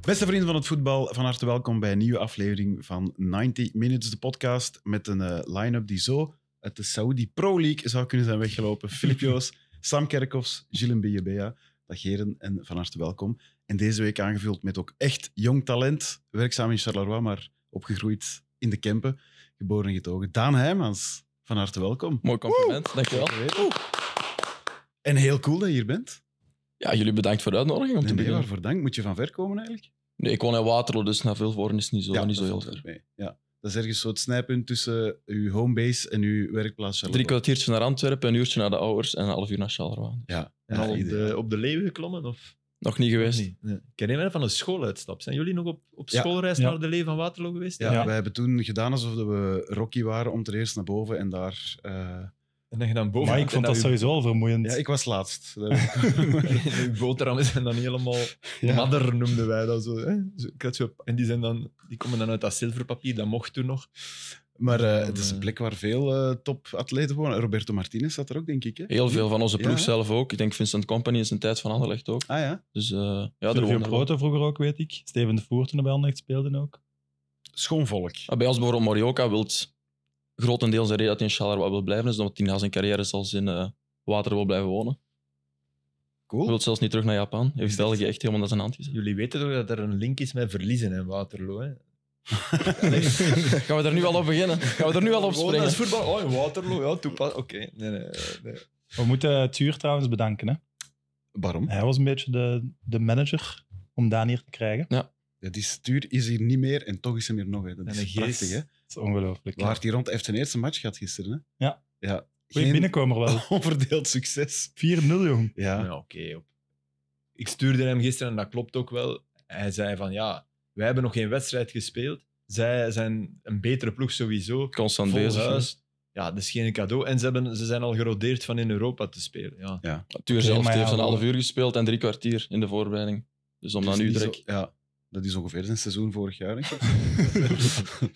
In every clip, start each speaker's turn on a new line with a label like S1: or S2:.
S1: Beste vrienden van het voetbal, van harte welkom bij een nieuwe aflevering van 90 Minutes, de podcast met een eh, line-up die zo uit de Saudi Pro League zou kunnen zijn weggelopen. Filip Joos, Sam Kerkhoffs, Gilles Biebea, dag heren en van harte welkom. En deze week aangevuld met ook echt jong talent, werkzaam in Charleroi, maar opgegroeid in de Kempen, geboren en getogen. Daan Heijmans, van harte welkom.
S2: Mooi compliment, dankjewel.
S1: En heel cool dat je hier bent.
S2: Ja, jullie bedankt voor de uitnodiging om
S1: Nee,
S2: te
S1: nee,
S2: beginnen.
S1: waarvoor dank. Moet je van ver komen eigenlijk?
S2: Nee, ik woon in Waterloo, dus naar veel worden is niet zo, niet zo
S1: dat
S2: heel
S1: valt
S2: ver.
S1: wel mee. Ja. Dat is ergens zo het snijpunt tussen uw homebase en uw werkplaats.
S2: Drie
S1: Charleroi.
S2: kwartiertje naar Antwerpen, een uurtje naar de ouders en een half uur naar Charleroi.
S1: Ja,
S3: En al
S1: ja,
S3: op
S1: iedereen.
S3: de, op de leeuwen geklommen? Of
S2: Nog niet geweest.
S3: niet? Nee. Ik herinner me van een schooluitstap. Zijn jullie nog op, op
S1: Ja.
S3: schoolreis
S4: Ja.
S3: naar de leeuw van Waterloo geweest?
S1: ja, Wij hebben toen gedaan alsof dat we Rocky waren om er eerst naar boven en daar... eh,
S3: En dat je dan boven
S4: Maar ik
S3: bent
S4: vond
S3: en
S4: dat sowieso al vermoeiend.
S1: Ja, ik was laatst.
S3: je- en je boterhammen zijn dan helemaal... Madder noemden wij dat zo. Hè? Zo, ik had zo en die, zijn dan, die komen dan uit dat zilverpapier, dat mocht toen nog.
S1: maar eh, het is een plek waar veel eh, topatleten wonen. Roberto Martinez zat er ook, denk ik. Hè?
S2: Heel veel van onze
S1: Ja,
S2: ploeg
S1: hè?
S2: zelf ook. Ik denk Vincent Company in zijn tijd van Anderlecht ook.
S1: Ah ja,
S2: Dus eh, ja, er
S4: Silvio
S2: wonen wel.
S4: Brote vroeger ook, weet ik. Steven de Voer toen hij bij Anderlecht speelde ook.
S1: schoon volk.
S2: Maar Ah, Bij ons bijvoorbeeld Morioka wil grotendeels de reden dat hij in Charleroi wil blijven, is omdat hij na zijn carrière zelfs in eh Water wil blijven wonen.
S1: Cool.
S2: Hij wil zelfs niet terug naar Japan. Heeft België echt helemaal naar zijn hand gezet.
S3: Jullie weten toch dat er een link is met verliezen in Waterloo? Hè?
S2: Gaan we er nu al op beginnen? Gaan we er nu al op
S3: Gewoon, dat
S2: springen?
S3: is voetbal. Oh, in Waterloo, ja, toepas. Oké. Nee, nee, nee.
S4: We moeten Tuur trouwens bedanken. Hè.
S1: Waarom?
S4: Hij was een beetje de, de manager om Daan hier te krijgen.
S1: Ja, die stuur is hier niet meer en toch is hem hier nog. Hè. Dat
S3: En
S1: is
S3: een geest.
S1: prachtig, hè?
S4: Dat is ongelooflijk.
S1: Waar die rond heeft zijn eerste match gehad gisteren, hè?
S4: Ja.
S1: ja.
S4: Goeie
S1: Geen
S4: binnenkomer wel. 4-0,
S1: onverdeeld succes.
S4: jong.
S1: Ja.
S3: Ja, oké. op- Ik stuurde hem gisteren, en dat klopt ook wel. Hij zei van, ja, wij hebben nog geen wedstrijd gespeeld. Zij zijn een betere ploeg sowieso.
S2: Constant
S3: Vol
S2: bezig. hè.
S3: huis. Ja, dat is geen cadeau. En ze, hebben, ze zijn al gerodeerd van in Europa te spelen. Ja.
S2: Tuur
S4: Oké,
S2: zelf
S4: maar ja,
S2: heeft een
S4: we-
S2: half uur gespeeld en drie kwartier in de voorbereiding. Dus om
S1: Dat
S2: dan
S1: is
S2: nu
S1: niet
S2: direct...
S1: zo- ja, dat is ongeveer zijn seizoen vorig jaar. denk ik.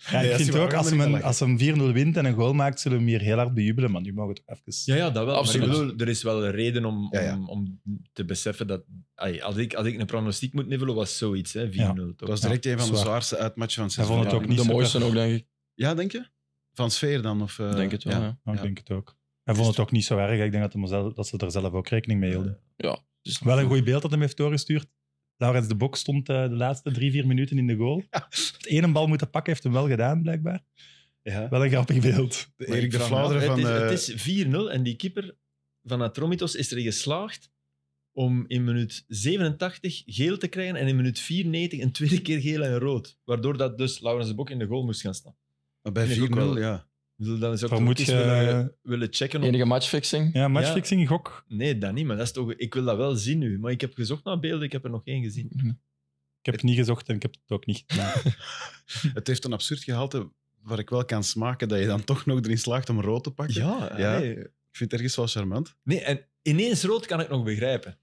S4: Ja, ik
S1: als
S4: vind
S1: die
S4: ook,
S1: waren
S4: als
S1: er
S4: hem,
S1: niet
S4: een-
S1: lachen.
S4: als hem 4-0 wint en een goal maakt, zullen we hem hier heel hard bejubelen. Maar nu mogen we toch even...
S3: ja, ja, dat wel.
S2: Absoluut.
S3: Maar ik bedoel, er is wel een reden om, om,
S1: Ja, ja.
S3: om te beseffen dat... ai, als, ik, als ik een pronostiek moet nivelen, was zoiets, hè, 4-0.
S1: Dat
S3: toch?
S1: was direct een van de
S4: zwaar.
S1: zwaarste uitmatchen van het
S4: Hij
S1: seizoen.
S4: vond het ook niet
S2: de
S4: super.
S2: mooiste ook, denk ik.
S1: Ja, denk je? Van sfeer dan? Of, eh,
S2: denk het wel,
S1: ja.
S2: ja.
S4: Nou, ik
S1: Ja.
S4: denk het ook. Hij vond het ook niet zo erg. Ik denk dat, hem zelf- dat ze er zelf ook rekening mee hielden.
S2: Dus-
S4: Wel een goed beeld dat hem heeft doorgestuurd. Laurens de Bok stond eh, de laatste drie, vier minuten in de goal. Het ene bal moeten pakken heeft hem wel gedaan, blijkbaar.
S1: Ja.
S4: Wel een grappig beeld.
S1: De
S3: Maar
S1: Erik
S3: ik
S1: de
S3: vraag me af,
S1: Vlaanderen van... eh,
S3: Het is, het is 4-0 en die keeper van Atromitos is erin geslaagd om in minuut 87 geel te krijgen en in minuut 94 een tweede keer geel en rood. Waardoor dat dus Laurens de Bok in de goal moest gaan staan.
S1: bij 4-0,
S3: vind ik ook wel.
S1: ja.
S3: Ik bedoel, dan zou ik
S4: Vermoed
S3: toch
S4: je-
S3: eens willen, willen checken. Of...
S2: Enige matchfixing.
S4: Ja, matchfixing, gok.
S3: Nee, dat niet, maar dat is toch... ik wil dat wel zien nu. Maar ik heb gezocht naar beelden, ik heb er nog geen gezien.
S4: Ik heb het niet gezocht en ik heb het ook niet gedaan.
S1: Het heeft een absurd gehalte waar ik wel kan smaken dat je dan toch nog erin slaagt om rood te pakken.
S3: Ja,
S1: Ja.
S3: allee.
S1: Ik vind het ergens wel charmant.
S3: Nee, en ineens rood kan ik nog begrijpen.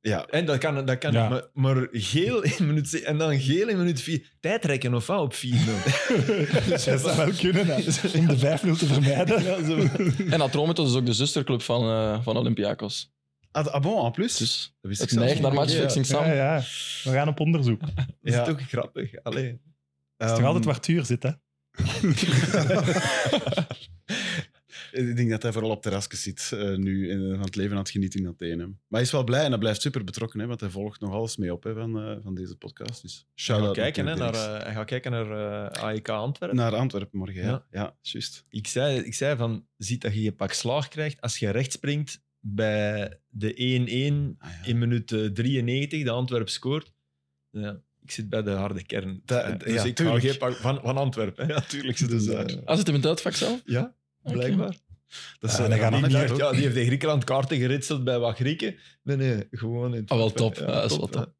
S1: Ja.
S3: En dat kan, dat kan
S4: Ja.
S3: ik, maar, maar geel in minuut ze- en dan geel in minuut 4. Tijdrekken of wat op 4-0.
S4: Dus dat zou wel kunnen, hè. om de 5-0 te vermijden.
S2: En Atromitos is ook de zusterclub van, eh, van Olympiakos.
S1: Ah, ah bon, en plus?
S2: Dus
S1: dat wist ik
S2: het
S1: zelfs
S2: neigt
S1: niet.
S2: naar matchfixing
S4: Ja,
S2: samen.
S4: ja. We gaan op onderzoek. Het
S3: Dat
S1: Ja.
S3: is toch grappig. Allee.
S4: is toch
S1: Ehm,
S4: altijd waar Tuur zit, hè?
S1: Ik denk dat hij vooral op terrasjes zit eh, nu en eh, van het leven aan het genieten in Athene. Maar hij is wel blij en hij blijft super betrokken, hè, want hij volgt nog alles mee op hè, van, eh, van deze podcast. Dus
S3: Hij
S1: shout
S3: gaat
S1: out
S3: kijken, hè, naar,
S1: natuurlijk
S3: eh, hij gaat kijken naar eh, AEK Antwerpen.
S1: direct. naar Antwerpen morgen. Ja, ja.
S3: Ja.
S1: juist.
S3: Ik, zei, ik zei van, ziet dat je je pak slaag krijgt als je rechts springt bij de 1-1
S1: Ah, ja.
S3: in minuut eh, 93, de Antwerp scoort. Ja, ik zit bij de harde kern.
S1: Dat-
S3: Eh,
S1: ja,
S3: dus ik hou
S1: tuurlijk.
S3: geen pak van, van Antwerpen. hè.
S1: Natuurlijk zitten ze daar.
S2: Ah, zit hem in het uitvak zelf?
S3: Ja, blijkbaar.
S1: eh, Dat
S4: Ja, dan gaan
S1: Anne
S4: die
S1: heeft
S4: niet
S1: dat
S3: Ja,
S1: ook.
S3: die heeft in Griekenland kaarten geritseld bij wat Grieken. Nee, nee, gewoon in het
S2: Ah, wel
S3: voetbal.
S2: top. Ja, dat is wel top.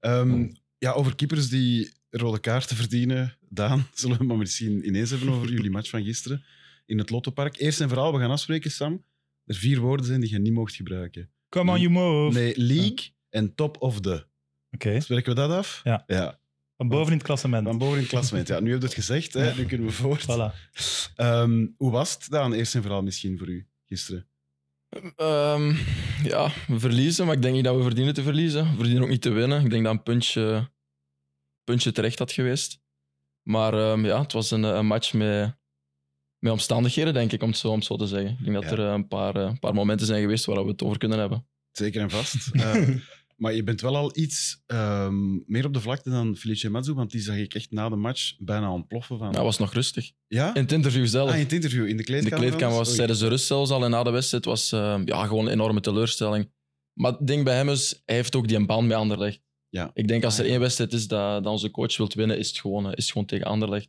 S1: Ehm, ja, over keepers die rode kaarten verdienen. Daan, zullen we maar misschien ineens hebben over jullie match van gisteren in het Lottopark. Eerst en vooral, we gaan afspreken, Sam. Er vier woorden zijn die je niet mocht gebruiken.
S4: Come on, you move.
S1: Nee, league en top of the.
S4: Oké,
S1: Spreken we dat af?
S4: Ja. van boven in het klassement.
S1: Van boven in het klassement. Ja, nu heb je het gezegd, hè.
S4: Ja.
S1: nu kunnen we voort.
S4: Voilà.
S1: Ehm, hoe was het dan, eerst en vooral misschien voor u gisteren?
S2: Ehm, ja, we verliezen, maar ik denk niet dat we verdienen te verliezen. We verdienen ook niet te winnen. Ik denk dat een puntje puntje terecht had geweest. Maar ehm, ja, het was een, eh, een match met, met omstandigheden, denk ik, om het zo, om het zo te zeggen. Ik denk dat
S1: Ja.
S2: er eh, een paar, eh, een paar momenten zijn geweest waar we het over kunnen hebben.
S1: Zeker en vast. Eh, maar je bent wel al iets ehm, meer op de vlakte dan Felice Mazzu, want die zag ik echt na de match bijna ontploffen van.
S2: Ja, het was nog rustig.
S1: Ja?
S2: Nou, In het interview zelf.
S1: Ah, in het interview, in de
S2: In de
S1: kleedkamer.
S2: kleedkamer
S1: anders?
S2: was
S1: Oei.
S2: tijdens de rust zelfs al en na de wedstrijd was eh, ja, gewoon een enorme teleurstelling. Maar het ding bij hem is, hij heeft ook die band bij Anderlecht.
S1: Ja.
S2: Ik denk als
S1: Ah,
S2: er
S1: ja.
S2: één wedstrijd is dat, dat onze coach wilt winnen, is het gewoon, eh, is het gewoon tegen Anderlecht.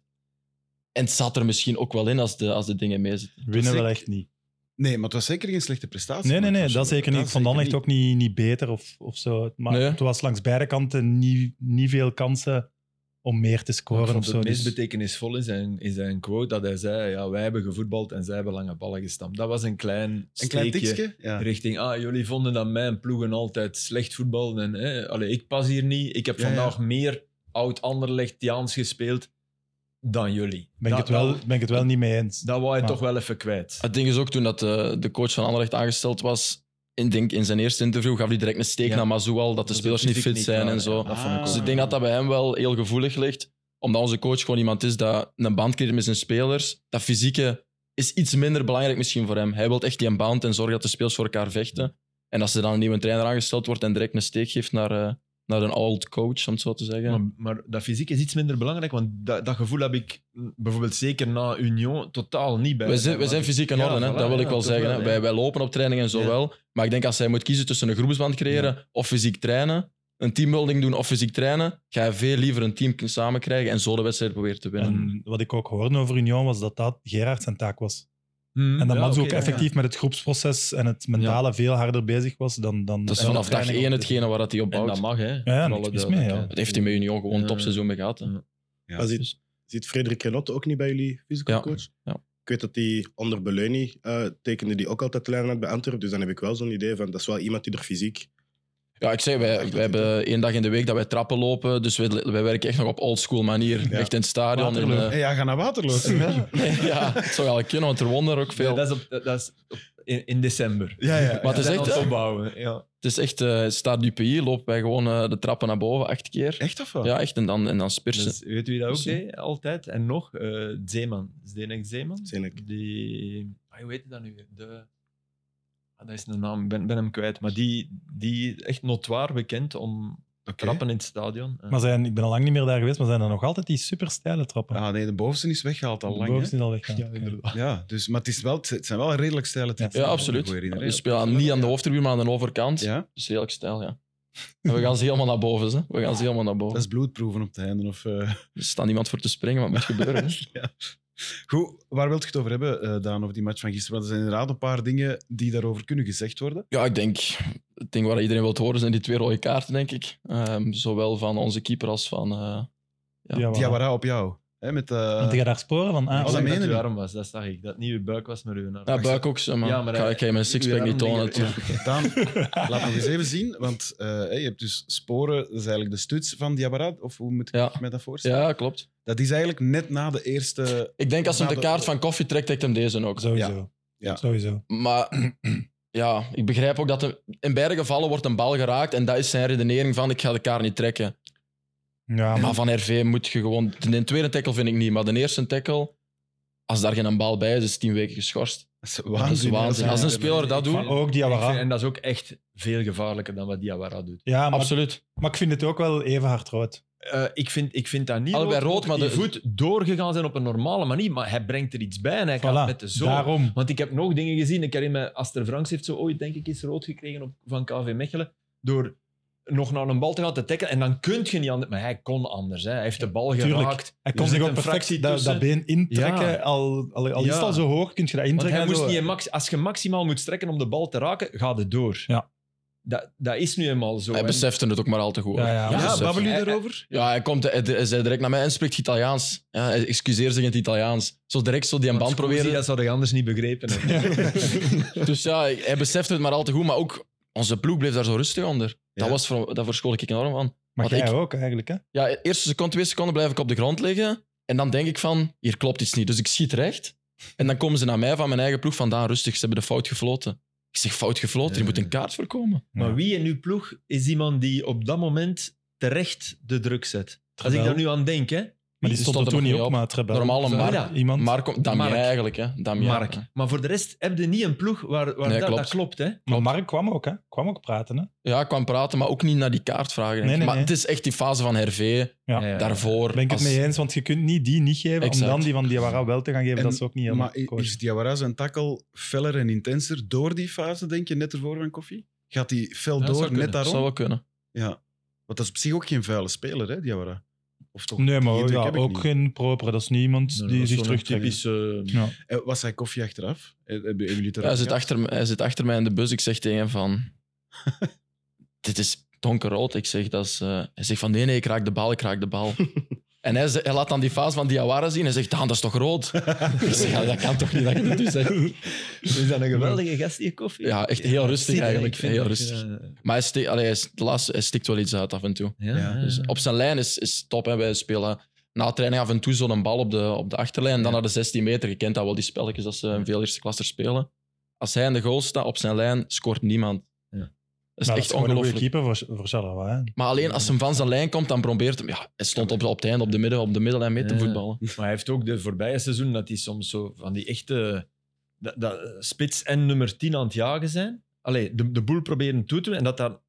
S2: En het zat er misschien ook wel in als de, als de dingen meezitten.
S4: Winnen
S1: Dus
S4: wel
S1: ik-
S4: echt niet.
S1: Nee, maar het was zeker geen slechte prestatie.
S4: Nee, nee,
S1: van
S4: nee, dat
S1: Felice.
S4: zeker niet. Ik vond dan echt ook niet, niet beter of, of zo. Maar
S2: Nee.
S4: het was langs beide kanten niet, niet veel kansen om meer te
S3: Ik
S4: scoren of
S3: vond
S4: zo.
S3: het meest
S4: Dus-
S3: betekenisvol in zijn, in zijn quote dat hij zei: ja, Wij hebben gevoetbald en zij hebben lange ballen gestampt. Dat was een klein,
S1: Een klein
S3: steekje
S1: tikje? Ja.
S3: richting: Ah, jullie vonden dat mijn ploegen altijd slecht voetbalden. En, eh, allee, ik pas hier niet. Ik heb
S1: Ja, ja.
S3: vandaag meer oud-Anderlechtiaans gespeeld dan jullie.
S4: ben, ik
S3: dat,
S4: het wel,
S3: Dat,
S4: ben ik het wel niet mee eens.
S3: dat wou hij
S4: Ja.
S3: toch wel even kwijt.
S2: Het ding is ook, toen dat eh, de, de coach van Anderlecht aangesteld was, ik denk in zijn eerste interview gaf hij direct een steek
S3: Ja.
S2: naar Mazou al, dat de
S3: is
S2: spelers
S3: een
S2: niet fit
S3: fysiek
S2: zijn
S3: niet
S2: en zo.
S3: klaar, ja. Dat vond ik
S1: Ah.
S3: ook.
S2: Dus ik denk dat dat bij hem wel heel gevoelig ligt. Omdat onze coach gewoon iemand is dat een band creëert met zijn spelers. Dat fysieke is iets minder belangrijk misschien voor hem. Hij wil echt die een band en zorgen dat de spelers voor elkaar vechten. En als er dan een nieuwe trainer aangesteld wordt en direct een steek geeft naar, eh, naar een old coach, om het zo te zeggen.
S3: Maar, maar dat fysiek is iets minder belangrijk, want dat, dat gevoel heb ik mm, bijvoorbeeld zeker na Union totaal niet bij.
S2: we zijn, we zijn fysiek in
S3: Ja,
S2: orde, hè?
S3: voilà,
S2: dat wil
S3: ja,
S2: ik wel
S3: toch
S2: zeggen.
S3: wel,
S2: hè.
S3: ja.
S2: wij, wij lopen op training en zo
S3: Ja.
S2: wel. Maar ik denk als hij moet kiezen tussen een groepsband creëren of fysiek trainen, een teambuilding doen of fysiek trainen, ga je veel liever een team samen krijgen en zo de wedstrijd proberen te winnen.
S4: En wat ik ook hoorde over Union was dat dat Gerard zijn taak was.
S3: Mm,
S4: En dat
S3: ja,
S4: Mats
S3: oké,
S4: ook
S3: ja, ja.
S4: effectief met het groepsproces en het mentale veel harder bezig was dan... dan
S2: Dat is
S4: en
S2: vanaf
S4: de
S2: dag
S4: training
S2: één
S4: ook.
S2: hetgene waar dat hij op
S3: En dat
S2: bouwt.
S3: mag, hè?
S4: Ja,
S3: Voor alle
S4: niks mis mee,
S3: duidelijkheid.
S2: Dat heeft hij met Union gewoon
S3: Ja.
S2: topseizoen mee gehad. hè.
S3: Ja. dus-
S1: Ja.
S5: Maar zit, zit Frederik Renot ook niet bij jullie physical
S2: Ja,
S5: coach?
S2: ja.
S5: Ik weet dat die onder Beleuni eh, tekende die ook altijd de lijn had bij Antwerpen. Dus dan heb ik wel zo'n idee van dat is wel iemand die er fysiek.
S2: Ja, ik zeg, wij, wij hebben één dag in de week dat wij trappen lopen. Dus wij, wij werken echt nog op oldschool manier.
S5: Ja.
S2: Echt in het stadion. In,
S4: Waterloo.
S1: Ja, ja, ga naar Waterloo.
S2: eh, ja, het zou wel kunnen, want er wonder ook veel.
S3: Ja, dat is, op, dat dat is op- in, in december.
S1: Ja, ja.
S2: Maar het is
S3: We zijn
S2: echt,
S3: aan het
S2: hè?
S3: opbouwen. Ja.
S2: Het is echt eh Stade du Pays. Lopen wij gewoon eh, de trappen naar boven, acht keer.
S1: Echt of wel?
S2: Ja, echt. En dan, en dan spirsen.
S3: Dus, weet wie dat ook
S2: Dus-
S3: deed? Altijd. En nog, eh Zeeman. Zdenek Zeeman.
S5: Zenek.
S3: Die... Ah, hoe heet het dan nu? De... Ah, dat is een naam, ik ben, ben hem kwijt. Maar die, die echt notoire bekend om
S1: Oké.
S3: trappen in het stadion. Eh, Ja.
S4: Maar zijn, ik ben al lang niet meer daar geweest, maar zijn er nog altijd die superstijle trappen.
S1: Ah, nee, de bovenste is weggehaald al lang. hè?
S4: Boven zijn al weg.
S3: Ja, inderdaad.
S1: Ja, dus, maar het, is wel, het zijn wel redelijk stijle trappen.
S2: Ja, absoluut.
S1: Goeie herinnering.
S2: We spelen aan- niet aan de hoofdtribune, maar aan de overkant.
S1: Ja,
S2: Dus redelijk stijl, ja. En we gaan ze helemaal naar boven. Ze. We gaan ze helemaal naar
S1: dat
S2: boven.
S1: is bloedproeven op het einde. Of, eh,
S2: Er staat niemand voor te springen. Wat moet gebeuren? hè?
S1: Ja. Goed, waar wil je het over hebben, eh, Daan, over die match van gisteren? Want er zijn inderdaad een paar dingen die daarover kunnen gezegd worden.
S2: Ja, ik denk, het ding waar iedereen wil horen zijn die twee rode kaarten, denk ik. Ehm, zowel van onze keeper als van... eh, ja.
S4: Ja, voilà.
S1: Diawara op jou. Hè, met, eh,
S4: Want die gaat daar sporen van... Ah,
S1: Oh,
S3: Oh,
S1: dat
S3: dat
S1: meen je
S3: dat
S1: niet.
S3: uw arm was, dat zag ik. Dat nieuwe buik was met uw arm.
S2: ja, buik ook, zo, nou, maar,
S3: Ja, maar
S2: ik ga,
S3: hij-
S2: ik ga je mijn sixpack
S3: uw
S2: niet tonen.
S3: arm
S2: natuurlijk.
S1: Daan, laat nog eens even zien, want eh, hè, je hebt dus sporen, dat is eigenlijk de stuts van Diawara, of hoe moet ik
S2: Ja.
S1: me dat voorstellen?
S2: Ja, klopt.
S1: Dat is eigenlijk net na de eerste...
S2: Ik denk als hem
S1: Na
S2: de
S1: de-
S2: kaart van koffie trekt, trekt hem deze ook.
S4: Sowieso.
S1: Ja.
S4: Sowieso.
S2: Maar ja, ik begrijp ook dat hem- in beide gevallen wordt een bal geraakt en dat is zijn redenering van ik ga de kaart niet trekken.
S4: Ja,
S2: Maar
S4: maar
S2: van RV moet je gewoon... De tweede tackle vind ik niet, maar de eerste tackle, als daar geen bal bij is, is tien weken geschorst.
S1: Dat is
S2: Dat is
S1: waanzin.
S2: waanzin. Als een speler dat doet...
S4: maar ook Diawara.
S3: En dat is ook echt veel gevaarlijker dan wat Diawara doet.
S4: ja, maar,
S2: Absoluut.
S4: maar ik vind het ook wel even hard rood.
S3: Eh, ik, vind, ik vind dat niet
S2: Allebei rood, maar
S3: die
S2: de-
S3: voet doorgegaan zijn op een normale manier, maar hij brengt er iets bij en hij gaat
S4: Voilà,
S3: met de zool.
S4: daarom.
S3: Want ik heb nog dingen gezien. Ik herinner me, Aster Franks heeft zo ooit, denk ik, iets rood gekregen op, van KV Mechelen. Door nog naar een bal te gaan te tackelen. En dan kun je niet anders. Maar hij kon anders. Hè. Hij heeft de bal
S4: Tuurlijk.
S3: geraakt.
S4: Hij
S3: Er
S4: kon
S3: zit
S4: zich ook
S3: een fractie
S4: perfect dat,
S3: tussen.
S4: dat been intrekken.
S3: Ja.
S4: Al, al, al is het
S3: Ja.
S4: al zo hoog, kun je dat
S3: Want
S4: intrekken.
S3: hij
S4: en
S3: moest
S4: zo.
S3: niet in max, als je maximaal moet strekken om de bal te raken, ga het door.
S4: Ja.
S3: Dat, dat is nu eenmaal zo.
S2: Hij
S3: En-
S2: besefte het ook maar al te goed.
S4: Ja, ja,
S2: Hij
S4: maar-
S2: besefte-
S3: babbelen jullie
S1: Hij-
S3: daarover?
S2: Ja, hij komt hij, hij zei direct naar mij en spreekt Italiaans. Ja, hij excuseert zich in het Italiaans. Zo direct zo die een band proberen.
S3: Dat zou ik anders niet begrepen
S2: Dus ja, hij besefte het maar al te goed. Maar ook onze ploeg bleef daar zo rustig onder. Dat,
S1: Ja.
S2: was voor, dat verschool ik enorm van.
S4: Maar
S2: Want
S4: jij
S2: ik-
S4: ook eigenlijk, hè?
S2: Ja, eerste seconde, twee seconden blijf ik op de grond liggen. En dan denk ik van, hier klopt iets niet. Dus ik schiet recht. En dan komen ze naar mij van mijn eigen ploeg vandaan. Rustig, ze hebben de fout gefloten. Ik zeg, fout gefloten? Er moet een kaart voor komen.
S3: Maar
S4: Ja.
S3: wie in uw ploeg is iemand die op dat moment terecht de druk zet. Als ik
S4: Terwijl-
S3: daar nu aan denk, hè,
S4: Maar
S2: Die
S4: die stond
S2: stond
S4: er
S2: er
S4: toen
S2: nog
S4: niet
S2: niet
S4: op,
S2: op.
S4: maar Trebel.
S2: Normale
S4: Zo,
S2: Mark.
S4: ja, Iemand,
S2: Maar kom, Damien
S3: Mark.
S2: eigenlijk, hè. Damien.
S3: Mark. Maar voor de rest heb je niet een ploeg waar, waar
S2: Nee,
S3: dat,
S2: klopt.
S3: dat klopt. Hè?
S4: maar Mark kwam ook, hè? Kwam ook praten, hè?
S2: Ja, ik kwam praten, maar ook niet naar die kaart vragen. denk
S4: Nee,
S2: ik.
S4: nee,
S2: maar
S4: nee.
S2: het is echt die fase van Hervé,
S4: Ja.
S3: Ja, ja.
S2: daarvoor.
S4: Ben ik het
S2: als-
S4: mee eens, want je kunt niet die niet geven
S2: Exact.
S4: om dan die van Diawara wel te gaan geven.
S1: En-
S4: dat is ook niet helemaal
S1: Maar i-
S4: coach.
S1: is Diawara zijn takkel feller en intenser door die fase, denk je, net ervoor van koffie? Gaat die fel
S2: Ja, dat zou
S1: door,
S2: kunnen.
S1: net
S2: Dat zou
S1: daarom?
S2: wel kunnen.
S1: Ja. Want dat is op zich ook geen vuile speler, hè, Diawara? Of toch?
S4: Nee,
S1: Die
S4: maar
S1: indruk
S4: ja,
S1: heb ik
S4: ook
S1: niet.
S4: geen proper. Dat is niemand
S3: Nee, dat
S4: die
S3: is
S4: zich
S3: zo'n
S4: terugtrekt.
S3: typische-
S4: Ja.
S1: Eh, Was hij koffie achteraf? Eh, Hebben hebben jullie het
S2: Ja, hij,
S1: erover
S2: zit
S1: gehad?
S2: achter, me- hij zit achter mij in de bus. Ik zeg tegen hem van... Dit is donkerrood. Ik zeg, dat is, eh, Hij zegt van, nee, nee, ik raak de bal, ik raak de bal. en hij, ze- hij laat dan die fase van Diawara zien. Hij zegt, Daan, dat is toch rood? ik zeg, ja, dat kan toch niet dat je dat doet, zeg.
S3: Is dat een geweldige gast, die koffie?
S2: Ja, echt heel rustig
S3: zie je,
S2: eigenlijk.
S3: ik vind-
S2: Heel
S3: ik
S2: rustig.
S3: vind, eh,
S2: Maar hij, stikt, allee, hij, is- de laatste, hij stikt wel iets uit af en toe.
S1: Ja,
S3: ja, ja,
S2: Dus
S3: ja.
S2: op zijn lijn is, is top. Hè. Wij spelen na training af en toe zo'n bal op de, op de achterlijn. En dan naar de 16 meter. Je kent dat wel, die spelletjes dat ze in veel eerste klasser spelen. Als hij in de goal staat, op zijn lijn, scoort niemand.
S3: Ja.
S2: Dat is
S4: Maar
S2: echt
S4: gewoon een goede
S2: ongelooflijk.
S4: keeper voor, voor Charleroi. hè.
S2: Maar alleen als hem van zijn lijn komt, dan probeert hem... Ja, hij stond op, op het einde, op de midden, op de middellijn mee te
S3: Ja. Dus
S2: voetballen.
S3: Maar hij heeft ook de voorbije seizoen dat hij soms zo van die echte dat, dat, spits en nummer 10 aan het jagen zijn. Allee, de, de boel proberen toe te doen en dat daar eh,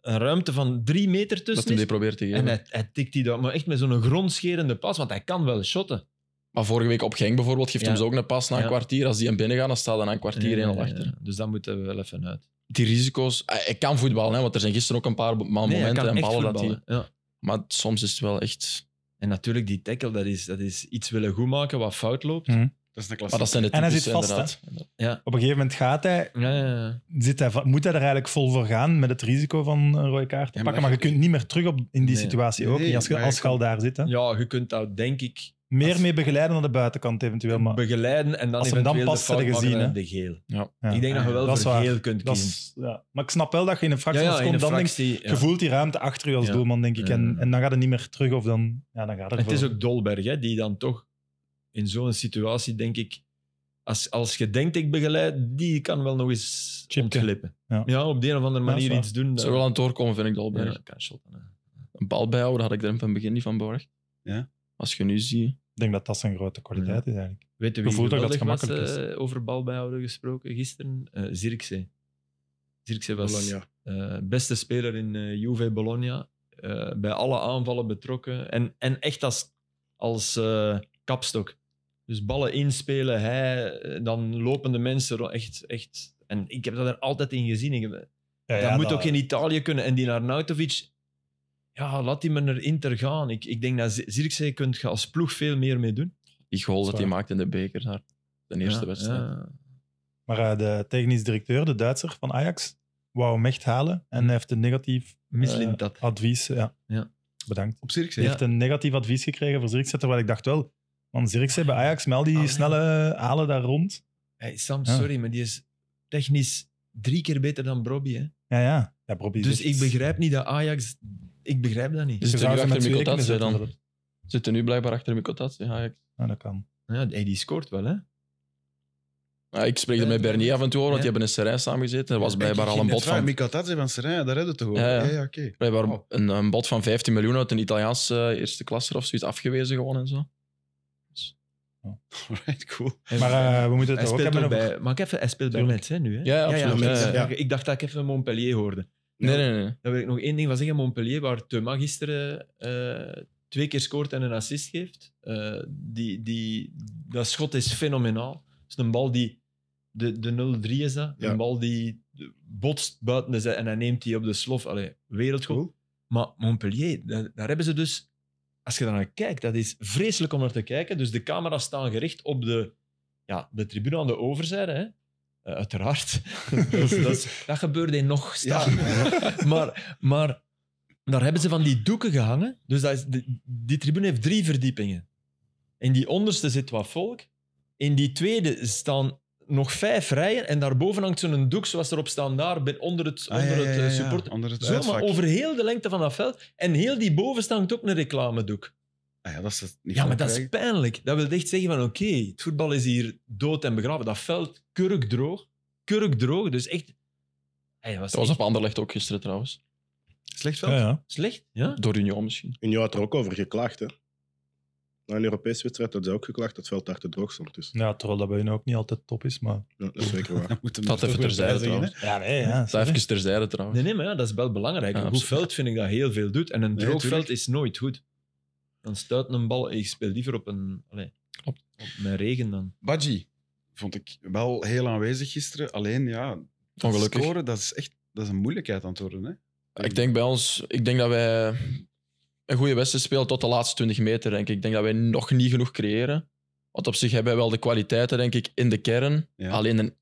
S3: een ruimte van drie meter
S2: Dat
S3: tussen
S2: hij
S3: is.
S2: die probeert te
S3: En
S2: geven.
S3: hij, hij tikt die daar, maar echt met zo'n grondscherende pas, want hij kan wel shotten.
S2: Maar vorige week op Genk bijvoorbeeld geeft
S3: Ja.
S2: hem ze ook een pas na een
S3: Ja.
S2: kwartier. Als die hem binnen gaan, dan staat hij na een kwartier
S3: Ja,
S2: één
S3: ja,
S2: al
S3: ja,
S2: achter.
S3: ja. Dus dat moeten we wel even uit.
S2: Die risico's... Hij, hij kan voetballen, hè, want er zijn gisteren ook een paar ma-
S3: Nee, hij
S2: momenten
S3: kan
S2: en
S3: echt
S2: ballen dat hij...
S3: voetballen. Ja.
S2: Maar soms is het wel echt...
S3: En natuurlijk, die tackle, dat is, dat is iets willen goedmaken wat fout loopt.
S1: Dat is een
S2: Maar
S1: klassieker.
S2: dat zijn de
S4: En hij
S2: typische,
S4: zit vast,
S2: inderdaad.
S4: Op een gegeven moment gaat hij,
S3: Ja, ja, ja.
S4: zit hij, va- moet hij er eigenlijk vol voor gaan met het risico van een rode kaart te
S1: Ja, maar
S4: pakken. Maar je
S1: dat-
S4: kunt niet meer terug op, in die
S3: Nee.
S4: situatie ook.
S1: Nee,
S4: niet als je
S1: maar
S4: als
S1: je
S4: je al
S1: kan-
S4: daar zit. Hè.
S3: ja, je kunt dat denk ik
S4: Meer
S3: Als-
S4: mee begeleiden naar de buitenkant eventueel. Maar
S3: begeleiden en dan
S4: als hem dan
S3: eventueel
S4: past,
S3: de fout
S4: hadden
S3: maken en
S4: gezien, hè.
S3: de geel.
S4: ja.
S3: Ik denk dat je wel
S4: dat is
S3: voor
S4: waar.
S3: geel kunt
S4: Dat
S3: kiezen.
S4: is- ja. Maar ik snap wel dat je in een fractie als
S3: in
S4: komt,
S3: een
S4: dan denk je,
S3: fractie, ja.
S4: je voelt die ruimte achter je als
S3: Ja.
S4: doelman, denk ik. En,
S3: Ja.
S4: en dan gaat het niet meer terug of dan, ja, dan gaat het
S3: Het is
S4: voor.
S3: ook Dolberg, hè, die dan toch in zo'n situatie, denk ik, als, als je denkt ik begeleid, die kan wel nog eens
S4: Chipke.
S3: ontglippen.
S4: Ja.
S3: Ja. op de een of andere
S4: Ja, is
S3: manier
S4: waar.
S3: iets doen.
S2: Dat
S3: dat-
S2: zou wel aan het doorkomen, vind ik,
S3: ja,
S2: Dolberg.
S3: dat kan shotten, hè.
S2: Een bal bijhouden had ik er in van het begin niet van borg.
S1: Ja.
S2: Als je nu ziet...
S4: Ik denk dat dat zijn grote kwaliteit is eigenlijk.
S3: Weet je
S4: Je
S3: wie
S4: voelt ook dat het
S3: geweldig was,
S4: gemakkelijk is.
S3: eh, over bal bijhouden gesproken gisteren? Eh Zirkzee. Zirkzee was
S5: Bologna.
S3: eh, beste speler in eh, Juve Bologna. Eh, bij alle aanvallen betrokken. En, en echt als, als eh, kapstok. Dus ballen inspelen, hij, eh, dan lopende mensen. ro- Echt, echt. En ik heb dat er altijd in gezien. Ik heb-
S4: Ja,
S3: dat moet ook in Italië kunnen. En die Arnautovic, ja, laat die maar naar Inter gaan. Ik, ik denk dat Z- Zirkzee kunt je als ploeg veel meer mee doen.
S2: Die goal dat
S4: Zwaar.
S2: hij maakt in de beker, daar, de eerste
S3: Ja,
S2: wedstrijd.
S3: ja.
S4: Maar eh, de technisch directeur, de Duitser van Ajax, wou hem echt halen. En hij heeft een negatief
S3: Mislint
S4: eh,
S3: dat.
S4: advies. Ja.
S3: Hm. Ja.
S4: Bedankt.
S1: Op Zirkzee?
S4: Hij heeft een negatief advies gekregen voor Zirkzee. Terwijl ik dacht wel, man, Zirkzee bij Ajax, met al die
S3: Ah, ja.
S4: snelle eh, halen daar rond.
S3: Hey, Sam,
S4: Ja.
S3: sorry, maar die is technisch drie keer beter dan Brobby. Hè?
S4: Ja, ja. ja Bobby
S3: Dus
S4: zegt-
S3: ik begrijp niet dat Ajax... Ik begrijp dat niet.
S2: Dus-
S4: Je
S2: Zit er
S4: zou
S2: nu
S4: ze
S2: achter
S4: met twee
S2: Mikotatse
S4: kunnen zetten,
S2: dan?
S4: Philip.
S2: Zitten nu blijkbaar achter Mikotatse. Ja, ik,
S4: Ja, dat kan.
S3: Ja, hey, die scoort wel, hè?
S2: ja, ik spreek er met Bernier af en toe over, want die hebben in Serijn samengezeten. Er was blijkbaar al een bot van,
S1: Mikatadze van Serena, daar hebben we het toch over?
S2: Ja, ja.
S1: Ja, ja, oké.
S2: blijkbaar een, een bot van 15 miljoen uit een Italiaanse eh, eerste klasser of zoiets afgewezen gewoon en zo.
S1: Alright, cool.
S4: Maar eh, we moeten
S3: hij
S4: het er ook
S3: speelt
S4: hebben
S3: ook
S4: over...
S3: bij... Maar ik even, hij speelt bij
S4: Tuurlijk.
S3: Metz, hè, nu, hè?
S2: Ja, ja, absoluut.
S5: ja, Metz,
S2: Ja, ja.
S5: ja.
S3: Ik dacht dat ik even Montpellier hoorde.
S2: Nee, nee, nee.
S3: Daar wil ik nog één ding van zeggen. Montpellier, waar Thuma gisteren eh, twee keer scoort en een assist geeft. Eh, die, die, dat schot is fenomenaal. Het is een bal die... De, de 0-3 is dat.
S5: Ja.
S3: Een bal die botst buiten de zij en hij neemt die op de slof. Allee, wereldgoed.
S1: Cool.
S3: Maar Montpellier, da- daar, hebben ze dus... Als je daar naar kijkt, dat is vreselijk om naar te kijken. Dus de camera's staan gericht op de, ja, de tribune aan de overzijde. Hè? Eh, uiteraard. dat, is- dat, is- dat gebeurde in nog staan. maar, maar daar hebben ze van die doeken gehangen. Dus dat is, die, die tribune heeft drie verdiepingen. In die onderste zit wat volk. In die tweede staan nog vijf rijen. En daarboven hangt zo'n doek zoals erop staan daar, ben- onder het,
S1: Ah,
S3: onder
S1: ja, ja,
S3: het
S1: ja,
S3: eh,
S1: ja.
S3: supporter.
S1: Onder het
S3: Zo, maar
S1: uitvak.
S3: over heel de lengte van dat veld. En heel die bovenste hangt ook een reclamedoek.
S1: Ah, ja, dat is het niet
S3: Ja, maar
S1: van
S3: dat is
S1: krijgen.
S3: pijnlijk. Dat wil echt zeggen van oké, het voetbal is hier dood en begraven. Dat veld kurkdroog. Kurkdroog, dus echt... Hey, dat was
S2: Dat was
S3: echt-
S2: op Anderlecht ook gisteren trouwens.
S3: Slecht veld?
S4: Ja, ja.
S3: Slecht? Ja?
S2: Door Union misschien.
S5: Union had er ook over geklaagd, hè. Na een Europese wedstrijd had ze ook geklaagd dat het veld daar te droog stond. Dus
S4: ja, terwijl dat bij hun ook niet altijd top is, maar...
S5: ja, dat is zeker waar.
S1: Dat moet hem
S2: Dat
S1: er
S2: even
S1: toch
S2: terzijde
S1: bij zeggen,
S2: trouwens.
S1: hè.
S4: Ja, nee, ja.
S2: Dat even terzijde trouwens.
S3: Nee, nee, maar ja, dat is wel belangrijk.
S2: Ja,
S3: Een goed
S2: absoluut.
S3: veld vind ik dat heel veel doet. En een
S1: Nee,
S3: droog
S1: tuurlijk.
S3: veld is nooit goed. Dan stuit een bal. Ik speel liever op een. Allez,
S2: Klopt.
S3: Op mijn regen dan.
S1: Badji vond ik wel heel aanwezig gisteren. Alleen ja, dat
S2: Ongelukkig.
S1: scoren, dat is echt dat is een moeilijkheid aan het worden. Hè?
S2: Ik denk bij ons, ik denk dat wij een goede wedstrijd spelen tot de laatste 20 meter, denk ik. Ik denk dat wij nog niet genoeg creëren. Want op zich hebben wij wel de kwaliteiten, denk ik, in de kern.
S1: Ja.
S2: Alleen een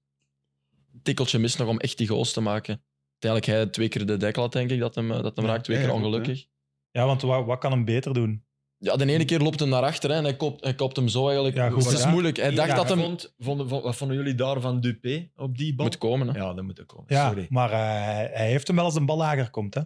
S2: tikkeltje mis nog om echt die goals te maken. Uiteindelijk hij twee keer de dekkel had, denk ik, dat hem, eh, dat hem
S4: Ja,
S2: raakt. Twee
S1: ja,
S2: keer
S1: ja, klopt,
S2: ongelukkig.
S4: ja, want wat, wat kan hem beter doen?
S2: Ja, de ene keer loopt hem naar achter hè, en hij kopt, hij kopt hem zo eigenlijk.
S4: Ja, goed
S2: dus het is
S4: gedaan.
S2: moeilijk. Hij dacht
S4: Ja,
S2: dat hem
S3: Vond, vonden- vond- wat vonden jullie daar van Dupé op die bal?
S2: moet komen. hè.
S3: Ja, dat moet er komen.
S4: Ja,
S3: Sorry.
S4: maar eh, hij- hij heeft hem wel als een bal lager komt, hè?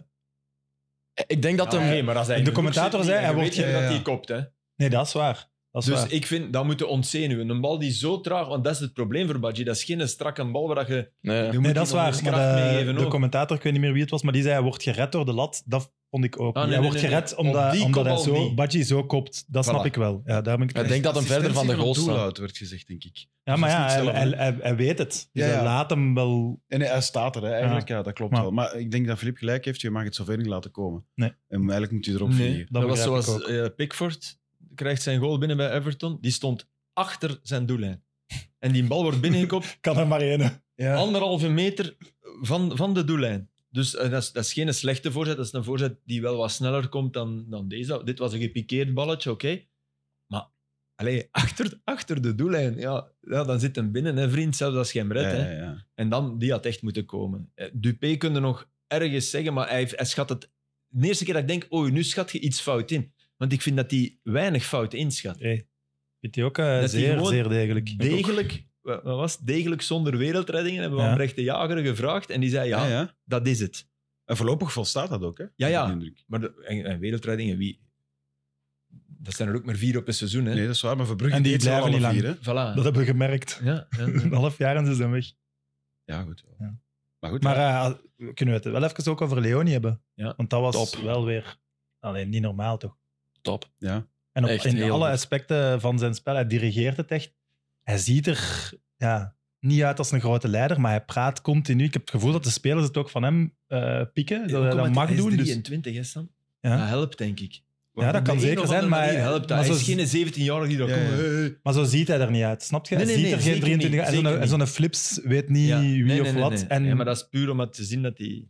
S2: Ik denk dat
S3: Ja,
S2: hem...
S3: nee, maar als hij
S4: de
S3: in hoek
S4: commentator
S3: zit, dan
S4: zei, hij
S3: weet
S4: wordt-
S3: je
S4: ja, ja.
S3: dat hij kopt. Hè?
S4: Nee, dat is waar. Dat is
S3: Dus
S4: waar.
S3: ik vind dat moeten ontzenuwen. Een bal die zo traag, want dat is het probleem voor Badji. Dat is geen strakke bal waar dat je.
S2: Nee.
S3: je
S4: Nee,
S3: moet
S4: dat
S3: iemand
S4: is waar.
S3: eens kracht
S4: Maar de,
S3: meegeven
S4: de
S3: ook.
S4: commentator, ik weet niet meer wie het was, maar die zei hij wordt gered door de lat. Dat vond ik
S3: Ah,
S4: ook. niet.
S3: nee,
S4: hij
S3: nee,
S4: wordt
S3: nee,
S4: gered
S3: nee.
S4: omdat,
S3: Op die
S4: omdat hij
S3: kopbal
S4: zo,
S3: niet.
S4: Badji zo kopt. Dat snap
S3: Voilà.
S4: ik wel. Ja, daar ben ik
S2: Ik denk dat hem verder van de
S1: Assistentie
S2: goal
S1: een
S2: staat.
S1: doelhout, werd gezegd, denk ik.
S4: ja, maar ja,
S1: dat is
S4: hij,
S1: niet
S4: hij,
S1: zelf,
S4: hij, hij weet het. Dus
S1: Ja, ja.
S4: hij laat hem wel...
S1: En hij staat er, hè, eigenlijk. Ja, dat klopt
S4: Maar-
S1: wel. Maar ik denk dat Filip gelijk heeft. Je mag het zover niet laten komen.
S4: Nee.
S1: En eigenlijk moet je erop
S3: Nee,
S1: vliegen.
S4: Dat
S3: dat was
S4: begrijp ik
S3: zoals eh, Pickford krijgt zijn goal binnen bij Everton. Die stond achter zijn doellijn. En die bal wordt binnengekopt,
S4: Kan er maar één.
S1: Ja.
S3: anderhalve meter van, van de doellijn. Dus eh, dat, is, dat is geen slechte voorzet. Dat is een voorzet die wel wat sneller komt dan, dan deze. Dit was een gepikeerd balletje, oké. Maar allee, achter, achter de doellijn, ja, ja, dan zit hem binnen, hè, vriend. Zelfs als je hem redt.
S1: Ja,
S3: hè.
S1: ja, ja.
S3: En dan, die had echt moeten komen. Eh, Dupé kunde nog ergens zeggen, maar hij, heeft- hij schat het... De eerste keer dat ik denk, oh, nu schat je iets fout in. Want ik vind dat hij weinig fout inschat.
S4: Vindt hij ook eh,
S3: hij
S4: zeer,
S3: gewoon
S4: zeer degelijk.
S3: Degelijk, wat wat was het? Degelijk zonder wereldreddingen hebben we
S4: Ja.
S3: aan Brecht de Jager gevraagd. En die zei, ja,
S1: Ja, ja.
S3: dat is het.
S1: En voorlopig volstaat dat ook, hè?
S3: Ja, ja.
S1: Die indruk.
S3: Maar de, en, en wereldreddingen, wie... Dat zijn er ook maar vier op een seizoen, hè.
S1: Nee, dat is waar. Maar Verbrugge
S4: En die
S1: deed ze
S4: blijven
S1: alle
S4: niet lang.
S1: vier, hè.
S3: Voilà.
S4: Dat hebben we gemerkt.
S3: Ja, ja, ja.
S4: Een half jaar en ze zijn weg.
S1: Ja, goed.
S4: Ja.
S1: Maar goed,
S4: Maar
S1: ja.
S4: eh, kunnen we het wel even ook over Leonie hebben?
S3: Ja.
S4: Want dat was
S2: Top.
S4: wel weer... Alleen niet normaal, toch?
S2: Top.
S4: En op,
S2: Echt
S4: in
S2: heel
S4: alle
S2: goed.
S4: aspecten van zijn spel, hij dirigeert het echt. Hij ziet er ja, niet uit als een grote leider, maar hij praat continu. Ik heb het gevoel dat de spelers het ook van hem eh, pikken, dat hij dat mag doen.
S3: Hij is
S4: Dus,
S3: 23, hè, Sam?
S4: Ja.
S3: Dat helpt, denk ik.
S4: ja, dat
S3: Op de
S4: kan
S3: een
S4: zeker
S3: of
S4: zijn,
S3: andere
S4: maar,
S3: manier helpt dat.
S4: maar,
S3: Hij
S4: zo,
S3: is geen 17-jarige die daar
S1: Ja,
S3: komt.
S1: ja.
S3: "Hey, hey, hey."
S4: maar zo ziet hij er niet uit, snap je?
S3: Nee,
S4: hij
S3: nee,
S4: ziet er
S3: nee,
S4: geen
S3: zeker
S4: 23 en
S3: niet,
S4: zo'n-
S3: zeker
S4: en zo'n flips weet niet
S3: Ja.
S4: wie
S3: Nee,
S4: of
S3: nee, nee,
S4: wat.
S3: nee.
S4: En,
S3: Ja, maar dat is puur om het te zien dat hij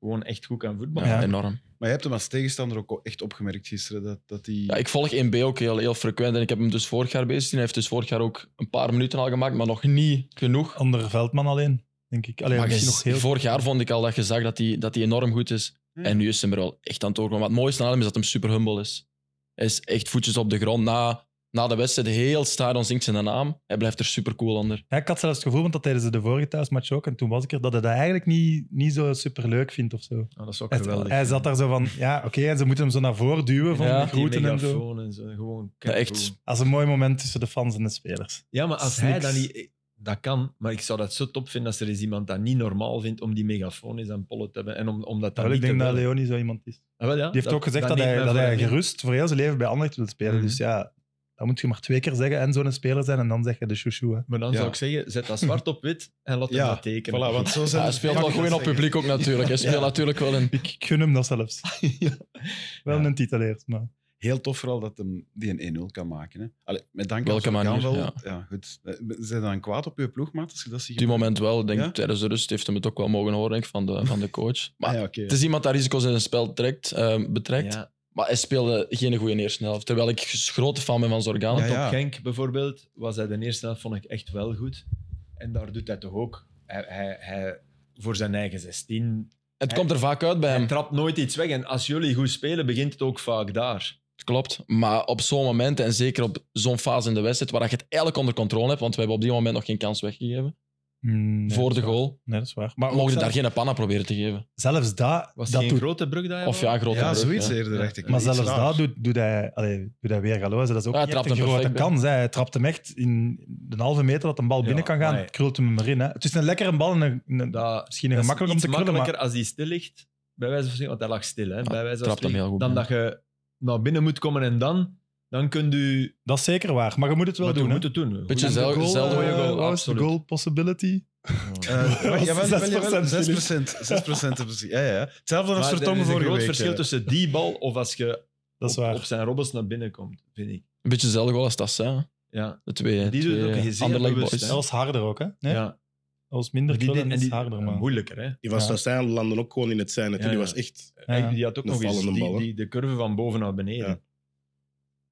S3: gewoon echt goed kan voetballen.
S4: Ja.
S2: Enorm.
S1: maar je hebt hem als tegenstander ook echt opgemerkt gisteren. Dat, dat die...
S2: Ja, ik volg 1B ook heel, heel frequent en ik heb hem dus vorig jaar bezig gezien. Hij heeft dus vorig jaar ook een paar minuten al gemaakt, maar nog niet genoeg.
S4: Onder Veldman alleen, denk ik. Alleen
S2: Maar
S4: misschien
S2: je-
S4: nog heel...
S2: vorig jaar vond ik al dat je zag dat hij, dat hij enorm goed is.
S1: Ja.
S2: En nu is hij er wel echt aan het doorkomen. Maar het mooiste aan hem is dat hij super humble is. Hij is echt voetjes op de grond. Na, na de wedstrijd, heel stadion zingt zijn naam. Hij blijft er super cool onder.
S4: Ja, ik had zelfs het gevoel, want dat tijdens de vorige thuismatch ook, en toen was ik er, dat hij dat eigenlijk niet, niet zo superleuk vindt of zo.
S3: Nou, dat is ook
S4: Het-
S3: geweldig.
S4: hij zat daar zo van, ja, oké, en ze moeten hem zo naar voren duwen van
S2: Ja.
S4: de groeten en zo.
S3: en zo. Gewoon
S2: Ja, echt.
S3: keigoed.
S4: Dat is een mooi moment tussen de fans en de spelers.
S3: Ja, maar als
S4: Is
S3: hij
S4: niks.
S3: dat niet... Dat kan, maar ik zou dat zo top vinden als er eens iemand dat niet normaal vindt om die megafoon in zijn pollen te hebben. En om, omdat dat
S4: Terwijl ik
S3: niet
S4: denk
S3: te
S4: dat
S3: wel-
S4: Leonie zo iemand is.
S3: Ah, wel, ja,
S4: Die heeft ook gezegd dat,
S3: neemt
S4: hij,
S3: men
S4: dat
S3: voor
S4: hij
S3: hem in.
S4: gerust voor heel zijn leven bij Anderlecht wil spelen.
S3: Mhm.
S4: Dus ja, dat moet je maar twee keer zeggen en zo'n speler zijn en dan zeg je de chouchou. hè.
S3: Maar dan
S1: Ja.
S3: zou ik zeggen, zet dat zwart op wit en laat
S1: Ja,
S3: hem dat tekenen.
S1: Voilà, want zo
S2: Ja,
S1: zijn
S2: hij
S1: er-
S2: speelt
S1: Ja,
S2: wel
S1: ik
S2: goed in
S1: kan
S2: op
S1: zeggen.
S2: publiek ook natuurlijk. Hij speelt
S1: Ja.
S2: natuurlijk wel in.
S4: Ik gun hem dat zelfs. Wel een titel eerst, maar...
S1: Heel tof vooral dat hem die een 1-0 kan maken. Hè. Allee, met dank
S2: Welke
S1: aan
S2: manier,
S1: Van Gaal
S2: ja.
S1: goed. Eh, Zijn dan kwaad op je ploegmaat als je dat ziet?
S2: Op die moment wel. Ik denk,
S1: Ja?
S2: Tijdens de rust heeft hem het ook wel mogen horen denk ik, van, de, van de coach. Maar
S1: Ah, ja, oké.
S2: het is iemand dat risico's in zijn spel trekt, eh, betrekt.
S3: Ja.
S2: Maar hij speelde geen goede eerste helft. Terwijl ik grote fan ben van Zorgano.
S1: Ja,
S3: Want
S1: ja.
S3: op Genk bijvoorbeeld was hij de eerste helft, vond ik echt wel goed. En daar doet hij toch ook. Hij, hij, hij, voor zijn eigen 16.
S2: Het
S3: Hij-
S2: komt er vaak uit bij
S3: Hij
S2: hem.
S3: trapt nooit iets weg. En als jullie goed spelen, begint het ook vaak daar.
S2: Klopt. Maar op zo'n moment, en zeker op zo'n fase in de wedstrijd, waar je het eigenlijk onder controle hebt, want we hebben op die moment nog geen kans weggegeven
S4: Mm, nee,
S2: voor
S4: dat
S2: de
S4: is waar.
S2: goal,
S4: Nee, dat is waar. Maar ook
S2: mogen je
S4: zelf-
S2: daar geen panna proberen te geven.
S4: zelfs dat...
S3: Was
S4: dat
S3: dat een
S4: doet,
S3: grote brug daar?
S2: Of ja, grote
S1: ja,
S2: brug,
S1: zoiets
S2: ja.
S1: eerder dacht ik.
S4: maar
S1: Iets
S4: zelfs
S1: raars.
S4: dat doet, doet, hij, allee, doet hij weer galoos. Dat is ook
S2: Ja, hij
S4: niet echt
S2: trapt
S4: een
S2: hem
S4: grote
S2: perfect, hè.
S4: kans. Hè. Hij trapt hem echt in de halve meter dat een bal
S3: Ja,
S4: binnen kan gaan,
S3: maar-
S4: krult hem erin. Hè. Het is een lekkere bal en een, een-
S3: Dat,
S4: misschien een gemakkelijker om te krullen,
S3: makkelijker
S4: maar
S3: als die stil ligt. bij wijze van spreken, want hij lag stil. Hè, bij wijze van
S2: trapt hem
S3: spreken.
S2: heel goed
S3: dan
S2: binnen.
S3: dat je naar binnen moet komen en dan, dan kunt u...
S4: Dat is zeker waar, maar je moet het wel
S3: Maar
S4: doen.
S3: Je
S4: hè?
S3: moet het doen. Goeie-
S2: Beetje zelf-
S3: goal,
S2: zelfde-
S3: mooie
S4: eh,
S3: goal,
S4: wat was de
S3: absoluut.
S4: goal possibility.
S1: Eh,
S4: Dat was
S1: jawel, jawel, jawel,
S4: 6%,
S1: 6%. 6% op zich. Ja, ja. Hetzelfde
S3: Maar
S1: als
S3: er is
S1: Vertongen
S3: een
S1: vorige
S3: groot
S1: week.
S3: verschil
S1: eh.
S3: tussen die bal of als je
S4: Dat is
S3: op, op
S4: waar.
S3: zijn robbels naar binnen komt, vind ik.
S2: Een beetje hetzelfde goal als Tassin.
S3: Ja,
S2: De twee,
S3: Die doet het
S2: twee
S3: ook heel zeer
S2: Anderlecht
S3: bewust,
S2: boys.
S3: hè.
S4: Dat was harder ook, hè? Nee?
S3: ja.
S4: Dat was minder
S3: Die
S4: krullen
S3: deed-
S4: en
S3: en
S4: iets
S3: die-
S4: harder, man.
S3: moeilijker, hè?
S5: Die van Stastijn landde ook gewoon in het zijn.
S3: Ja,
S5: Die
S3: ja.
S5: was echt...
S4: Ja.
S3: Die had ook
S5: De
S3: nog eens
S5: vallende
S3: die,
S5: bal, hè?
S3: die, de curve van boven naar beneden.
S5: Ja.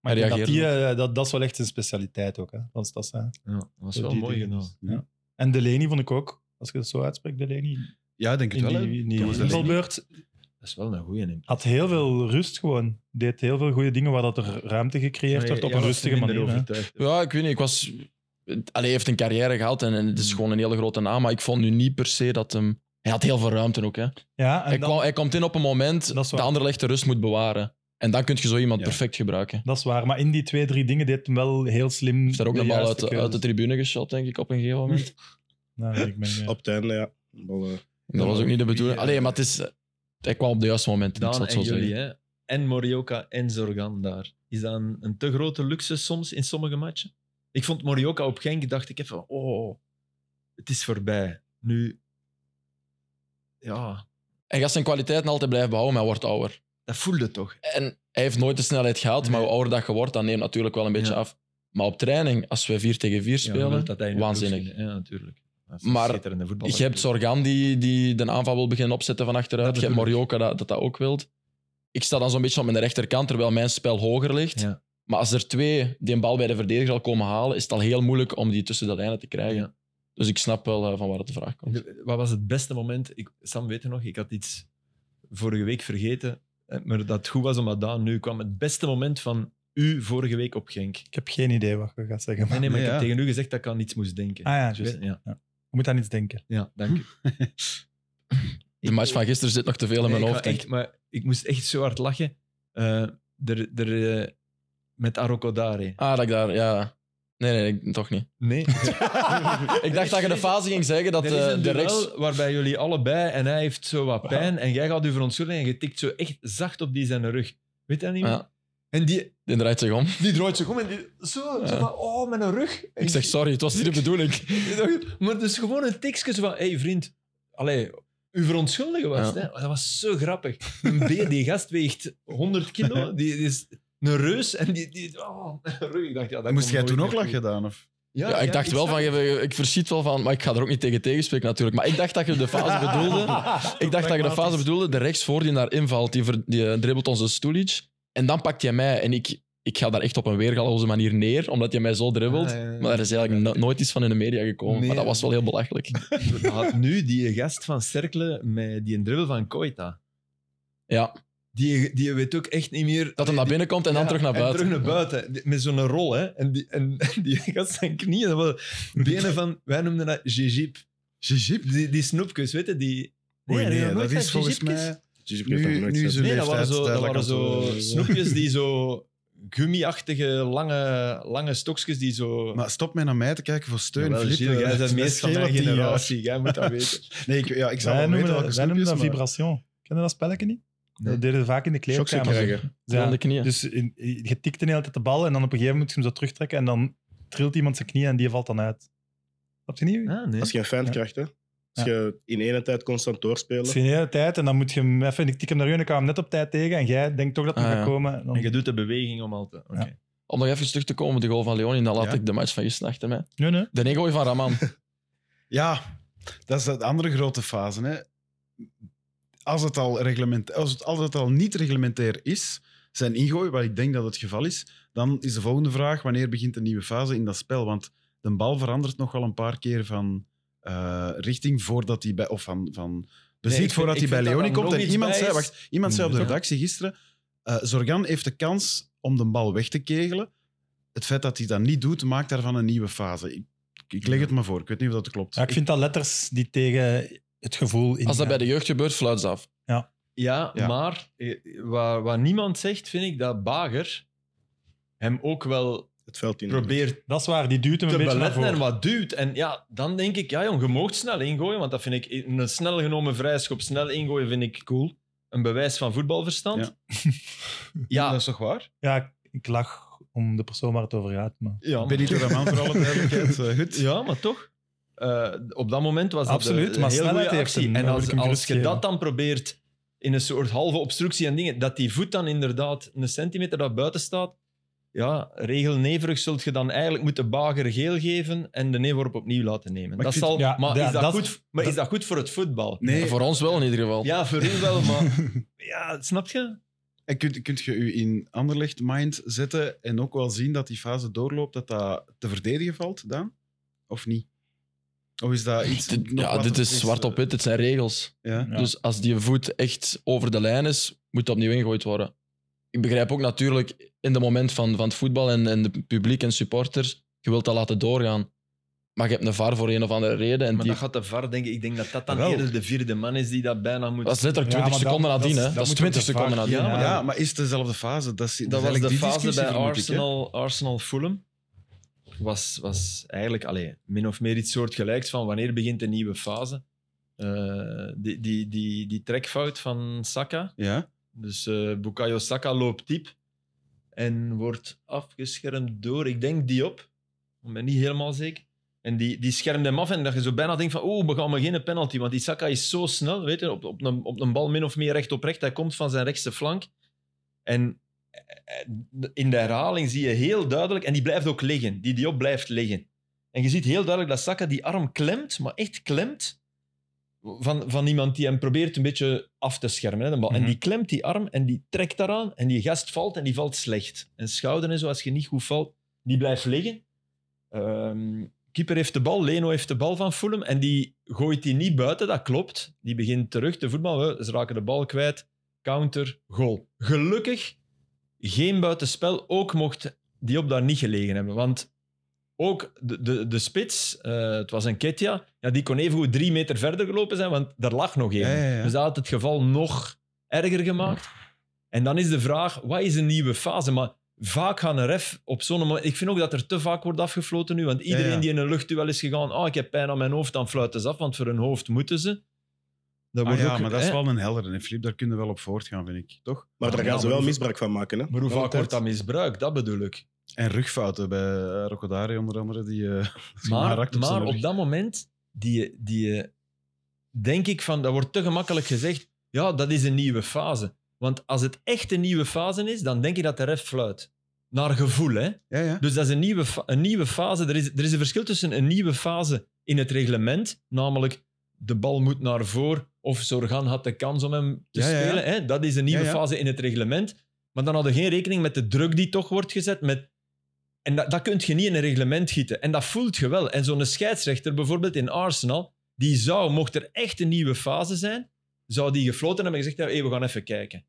S4: Maar ik denk dat,
S2: Reageerde
S4: die, eh, dat, dat is wel echt zijn specialiteit ook, hè? Dat is, dat is, eh,
S3: Ja, dat was
S4: zo
S3: wel
S4: die
S3: mooi
S4: dingen.
S3: gedaan.
S4: Ja. En Delaney vond ik ook, als ik het zo uitspreek, Delaney.
S1: Ja, ik denk het
S4: In
S1: wel. hè.
S4: die, in die
S1: Thomas Delaney.
S4: invalbeurt
S3: Dat is wel een goeie. hè.
S4: had heel veel rust gewoon. Deed heel veel goede dingen waar dat er ruimte gecreëerd
S3: Maar
S4: werd op
S3: jij
S4: een
S3: was
S4: rustige
S3: minder
S4: manier. hè.
S3: overtuigd.
S2: Ja, ik weet niet. Ik was... Allee, hij heeft een carrière gehad en, en het is
S3: Mm.
S2: gewoon een hele grote naam. Maar ik vond nu niet per se dat hem... Hij had heel veel ruimte ook. Hè.
S4: Ja,
S2: Hij,
S4: en dan,
S2: kwam- hij komt in op een moment
S4: Dat
S2: dat
S4: is waar.
S2: de ander de rust moet bewaren. En dan kun je zo iemand
S1: Ja.
S2: perfect gebruiken. Hij
S4: dat is waar. Maar in die twee, drie dingen deed hem wel heel slim.
S2: heeft daar ook
S4: de
S2: een bal
S4: juiste
S2: uit, de-
S4: keuzes.
S2: uit de tribune geschot, denk ik, op een gegeven moment.
S4: Nou, ik ben, eh,
S5: Op het einde, ja. Bal,
S1: Dus
S5: eh,
S2: Dat was ook niet de bedoeling.
S3: Wie, eh,
S2: Allee, maar het is... eh, Hij kwam op de juiste moment. Ik
S3: Daan
S2: zal het zo
S3: en
S2: zeggen.
S3: jullie, hè? En Morioka en Zorgan daar. Is dat een, een te grote luxe soms in sommige matchen? Ik vond Morioka op Genk, dacht ik even, oh, het is voorbij. Nu, ja,
S2: Hij gaat zijn kwaliteiten altijd blijven behouden, maar hij wordt ouder.
S3: dat voelde toch.
S2: En hij heeft nooit de snelheid gehad, maar
S3: Nee.
S2: hoe ouder dat je wordt, dat neemt natuurlijk wel een beetje
S3: Ja.
S2: af. Maar op training, als we 4 tegen 4
S3: Ja, je
S2: spelen,
S3: wilt dat hij in de
S2: waanzinnig.
S3: ploeg zit. Ja, natuurlijk. Dat is
S2: Maar
S3: een schitterende voetballer.
S2: je hebt Zorgan die, die de aanval wil beginnen opzetten van achteruit.
S3: Dat
S2: Je hebt
S3: bedoel ik.
S2: Morioka dat, dat dat ook wilt. Ik sta dan zo'n beetje op mijn rechterkant, terwijl mijn spel hoger ligt.
S3: Ja.
S2: Maar als er twee die een bal bij de verdediger al komen halen, is het al heel moeilijk om die tussen de lijnen te krijgen.
S3: Ja.
S2: Dus ik snap wel eh, van waar het de vraag komt.
S3: De- wat was het beste moment? Ik, Sam weet het nog, ik had iets vorige week vergeten. eh, Maar dat het goed was omdat Daan nu kwam. Het beste moment van u vorige week op Genk.
S4: ik heb geen idee wat je gaat zeggen.
S3: Nee,
S4: Maar...
S3: nee, maar
S1: Ja,
S3: ik heb
S1: ja.
S3: tegen u gezegd dat ik aan iets moest denken.
S4: Ah ja,
S3: Ik weet-
S4: juist.
S3: ja,
S4: Je moet aan iets denken.
S3: ja, dank u.
S2: De match van gisteren zit nog te veel in mijn
S3: Nee, ik
S2: hoofd.
S3: ga
S2: denk
S3: echt- maar ik moest echt zo hard lachen. Eh, er, er, eh, met Arrokodare.
S2: ik. Ah, dat ik daar... Ja. Nee, nee, ik- toch niet.
S3: Nee.
S2: Ik dacht dat je de fase ging zeggen dat
S3: Ah, Er is
S2: eh,
S3: een
S2: de
S3: duel
S2: rechts...
S3: waarbij jullie allebei en hij heeft zo wat pijn en jij gaat u verontschuldigen en je tikt zo echt zacht op die zijn rug. Weet dat niet meer?
S2: Ja,
S3: En die,
S2: die draait zich om.
S3: die draait zich om en die, zo, zo
S2: Ja.
S3: van, oh, mijn rug.
S2: Ik zeg sorry, het was niet de bedoeling.
S3: Maar dus gewoon een tekstje zo van, hé hey, vriend, allee, u verontschuldigen was het,
S2: Ja.
S3: hè? Dat was zo grappig. Een beer, die gast weegt 100 kilo, die, die is een reus en die... die oh, rug. Ik dacht, ja, dat
S1: Moest
S3: komt
S1: jij
S3: nooit
S1: toen
S3: meer
S1: ook lachen
S3: goed.
S1: gedaan? Of?
S2: Ja, ik dacht wel van,
S3: snap
S2: je- ik verschiet wel van, maar ik ga er ook niet tegen tegenspreken natuurlijk. Maar ik dacht dat je de fase bedoelde. Ik dacht dat je de fase bedoelde, de rechtsvoor die daar invalt, die, ver- die eh, dribbelt onze Stulic. En dan pakt hij mij en ik, ik ga daar echt op een weergaloze manier neer, omdat hij mij zo dribbelt.
S3: Ah, ja, ja.
S2: Maar daar is eigenlijk no- nooit iets van in de media gekomen.
S3: Nee.
S2: maar dat was wel heel belachelijk.
S3: het. Dan Had nu die gast van Cercle met die dribbel van Koita.
S2: Ja,
S3: Die, die weet ook echt niet meer...
S2: dat hem naar binnen komt en dan
S3: Ja,
S2: terug naar buiten.
S3: En terug naar buiten. Die- Met zo'n rol, hè. En die, en, en die gast zijn knieën. dat waren Benen van... Wij noemden dat Jejip. Jejip? Die, die snoepjes, weet je? Die...
S1: Oei,
S3: hadden
S1: nee,
S3: nog nooit
S1: dat is
S3: van
S1: volgens
S3: Jejipjes?
S1: mij...
S5: Gigi
S1: Nu-
S5: heeft dat nooit
S1: nu
S5: gezet.
S1: is het-
S3: Nee, dat waren zo, dat
S1: leeftijd,
S3: waren
S1: duidelijk
S3: zo
S1: al te-
S3: snoepjes die zo... Gummiachtige, lange, lange stokjes die zo...
S1: Maar stop mij naar mij te kijken voor steun.
S3: Jawel,
S1: Filip,
S3: Gilles,
S1: eh,
S3: jij bent
S1: dat
S3: meest van
S1: scheelt
S3: mijn
S1: tien jaar.
S3: generatie. Jij moet dat weten.
S1: Nee, ik, ja, ik zou
S4: Wij
S1: wel
S4: noemen
S1: weten
S4: dat,
S1: welke
S4: wij noemen dat
S1: snoepjes, maar-
S4: vibration. Ken je dat spelletje niet?
S3: Nee.
S4: Dat deden ze vaak in de kleedkamer.
S5: krijgen.
S4: Ja.
S2: Aan de knieën.
S4: Dus in, je tikt de hele tijd de bal en dan op een gegeven moment moet je hem zo terugtrekken en dan trilt iemand zijn knie en die valt dan uit. Snap je niet?
S3: Ah, nee.
S5: Als je een fan
S4: Ja.
S5: krijgt, hè.
S4: Ja.
S5: Als je in ene tijd constant doorspelen.
S4: Het is geen hele tijd en dan moet je hem even... Ik tik hem naar u en ik hou hem net op tijd tegen en jij denkt toch dat hij
S2: Ah,
S4: gaat
S2: ja.
S4: komen. en dan-
S3: En je doet de beweging om al te... Oké.
S4: Ja.
S2: Om nog even terug te komen, de goal van Leonie, dan laat
S1: Ja.
S2: ik de match van gisteren achter mij.
S4: Nee, nee.
S2: De ego van Raman.
S1: Ja, dat is de andere grote fase. Hè. Als, het al reglement, als, het, als het al niet reglementair is, zijn ingooi, wat ik denk dat het geval is, dan is de volgende vraag, wanneer begint een nieuwe fase in dat spel? Want de bal verandert nog wel een paar keer van eh, richting voordat hij bij... Of van, van bezit
S3: Nee, ik vind-
S1: voordat
S3: ik
S1: hij bij
S3: vind dat
S1: Leoni
S3: dan
S1: komt.
S3: nog
S1: En
S3: iets
S1: iemand
S3: bij
S1: zei,
S3: is.
S1: wacht, iemand zei op de
S3: Ja.
S1: redactie gisteren, eh, Zorgan heeft de kans om de bal weg te kegelen. Het feit dat hij dat niet doet, maakt daarvan een nieuwe fase. Ik, ik leg het maar voor. Ik weet niet of dat klopt.
S4: Ja, ik vind dat letters die tegen het gevoel in...
S2: Als dat bij de jeugd gebeurt, fluit ze af.
S3: Ja,
S1: Ja.
S3: maar eh, wat, wat niemand zegt, vind ik dat Bager hem ook wel
S5: Het veld in.
S3: probeert
S4: Dat is waar, die duwt hem
S3: te
S4: een beetje naar
S3: beletten en
S4: voren.
S3: wat duwt. En ja, dan denk ik, ja jong, je mag snel ingooien, want dat vind ik een snel genomen vrijschop, snel ingooien vind ik cool. een bewijs van voetbalverstand. Ja,
S1: Dat
S3: ja,
S1: is toch waar?
S4: Ja, ik- ik lach om de persoon waar het over gaat. Maar...
S3: ja, maar,
S1: Benito Raman, voor alle duidelijkheid. eh, goed.
S3: ja, maar toch. Eh, op dat moment was dat
S4: Absoluut,
S3: een
S4: maar
S3: heel
S4: snelheid
S3: goede
S4: heeft
S3: actie.
S4: hem,
S3: en
S4: dat wil
S3: als,
S4: ik hem
S3: als je
S4: gerustgeven.
S3: dat dan probeert in een soort halve obstructie en dingen, dat die voet dan inderdaad een centimeter daar buiten staat, ja, regelneverig zult je dan eigenlijk moeten Bager geel geven en de neeworp opnieuw laten nemen.
S1: Maar ik
S3: Dat
S1: vind-
S3: zal,
S4: ja,
S3: maar
S4: ja,
S3: is dat,
S4: dat-
S3: goed, maar
S4: dat-
S3: is dat goed voor het voetbal?
S1: Nee,
S2: Voor ons wel in ieder geval.
S3: Ja, voor u wel, maar... Ja, snap je?
S1: En kunt, kunt je u in anderlecht mind zetten en ook wel zien dat die fase doorloopt, dat dat te verdedigen valt, dan? Of niet? Of is dat iets...
S2: Dit,
S1: nog
S2: ja,
S1: wat
S2: dit
S1: dat
S2: is zwart op wit, het zijn regels.
S1: eh, Ja.
S4: Ja.
S2: Dus als die voet echt over de lijn is, moet dat opnieuw ingegooid worden. Ik begrijp ook natuurlijk in het moment van, van het voetbal en, en het publiek en supporters, je wilt dat laten doorgaan. Maar je hebt een VAR voor een of andere reden. En
S3: Maar
S2: die,
S3: dat gaat de VAR denken. Ik denk dat dat dan
S1: Wel.
S3: eerder de vierde man is die dat bijna moet...
S2: dat is letterlijk
S4: Ja,
S2: 20
S4: maar dat-
S2: seconden nadien.
S4: dat
S2: hè?
S4: is- dat
S2: Dat is
S4: moet
S2: 20
S4: op de VAR
S2: seconden nadien.
S3: Ja,
S1: Ja,
S4: Ja.
S1: maar is het dezelfde fase? Dat is, dat
S3: Dat
S1: was
S3: was de fase bij
S1: Arsenal.
S3: Arsenal, Arsenal Fulham. Was, was eigenlijk allee, min of meer iets soortgelijks van wanneer begint de nieuwe fase. Eh, die, die, die, die trekfout van Saka.
S1: Ja,
S3: Dus eh Bukayo Saka loopt diep en wordt afgeschermd door, ik denk Diop. Ik ben niet helemaal zeker. En die, die schermt hem af en dat je zo bijna denkt van oh, we gaan maar geen penalty. Want die Saka is zo snel, weet je, op, op, een, op een bal min of meer recht op recht. Hij komt van zijn rechtse flank. En eh, in de herhaling zie je heel duidelijk, en die blijft ook liggen. Die Diop blijft liggen. En je ziet heel duidelijk dat Saka die arm klemt, maar echt klemt, van, van iemand die hem probeert een beetje af te schermen. Hè, de bal. En
S4: Mhm.
S3: die klemt die arm en die trekt daaraan en die gast valt en die valt slecht. En schouder en zo, als je niet goed valt, die blijft liggen. Ehm, keeper heeft de bal, Leno heeft de bal van Fulham en die gooit die niet buiten, dat klopt. Die begint terug te voetballen, ze raken de bal kwijt, counter, goal. Gelukkig geen buitenspel, ook mocht die op daar niet gelegen hebben. Want ook de, de, de spits, eh, het was een Ketja, ja, die kon evengoed drie meter verder gelopen zijn, want daar lag nog één.
S1: Ja, ja, ja.
S3: Dus dat had het geval nog erger gemaakt. En dan is de vraag, wat is een nieuwe fase? Maar vaak gaan een ref op zo'n moment... Ik vind ook dat er te vaak wordt afgefloten nu, want iedereen
S1: ja.
S3: die in een luchtduel is gegaan, ah, ik heb pijn aan mijn hoofd, dan fluiten ze af, want voor hun hoofd moeten ze. Dat
S1: ah,
S3: wordt
S1: ja
S3: ook,
S1: maar dat is
S3: hè.
S1: wel een heldere. En Filip, daar kunnen we wel op voortgaan, vind ik. Toch?
S5: Maar daar
S3: Ja,
S5: gaan ze
S3: maar
S5: wel
S3: hoe-
S5: misbruik van maken. Hè?
S3: Maar hoe vaak
S1: altijd.
S3: wordt dat misbruikt? Dat bedoel ik.
S1: En rugfouten bij eh, Rocodari, onder andere. Die, eh
S3: Maar,
S1: raakt
S3: maar,
S1: op
S3: op,
S1: zijn rug.
S3: dat moment, die, die, denk ik van, dat wordt te gemakkelijk gezegd, ja, dat is een nieuwe fase. Want als het echt een nieuwe fase is, dan denk ik dat de ref fluit. Naar gevoel, hè.
S1: ja, ja.
S3: Dus dat is een nieuwe, fa- een nieuwe fase. Er is, er is een verschil tussen een nieuwe fase in het reglement, namelijk de bal moet naar voren of Zorgan had de kans om hem te
S1: Ja, ja, ja.
S3: spelen. Hè? Dat is een nieuwe
S1: Ja, ja.
S3: fase in het reglement. Maar dan hadden geen rekening met de druk die toch wordt gezet. Met... En dat, dat kun je niet in een reglement gieten. En dat voelt je wel. En zo'n scheidsrechter, bijvoorbeeld in Arsenal, die zou, mocht er echt een nieuwe fase zijn, zou die gefloten hebben en gezegd hebben, hey, we gaan even kijken.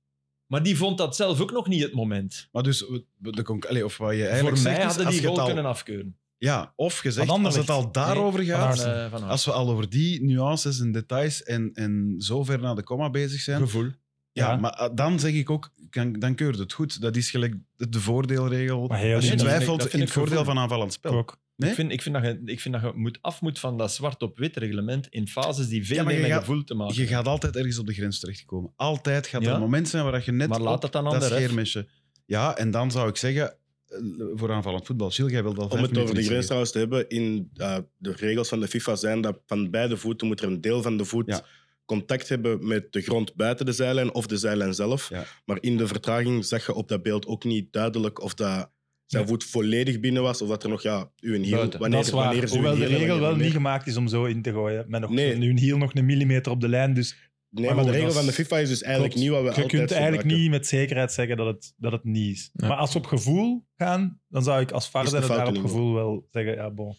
S3: Maar die vond dat zelf ook nog niet het moment.
S1: Maar dus, we- de conc- allee, of wat je eigenlijk
S3: Voor mij
S1: zegt is,
S3: hadden
S1: als
S3: die
S1: je het
S3: goal
S1: al-
S3: kunnen afkeuren.
S1: Ja, of gezegd,
S4: Van
S1: als het
S4: Anderlecht.
S1: al daarover
S3: Nee,
S1: gaat,
S4: Arsenal.
S3: eh, van Aert.
S1: als we al over die nuances en details en, en zo ver naar de komma bezig zijn,
S3: gevoel.
S1: ja,
S4: Ja.
S1: maar eh, dan zeg ik ook, kan, dan keurt het goed. Dat is gelijk de- de voordeelregel.
S4: Maar heel
S1: Als je
S3: dat
S4: niet.
S3: vind ik-
S1: twijfelt
S3: dat vind
S1: in
S3: ik
S1: het voordeel
S3: gevoel.
S1: van aanvallend spel.
S4: Ook.
S1: Nee?
S3: Ik, vind, ik, vind dat je, ik vind dat je moet af moet van dat zwart op wit reglement in fases die veel
S1: Ja, maar
S3: meer
S1: je
S3: met
S1: gaat-
S3: gevoel te maken
S1: Je gaat altijd ergens op de grens terechtkomen. Altijd gaat er
S3: Ja.
S1: een moment zijn waar dat je net
S3: Maar laat
S1: op
S3: dat dan aan
S1: dat
S3: de ref.
S1: scheermesje... Ja, en dan zou ik zeggen, eh, voor aanvallend voetbal, Gilles, jij wilt al
S5: Om
S1: vijf
S5: het
S1: minuten
S5: over de
S1: iets
S5: grens
S1: zeggen.
S5: trouwens te hebben, in eh, de regels van de FIFA zijn dat van beide voeten moet er een deel van de voet
S1: Ja.
S5: contact hebben met de grond buiten de zijlijn of de zijlijn zelf.
S1: Ja.
S5: Maar in de vertraging zag je op dat beeld ook niet duidelijk of dat zijn
S4: Ja.
S5: voet volledig binnen was of dat er nog ja, u en hier.
S3: Buiten.
S5: Wanneer,
S4: Dat is waar.
S5: wanneer is uw
S4: Hoewel de
S5: hiel en
S4: regel
S5: wanneer
S4: wel
S5: meer.
S4: niet gemaakt is om zo in te gooien. Met nog
S5: Nee.
S4: nu een hiel nog een millimeter op de lijn. Dus
S5: Nee,
S4: Maar
S5: maar de
S4: goed,
S5: regel
S4: dat
S5: van de
S4: is-
S5: FIFA is dus eigenlijk
S4: klopt.
S5: niet wat we
S4: je
S5: altijd
S4: kunt eigenlijk
S5: gebruiken.
S4: niet met zekerheid zeggen dat het, dat het niet is.
S2: Ja.
S4: Maar als we op gevoel gaan, dan zou ik als
S5: Is
S4: VAR
S5: de
S4: zijn
S5: fout
S4: daar op
S5: niet meer.
S4: gevoel wel zeggen, ja bon.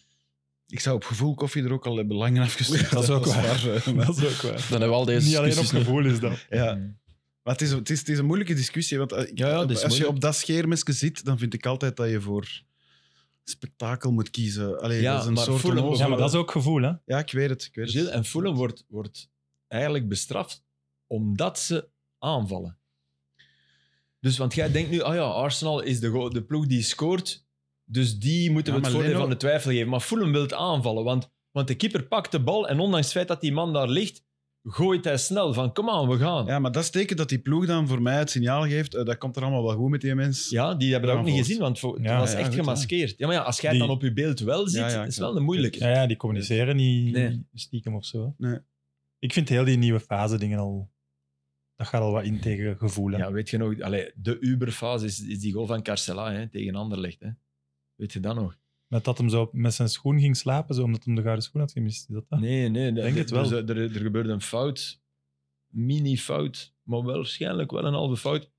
S1: Ik zou op gevoel koffie er ook al hebben lang afgestuurd.
S4: Dat is ook waar.
S1: waar, eh, maar-
S4: Dat is ook waar.
S2: Dan hebben we al deze
S4: Niet alleen op
S2: discussies niet.
S4: gevoel is dat.
S1: Ja.
S3: Hm.
S1: Maar het is, het, is, het is een moeilijke discussie. Want eh,
S3: Ja, ja, het is
S1: als je
S3: moeilijk.
S1: op dat scheermesje zit, dan vind ik altijd dat je voor spektakel moet kiezen. Allee,
S3: Ja,
S1: dat is een
S3: maar
S1: soort
S3: Fulham-
S1: onnozele-
S4: Ja, maar dat is ook gevoel, hè.
S1: Ja, ik weet het. Ik weet
S3: Gilles
S1: het.
S3: en Fulham wordt, wordt eigenlijk bestraft omdat ze aanvallen. Dus want jij denkt nu, ah ja, Arsenal is de, go- de ploeg die scoort, dus die moeten
S1: Ja,
S3: we het
S1: maar
S3: voordeel
S1: Leno-
S3: van de twijfel geven. Maar Fulham wil aanvallen, want, want de keeper pakt de bal en ondanks het feit dat die man daar ligt, gooit hij snel van, kom aan, we gaan. Ja,
S1: Ja, maar dat is teken dat die ploeg dan voor mij het signaal geeft. eh, dat komt er allemaal wel goed met die mens.
S3: die hebben dat
S1: Ja,
S3: ook niet
S1: volgt.
S3: gezien, want vo-
S4: Ja,
S3: dat was
S1: ja,
S3: echt
S1: goed, ja.
S3: gemaskeerd. Ja, maar ja, als jij
S4: Die-
S3: dan op je beeld wel ziet,
S1: Ja, ja,
S3: is
S1: ik-
S3: wel een moeilijke.
S4: Ja, ja, die communiceren niet
S3: Nee.
S4: stiekem of zo.
S1: Nee.
S4: Ik vind heel die nieuwe fase dingen al... Dat gaat al wat in tegen gevoelen.
S3: Ja, weet je nog, allee, de Uberfase is, is die goal van Carcela hè, tegen Anderlecht. Hè. Weet je dat nog?
S4: Met dat hem zo met zijn schoen ging slapen, zo, omdat hij de gouden schoen had gemist. Is dat dat?
S3: Nee, nee.
S4: Denk het wel.
S3: Er, er, er gebeurde een fout, mini-fout, maar wel waarschijnlijk wel een halve fout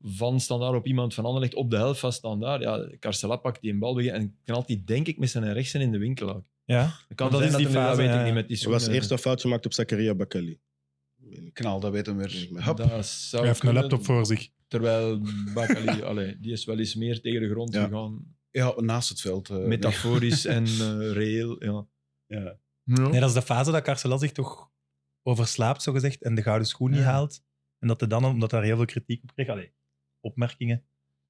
S3: van standaard op iemand van Anderlecht op de helft van standaard. Ja, Carcela pakt die een bal weg en knalt die denk ik met zijn rechts en in de winkel ook.
S4: Ja?
S3: Kan
S4: Dat
S3: zijn
S4: is die
S3: er nu- dat
S4: fase,
S3: weet
S4: ja.
S3: ik niet met die
S5: Er was
S3: schoenen.
S5: eerst een foutje gemaakt op Zakaria Bakali.
S1: Knal, dat weet hem weer.
S5: Nee,
S1: Hop.
S3: Dat zou
S4: Hij heeft een
S3: kunnen,
S4: laptop voor zich.
S3: Terwijl Bakali, allee, die is wel eens meer tegen de grond
S5: Ja.
S3: gegaan.
S1: Ja, naast het veld. eh,
S3: Metaforisch en eh, reëel, ja.
S1: nee. Ja.
S4: Nee, dat is de fase dat Carcela zich toch overslaapt, zogezegd, en de gouden schoen niet
S3: Ja.
S4: haalt. En dat hij dan, omdat daar heel veel kritiek op kreeg, allee, opmerkingen,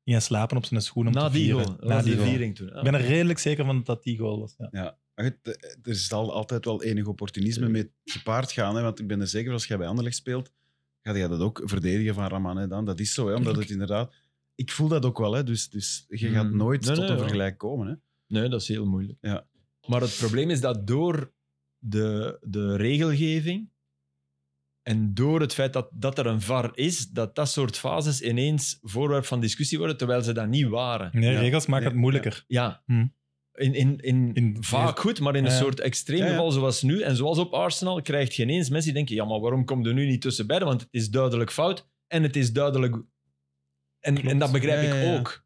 S4: ging hij slapen op zijn schoen om
S3: Na
S4: te
S3: die
S4: vieren.
S3: goal. Dat was
S4: die
S3: de
S4: goal.
S3: viering toen. Ah.
S4: Ik ben er redelijk zeker van dat dat die goal was. Ja.
S1: Maar goed, eh, Er is al- altijd wel enig opportunisme mee gepaard gaan. Hè, want ik ben er zeker, als jij bij Anderlecht speelt, ga jij dat ook verdedigen van Raman. Hè, dan. Dat is zo, hè, omdat het inderdaad... Ik voel dat ook wel, hè, dus, dus je gaat
S3: Mm.
S1: nooit
S3: Nee,
S1: tot
S3: nee,
S1: een
S3: ja.
S1: vergelijk komen. Hè.
S3: Nee, dat is heel moeilijk.
S1: Ja.
S3: Maar het probleem is dat door de, de regelgeving en door het feit dat, dat er een VAR is, dat dat soort fases ineens voorwerp van discussie worden, terwijl ze dat niet waren.
S4: Nee,
S1: Ja.
S4: regels maken
S1: Nee,
S4: het moeilijker.
S3: Ja.
S4: Hm.
S3: In, in, in,
S4: In-
S3: vaak goed, maar in een
S4: Ja.
S3: soort extreem
S1: Ja, ja.
S3: geval zoals nu. En zoals op Arsenal krijgt geen eens mensen die denken: ja, maar waarom komt er nu niet tussen beiden? Want het is duidelijk fout en het is duidelijk. En,
S4: Klopt.
S3: en dat begrijp
S1: Ja, ja, ja.
S3: ik ook.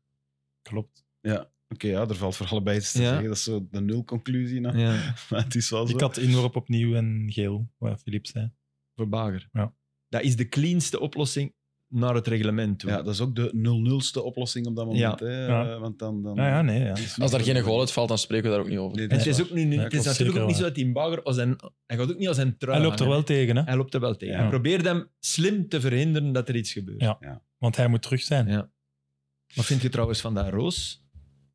S4: Klopt.
S1: Oké, ja, er valt voor allebei iets te
S3: Ja.
S1: zeggen. Dat is zo de nulconclusie. Nou.
S3: Ja.
S1: Maar het is wel zo.
S4: Ik had inworp opnieuw en geel, wat Filip zei.
S3: Voor Bager.
S4: Ja.
S3: Dat is de cleanste oplossing naar het reglement toe.
S1: Ja, dat is ook de 0-0ste oplossing op dat moment. Hè,
S4: Ja.
S1: eh, Want dan,
S2: Oh.
S1: dan,
S4: Ja, Ah ja, nee. Ja.
S1: is-
S2: Als daar geen goal uitvalt, dan spreken we daar ook niet over.
S1: Nee,
S3: en
S1: dat
S3: het is, ook nu,
S4: Ja,
S3: het is
S4: klopt,
S3: natuurlijk
S4: zeker
S3: ook niet zo
S4: waar.
S3: dat die Bager als een, hij gaat ook niet als een trui
S4: Hij loopt er
S3: hangen,
S4: wel tegen,
S3: hè.
S4: hè?
S3: Hij loopt er wel tegen.
S1: Ja.
S3: Hij probeert hem slim te verhinderen dat er iets gebeurt.
S4: Ja. want hij moet terug zijn.
S3: Ja. Wat vind je trouwens van dat roos?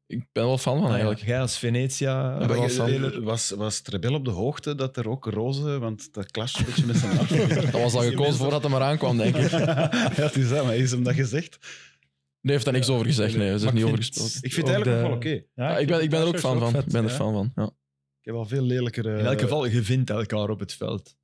S2: Ik ben wel
S4: Ah, Oh,
S2: fan van eigenlijk.
S3: Jij als Venetia.
S1: Ja, maar
S2: wel
S1: je-
S2: van.
S1: je- was, was Trebel op de hoogte dat er ook roze, want dat clasht een beetje met zijn aflevering.
S2: Dat was al gekozen voordat hij maar aankwam, denk ik.
S1: ja, het is dat, maar is hem dat gezegd?
S2: Nee, heeft daar niks over gezegd. Nee, er is
S4: Maar
S2: niet
S4: ik
S2: over
S4: vind-
S2: gesproken.
S1: Ik vind
S4: Ook
S1: het eigenlijk nog
S4: de-
S1: wel oké.
S4: Ja,
S2: Ja, Ah, ik, ben, ik ben er ook
S4: Cashers
S2: fan van.
S4: vet,
S2: Ik ben er
S4: ja.
S2: fan van. Ja.
S1: Ik heb al veel lelijkere...
S3: In
S2: Eh,
S3: elk geval, je vindt elkaar op het veld.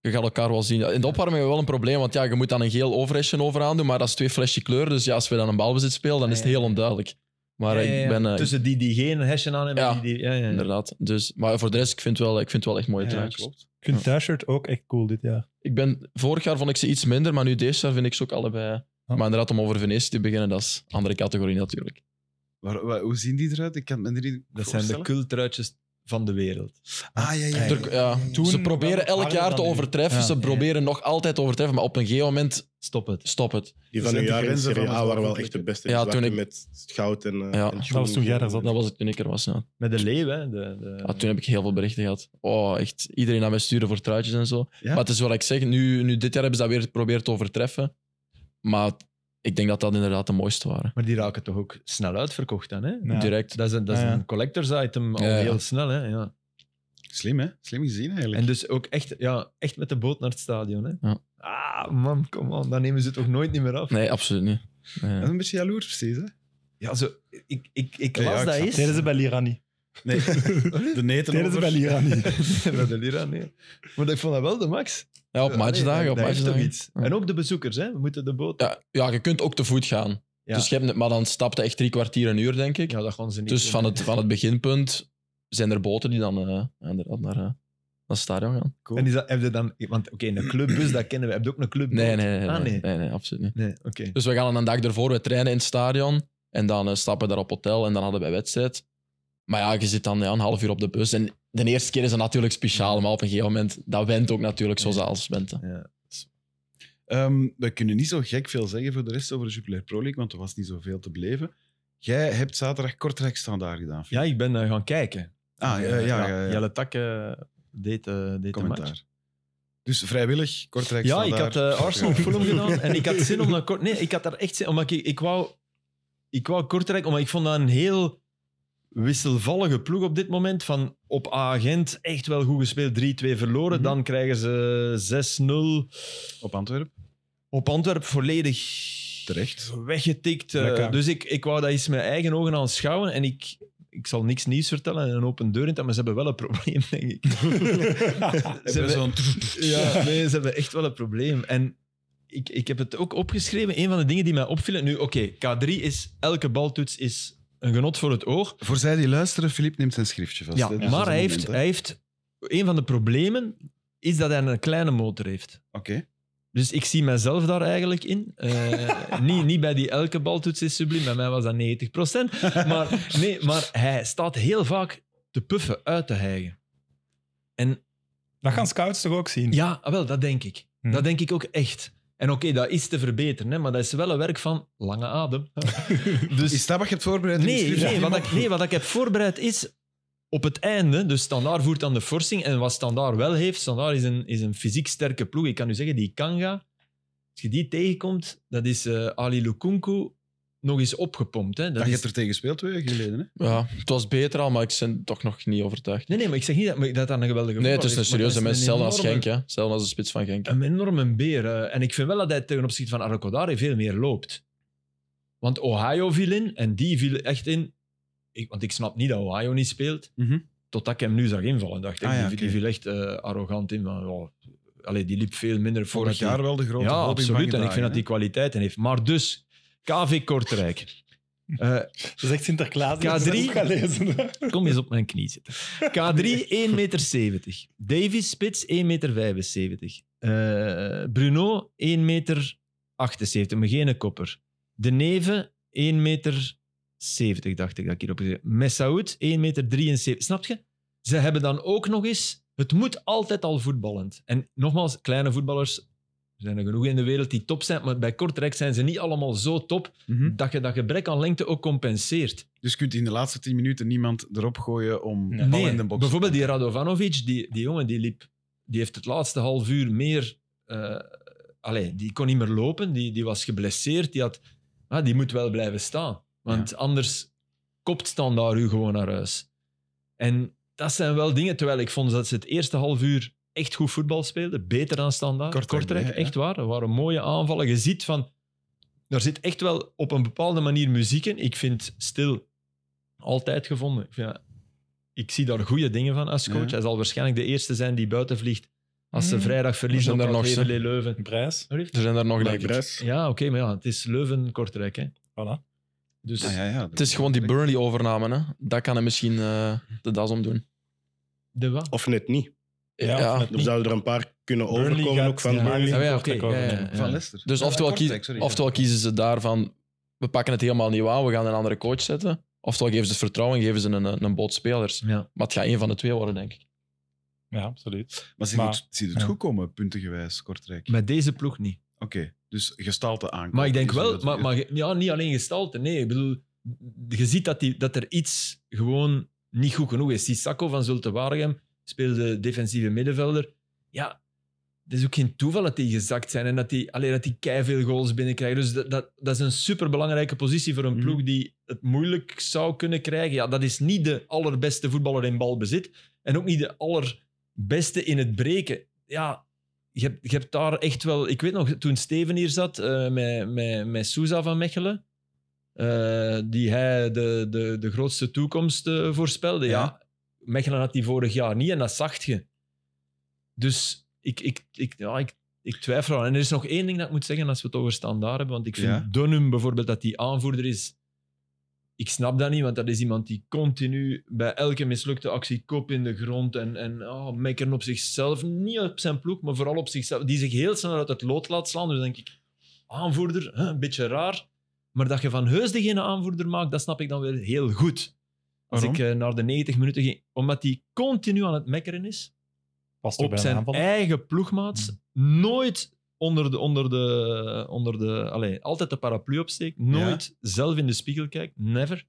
S2: Je gaat elkaar wel zien. In de opwarming hebben we wel een probleem, want ja, je moet dan een geel overhesje overaan doen, maar dat is twee flesje kleur. Dus ja, als we dan een balbezit spelen, dan is het heel onduidelijk. Maar
S3: Ja, Dus- ja,
S2: ik
S3: ja.
S2: ben... eh,
S3: Tussen die die geen hesje aan hebben.
S2: Ja.
S3: Die, die, ja, ja, ja.
S2: Inderdaad. Dus, maar voor de rest, ik vind, wel, ik vind het wel echt mooie
S1: Ja,
S2: truitjes.
S1: klopt.
S4: Ik vind Dashirt ook echt cool dit jaar.
S2: Ik ben, vorig jaar vond ik ze iets minder, maar nu deze jaar vind ik ze ook allebei. Maar inderdaad, om over Venetië te beginnen, dat is een andere categorie natuurlijk.
S1: Waar- waar- hoe zien die eruit? Ik kan het me niet
S3: Dat zijn de
S1: voorstellen.
S3: kultruitjes van de wereld.
S1: Ah, ja, ja.
S2: Er- ja,
S4: Toen
S2: ze
S4: wel
S2: proberen elk
S4: harder
S2: jaar
S4: dan
S2: te
S4: nu.
S2: overtreffen,
S4: Ja.
S2: ze proberen nog altijd te overtreffen, maar op een gegeven moment
S3: Stop het.
S2: stop het.
S5: Die
S1: Dat
S5: van
S1: zijn
S5: uw
S1: de
S5: jaar in
S1: grenzen
S5: Serie
S1: van
S5: A
S1: ons
S5: waren wel
S1: mogelijke.
S5: echt de beste.
S2: Ja,
S5: Die
S2: toen
S5: waren
S2: ik-
S5: Met goud en, eh,
S2: Ja.
S5: en
S4: Dat was toen jij daar zat.
S2: Dat was het toen ik er was. Ja.
S3: Met de leeuw, hè. De, de...
S2: Ja, Ah, toen heb ik heel veel berichten gehad. Oh, echt. Iedereen aan mij sturen voor truitjes en zo.
S1: Ja?
S2: Maar het is wat ik zeg, nu, nu dit jaar hebben ze dat weer geprobeerd te overtreffen. Maar ik denk dat dat inderdaad de mooiste waren.
S3: Maar die raken toch ook snel uitverkocht dan, hè?
S4: Ja.
S2: Direct.
S3: Dat is een, dat is
S4: Ja, ja.
S3: een collectors item al
S2: Ja, ja.
S3: heel snel, hè. Ja.
S1: Slim, hè? Slim gezien, eigenlijk.
S3: En dus ook echt, ja, echt met de boot naar het stadion, hè.
S2: Ja.
S3: Ah, man, kom aan. Dan nemen ze het toch nooit niet meer af?
S2: Nee, absoluut niet. Nee.
S1: Dat is een beetje jaloers, precies, hè?
S3: Ja, zo, ik, ik, ik
S1: Ja,
S3: las
S1: ja, ik
S3: dat
S1: snap
S3: eens.
S4: Deden ze bij Lirani.
S1: Nee, de neten
S4: Deden ze
S1: over.
S4: bij Lirani.
S3: Met de lira, nee. Maar ik vond dat wel de max.
S2: Ja, op matchdagen.
S3: Allee,
S2: Op
S3: dat heeft toch
S2: matchdagen.
S3: iets. En ook de bezoekers, hè. We moeten de boot...
S2: Ja, ja, je kunt ook te voet gaan.
S3: Ja.
S2: Dus je hebt, het- maar dan stapt het echt drie kwartier een uur, denk ik.
S3: Ja, dat gaan ze niet
S2: dus
S3: doen,
S2: van
S3: hè.
S2: het, van het beginpunt zijn er boten die dan eh, inderdaad naar, eh, naar het stadion gaan.
S1: Cool.
S3: En is dat, heb je dan... Want oké, een clubbus, dat kennen we. Heb je ook een clubbus?
S2: Nee, nee, nee,
S3: Ah,
S2: nee,
S3: nee.
S2: nee, nee, absoluut niet.
S3: Nee, oké.
S2: Dus we gaan een dag ervoor, we trainen in het stadion. En dan eh, stappen we daar op hotel en dan hadden wij wedstrijd. Maar ja, je zit dan ja, een half uur op de bus. En de eerste keer is dat natuurlijk speciaal, maar op een gegeven moment, dat went ook natuurlijk zoals dat alles went. hè.
S1: Ehm, we kunnen niet zo gek veel zeggen voor de rest over de Jupiler Pro League, want er was niet zoveel te beleven. Jij hebt zaterdag Kortrijk standaard gedaan.
S3: Ja, ik ben eh, gaan kijken. eh,
S1: Ah, ja, ja, ja, ja.
S3: Jelle Takke deed, eh, deed de match.
S1: commentaar. Dus vrijwillig, Kortrijk
S3: Ja, ik
S1: Standaard.
S3: had eh, Arsenal Fulham gedaan en ik had zin om naar Kort... Nee, ik had daar echt zin... Omdat ik, ik, wou, ik wou Kortrijk... Omdat ik vond dat een heel wisselvallige ploeg op dit moment. Van op A-agent echt wel goed gespeeld, 3-2 verloren.
S1: Mhm.
S3: Dan krijgen ze 6-0
S1: Op Antwerpen.
S3: op Antwerp volledig
S1: Terecht.
S3: weggetikt. eh,
S4: Lekker.
S3: dus ik, ik wou dat eens met eigen ogen aanschouwen. En ik, ik zal niks nieuws vertellen en een open deur in te- maar ze hebben wel een probleem, denk ik. ze, hebben,
S1: Zo'n-
S3: ja, nee, ze hebben echt wel een probleem. En ik, ik heb het ook opgeschreven. Een van de dingen die mij opvielen. Nu, oké, K3 is elke baltoets is een genot voor het oog.
S1: Voor zij die luisteren, Filip neemt zijn schriftje vast.
S3: Ja,
S1: hè. Dus
S3: maar
S1: dat is
S3: hij
S1: een
S3: heeft,
S1: moment, hè.
S3: hij heeft. Een van de problemen is dat hij een kleine motor heeft.
S1: Oké.
S3: Dus ik zie mezelf daar eigenlijk in. Eh, niet, niet bij die elke baltoets is subliem, bij mij was dat 90%. Maar, nee, maar hij staat heel vaak te puffen, uit te hijgen. En
S4: Dat gaan scouts toch ook zien?
S3: ja, ah, wel, dat denk ik.
S4: Hmm.
S3: Dat denk ik ook echt. En oké, dat is te verbeteren, hè, maar dat is wel een werk van lange adem. dus
S1: Is dat wat je hebt voorbereid? in je
S3: Nee,
S1: schriftje?
S3: nee, wat ik, nee, wat ik heb voorbereid is op het einde. Dus Standaard voert dan de forsing. En wat Standaard wel heeft, Standaard is een, is een fysiek sterke ploeg. Ik kan u zeggen, die Kanga, als je die tegenkomt, dat is eh, Ali Lukunku nog eens opgepompt. Hè.
S1: Ja,
S3: Dat
S1: je
S3: is,
S1: hebt er tegen gespeeld twee jaar geleden. Hè?
S2: Ja, het was beter al, maar ik ben toch nog niet overtuigd.
S3: Nee, nee, maar ik zeg niet dat maar dat, dat een geweldige
S2: Nee, het
S3: voetballer
S2: is een
S3: maar dat
S2: serieuze mens.
S3: een
S2: Hetzelfde als
S3: enorme-
S2: Genk, hè. Hetzelfde als de spits van Genk.
S3: Een enorme beer. eh. En ik vind wel dat hij ten opzichte van Arrokodare veel meer loopt. Want Ohio viel in en die viel echt in. Ik, want ik snap niet dat Ohio niet speelt.
S1: Mhm.
S3: Totdat ik hem nu zag invallen, dacht ik.
S1: Ah ja,
S3: die, die
S1: oké.
S3: viel echt eh, arrogant in. Van, oh, allee, die liep veel minder voor.
S1: Vorig jaar wel de grote
S3: Ja,
S1: hoop in
S3: absoluut. En ik
S1: Vangedagen,
S3: vind dat
S1: hè.
S3: die kwaliteiten heeft. Maar dus, KV Kortrijk. Eh,
S4: Dat is echt Sinterklaas.
S3: K3.
S4: Dat is ook gaan lezen.
S3: Kom eens op mijn knie zitten. K3, 1,70 meter. Davies, spits, 1,75 meter. Eh, Bruno, 1,78 meter, maar geen kopper. De Neve, 1,70 meter, dacht ik dat ik hierop gezegd heb. Messaoud, 1,73 meter. Snap je? Ze hebben dan ook nog eens... Het moet altijd al voetballend. En nogmaals, kleine voetballers... Er zijn er genoeg in de wereld die top zijn, maar bij Kortrijk zijn ze niet allemaal zo top
S1: Mhm.
S3: dat je dat gebrek aan lengte ook compenseert.
S1: Dus je kunt in de laatste tien minuten niemand erop gooien om
S4: Nee.
S1: bal
S3: Nee,
S1: in de box
S3: bijvoorbeeld die Radovanovic, die, die jongen die liep, die heeft het laatste half uur meer... eh allee, die kon niet meer lopen, die, die was geblesseerd, die, had, ah, die moet wel blijven staan. Want anders kopt Standaard u gewoon naar huis. En dat zijn wel dingen, terwijl ik vond dat ze het eerste half uur echt goed voetbal speelden, beter dan Standaard.
S1: Kortrijk, ja, ja.
S3: echt waar. Er waren mooie aanvallen. Je ziet van... Er zit echt wel op een bepaalde manier muziek in. Ik vind Stil altijd gevonden. Ja, ik zie daar goede dingen van als coach.
S1: Ja.
S3: Hij zal waarschijnlijk de eerste zijn die buiten vliegt als ze
S4: Mm.
S3: vrijdag verliezen
S2: Er
S3: op
S2: zijn
S3: dat
S2: er nog,
S3: VVL Leuven.
S4: Prijs.
S2: Er zijn er nog,
S5: Mark
S2: denk ik.
S5: Brijs.
S3: Ja, oké, maar ja, het is Leuven-Kortrijk. hè.
S4: Voilà.
S3: Dus
S1: Ah, ja, ja.
S2: Het is gewoon die Burnley-overname, hè. Dat kan hem misschien eh, de das omdoen.
S3: de wat?
S5: Of net niet.
S4: Ja,
S2: Ja.
S4: of
S5: Er
S4: net
S5: zouden er een paar kunnen
S4: Burnley
S5: overkomen
S4: gaat-
S5: ook van
S4: ja.
S5: Burnley.
S4: Ja,
S3: Ah, ja, oké.
S4: Kortrijk
S3: ja, ja,
S4: overnemen.
S3: ja.
S1: Van Leicester.
S2: Dus
S1: Ja,
S2: oftewel,
S1: Kortrijk,
S2: kie-
S1: sorry.
S2: oftewel kiezen ze daarvan, we pakken het helemaal nieuw aan, we gaan een andere coach zetten. Oftewel geven ze het vertrouwen en geven ze een, een, een boot spelers.
S3: Ja.
S2: Maar het gaat één van de twee worden, denk ik.
S4: Ja, absoluut.
S1: Maar ze
S4: Maar-
S1: doet, ze doet het
S4: ja.
S1: goed komen, puntengewijs, Kortrijk.
S3: Met deze ploeg niet.
S1: Oké, dus gestalte aankomen.
S3: Maar ik denk
S1: Dus
S3: wel,
S1: dat-
S3: maar, maar, ja, niet alleen gestalte. Nee, ik bedoel, je ziet dat, die, dat er iets gewoon niet goed genoeg is. Sissako van Zulte Waregem speelde defensieve middenvelder. Ja, het is ook geen toeval dat die gezakt zijn en dat die, allee, dat die veel goals binnenkrijgen. Dus dat, dat, dat is een superbelangrijke positie voor een
S1: Mhm.
S3: ploeg die het moeilijk zou kunnen krijgen. Ja, dat is niet de allerbeste voetballer in balbezit en ook niet de allerbeste in het breken. Ja, je hebt, je hebt daar echt wel... Ik weet nog, toen Steven hier zat eh, met, met, met Sousa van Mechelen, eh, die hij de, de, de grootste toekomst eh, voorspelde. Ja.
S1: Ja.
S3: Mechelen had die vorig jaar niet en dat zag je. Dus ik, ik, ik, ja, ik, ik twijfel aan. En er is nog één ding dat ik moet zeggen als we het over standaard hebben, want ik vind
S1: Ja.
S3: Dunham bijvoorbeeld, dat die aanvoerder is... Ik snap dat niet, want dat is iemand die continu bij elke mislukte actie kop in de grond en, en oh, mekkeren op zichzelf. Niet op zijn ploeg, maar vooral op zichzelf. Die zich heel snel uit het lood laat slaan. Dus denk ik, aanvoerder, hè, een beetje raar. Maar dat je van Heus degene aanvoerder maakt, dat snap ik dan wel heel goed. Als
S1: Waarom?
S3: ik eh, naar de 90 minuten ging, omdat hij continu aan het mekkeren is.
S4: Past ook
S3: Op
S4: bij een
S3: zijn
S4: aanval.
S3: eigen ploegmaats. Nooit onder de. Onder de, onder de allez, altijd de paraplu opsteekt. Nooit zelf in de spiegel kijkt. Never.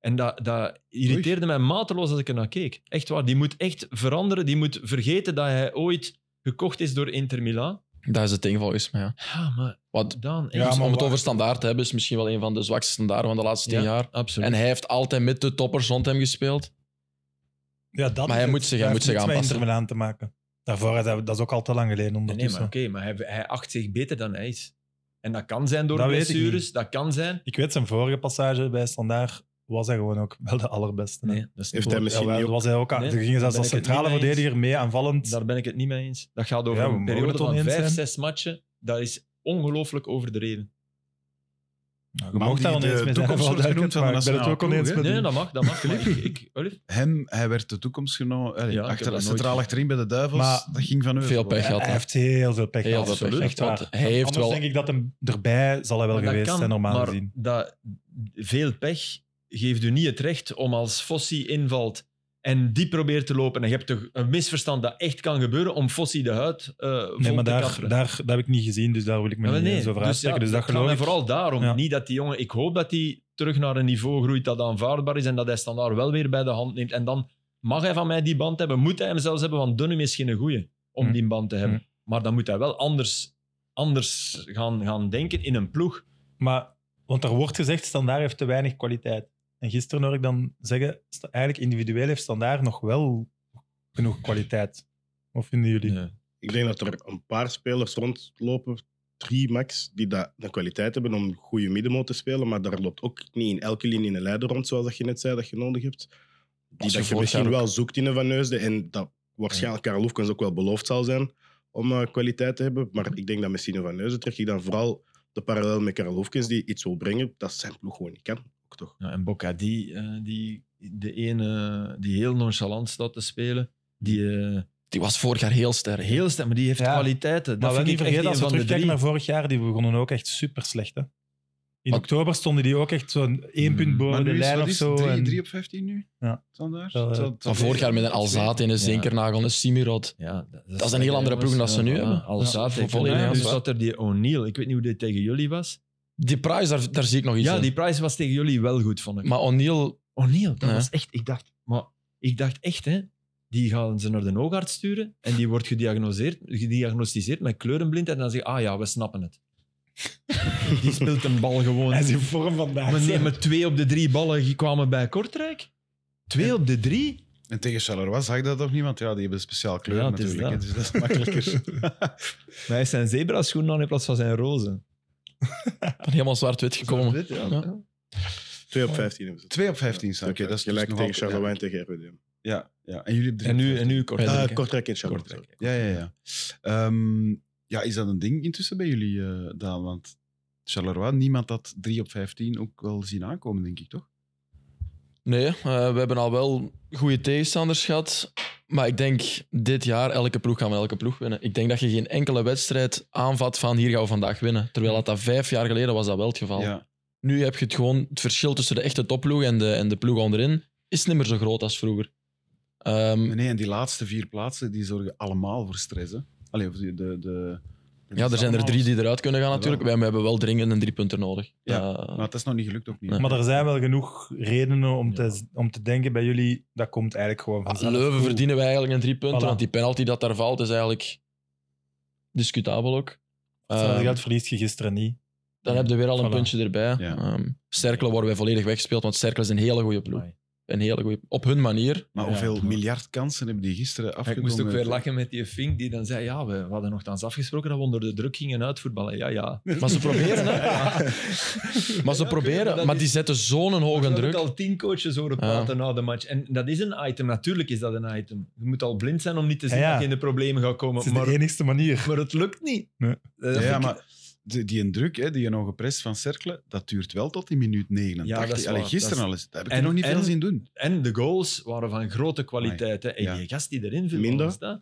S3: En dat, dat irriteerde mij mateloos als ik er naar keek. Echt waar. Die moet echt veranderen. Die moet vergeten dat hij ooit gekocht is door Inter Milan.
S2: Dat is het ding volgens mij. Ja.
S3: Ja, maar
S2: Wat,
S3: dan...
S4: Ja, maar
S2: om het
S4: waar-
S2: over standaard te hebben, is misschien wel een van de zwakste standaarden van de laatste tien
S3: Ja,
S2: jaar.
S3: absoluut.
S2: En hij heeft altijd met de toppers rond hem gespeeld.
S4: Ja, dat
S2: Maar hij moet zich- hij moet zich aanpassen.
S4: Met aan te maken. Daarvoor, had hij- dat is ook al te lang geleden
S3: Nee, nee,
S4: ondertussen.
S3: maar oké, maar hij, hij acht zich beter dan hij is. En dat kan zijn door
S4: Dat weet ik
S3: blessures,
S4: niet.
S3: dat kan zijn.
S4: Ik weet, zijn vorige passage bij Standaard was hij gewoon ook wel de allerbeste.
S3: Nee, dat is
S5: Heeft
S3: niet
S5: hij
S3: waar.
S5: misschien
S4: ja,
S5: niet
S4: wel, was hij ook aan.
S3: Nee,
S4: er gingen zelfs
S3: ben
S4: als
S3: ik het
S4: centrale
S3: niet mee eens.
S4: verdediger mee aanvallend.
S3: Daar ben ik het niet mee eens. Dat gaat over
S4: Ja, we
S3: een
S4: mogen
S3: periode
S4: het
S3: van
S4: oneens
S3: vijf,
S4: zijn.
S3: zes matchen. Dat is ongelooflijk overdreven.
S4: Nou, je
S1: Man
S4: mocht
S1: die
S4: daar
S1: de
S4: wel eens mee zijn,
S1: toekomst
S4: dat
S1: wordt
S4: wel
S1: genoemd van de
S4: duidelijk, maar ik ben het
S1: nationale
S4: ook oneens
S1: ploeg,
S4: met
S3: Nee,
S4: u.
S3: nee, dat mag. Dat mag. Maar ik, ik, Olif,
S1: Hem, hij werd de toekomst genomen. Allee,
S3: Ja, ik heb
S1: achter,
S3: dat nooit
S1: centraal
S3: gezien.
S1: achterin bij de Duivels.
S4: Maar
S1: dat ging van Euvel.
S2: veel pech. gehad,
S4: Hij
S2: hè.
S4: heeft heel veel pech
S2: Heel
S4: gehad.
S2: veel pech.
S4: Echt
S2: gehad,
S4: waar.
S2: want Hij heeft
S4: Anders
S2: wel
S4: denk ik dat hem erbij zal hij wel
S3: Maar dat
S4: geweest
S3: kan,
S4: zijn, normaal
S3: maar
S4: gezien.
S3: Dat, veel pech geeft u niet het recht om als Fossi invalt en die probeert te lopen. En je hebt toch een misverstand dat echt kan gebeuren om Fossi de huid eh vol
S4: Nee, maar
S3: te
S4: daar,
S3: kapperen.
S4: daar, dat heb ik niet gezien, dus daar wil ik me
S3: Ja, maar
S4: niet
S3: nee,
S4: eens over
S3: dus, ja,
S4: uitspreken. Dus,
S3: het
S4: dat
S3: gaat
S4: geloof
S3: mij
S4: ik.
S3: vooral daarom.
S4: Ja.
S3: Niet dat die jongen... Ik hoop dat hij terug naar een niveau groeit dat aanvaardbaar is en dat hij standaard wel weer bij de hand neemt. En dan mag hij van mij die band hebben. Moet hij hem zelfs hebben, want Dunham is geen goeie om
S4: Hm.
S3: die band te hebben. Maar dan moet hij wel anders, anders gaan, gaan denken in een ploeg.
S4: Maar, want er wordt gezegd, Standaard heeft te weinig kwaliteit. En gisteren hoor ik dan zeggen, sta- eigenlijk individueel heeft Standaard nog wel genoeg kwaliteit. Of vinden jullie?
S3: Eh,
S5: Ik denk dat er een paar spelers rondlopen, drie max, die dat de kwaliteit hebben om goede middenmoot te spelen. Maar daar loopt ook niet in elke linie een leider rond, zoals dat je net zei, dat je nodig hebt. Die
S2: je
S5: dat je
S2: vorig
S5: misschien
S2: jaar ook-
S5: wel zoekt in een Van Neusden. En dat waarschijnlijk Karel Oefkens ook wel beloofd zal zijn om eh, kwaliteit te hebben. Maar ik denk dat met Sine Van Neusden trek ik dan vooral de parallel met Karel Oefkens, die iets wil brengen dat zijn ploeg gewoon niet kan. Ook toch?
S3: Ja, en Bocca, die, eh, die, de ene die heel nonchalant staat te spelen, die eh,
S2: Die was vorig jaar heel sterk.
S3: heel stem, maar die heeft
S4: Ja.
S3: kwaliteiten.
S4: Maar
S3: Dat
S4: wel
S3: vind
S4: niet
S3: ik echt
S4: vergeten,
S3: een
S4: als Nou, we
S3: van de
S4: terugkijken
S3: drie.
S4: naar vorig jaar, die begonnen ook echt super slecht. Hè? In
S2: Wat-
S4: oktober stonden die ook echt zo'n één punt
S3: Hmm.
S1: Maar
S4: boven de
S1: nu is,
S4: lijn
S1: wat
S4: of
S1: is
S4: zo.
S1: het? Drie,
S4: en-
S1: drie op 15 nu?
S4: Ja.
S1: Standaard?
S4: Wel, eh,
S1: Zal- zal
S2: Van vorig jaar met een Alzaat en een Zinkernagel, een Simirod.
S3: Ja,
S2: Dat is een heel andere ploeg dan ze nu hebben.
S3: Al
S2: Ja,
S3: zaten.
S2: voor- volledig
S3: nu
S2: aanzwaar.
S3: Dus zat er die O'Neill. Ik weet niet hoe dit tegen jullie was.
S2: Die prijs, daar, daar zie ik nog iets
S3: Ja,
S2: in.
S3: die prijs was tegen jullie wel goed, vond ik.
S2: Maar O'Neill,
S3: O'Neill, dat
S2: Ja.
S3: was echt... Ik dacht, maar, ik dacht echt, hè, die gaan ze naar de oogarts sturen en die wordt gediagnoseerd, gediagnosticeerd met kleurenblindheid. En dan zeg je, ah ja, we snappen het. die speelt een bal gewoon.
S4: Hij is in vorm vandaag.
S3: Maar nee,
S4: zeg.
S3: maar twee op de drie ballen die kwamen bij Kortrijk. Twee op de drie?
S1: En tegen Charleroi zag dat toch niemand? Ja, die hebben een speciaal kleur
S3: Ja, het is
S1: natuurlijk. hè,
S3: dat.
S1: Dus dat is makkelijker.
S3: Maar hij heeft zijn zebra-schoenen aan in plaats van zijn rozen.
S2: helemaal zwart-wit gekomen.
S3: Dit, ja.
S2: Ja.
S5: Twee op 15 hebben ze.
S1: Twee op 15 staan. Oké, dat is dus
S5: gelijk
S1: nog
S5: tegen
S1: altijd-
S5: Charleroi en tegen RWDM.
S1: Ja, ja, ja. En jullie hebben drie
S3: En
S1: op
S3: nu,
S1: 15.
S3: en nu Kortrijk.
S2: Ja,
S5: Eh, Kortrijk en Charleroi. sorry.
S3: Kortrijk.
S1: Ja, ja, ja. Ehm, ja, is dat een ding intussen bij jullie, eh, Daan? Want Charleroi, niemand had 3 op 15 ook wel zien aankomen, denk ik, toch?
S2: Nee, eh, we hebben al wel goede tegenstanders gehad. Maar ik denk, dit jaar, elke ploeg gaan we elke ploeg winnen. Ik denk dat je geen enkele wedstrijd aanvat van hier gaan we vandaag winnen. Terwijl dat, dat vijf jaar geleden was dat wel het geval.
S1: Ja.
S2: Nu heb je het gewoon, het verschil tussen de echte topploeg en de, en de ploeg onderin is niet meer zo groot als vroeger. Ehm,
S1: Nee, en die laatste vier plaatsen die zorgen allemaal voor stress. Hè? Allee, of de, de, de, dat
S2: ja,
S1: is
S2: er zijn er
S1: allemaal-
S2: drie die eruit kunnen gaan natuurlijk. Wij hebben wel dringend een driepunter nodig.
S1: Ja,
S2: Eh,
S1: Maar het is nog niet gelukt ook niet.
S2: Nee.
S4: Maar er zijn wel genoeg redenen om,
S3: Ja.
S4: te, om te denken bij jullie, dat komt eigenlijk gewoon
S2: Ah,
S4: van
S2: Leuven verdienen wij eigenlijk een drie punten,
S4: Voilà.
S2: want die penalty dat daar valt is eigenlijk discutabel ook. Ehm,
S1: Ah.
S4: Hetzelfde geld verliest je gisteren niet.
S2: dan heb je weer al een
S4: Voilà.
S2: puntje erbij.
S1: Ja.
S2: Ehm Cerkelen worden wij volledig weggespeeld, want Cerkelen is een hele goede ploeg.
S3: Amai.
S2: Een hele goede, op hun manier.
S1: Maar
S3: Ja,
S1: hoeveel
S3: ja.
S1: miljard kansen hebben die gisteren
S3: Ja, Ik
S1: afgekomen?
S3: moest ook weer lachen met die Fink die dan zei: Ja, we hadden nogthans afgesproken dat we onder de druk gingen uitvoetballen. Ja, ja.
S2: Maar ze proberen, hè? Maar ze
S3: Ja, oké, maar
S2: proberen,
S3: dat
S2: maar
S3: is-
S2: die zetten zo'n hoge
S3: Ik
S2: druk. Ah.
S3: heb al tien coaches horen
S2: Ja.
S3: praten na de match. En dat is een item, natuurlijk is dat een item. Je moet al blind zijn om niet te zien
S4: Ja, ja.
S3: dat je in de problemen gaat
S4: Het
S3: komen.
S4: is
S3: Maar,
S4: de enigste manier.
S3: maar het lukt niet.
S4: Nee.
S1: Ja,
S3: Dat vind
S1: ja,
S3: ik-
S1: maar die, die druk, hè, die hoge press van Cercle, dat duurt wel tot die minuut 89.
S3: Ja, dat is
S1: Allee,
S3: waar,
S1: gisteren
S3: dat
S1: al is. Dat heb ik
S3: En-
S1: er nog niet veel
S3: en-
S1: zien doen.
S3: En de goals waren van grote kwaliteit. Hè. En
S1: Ja.
S3: die gast die erin viel,
S5: Minder.
S3: was dat?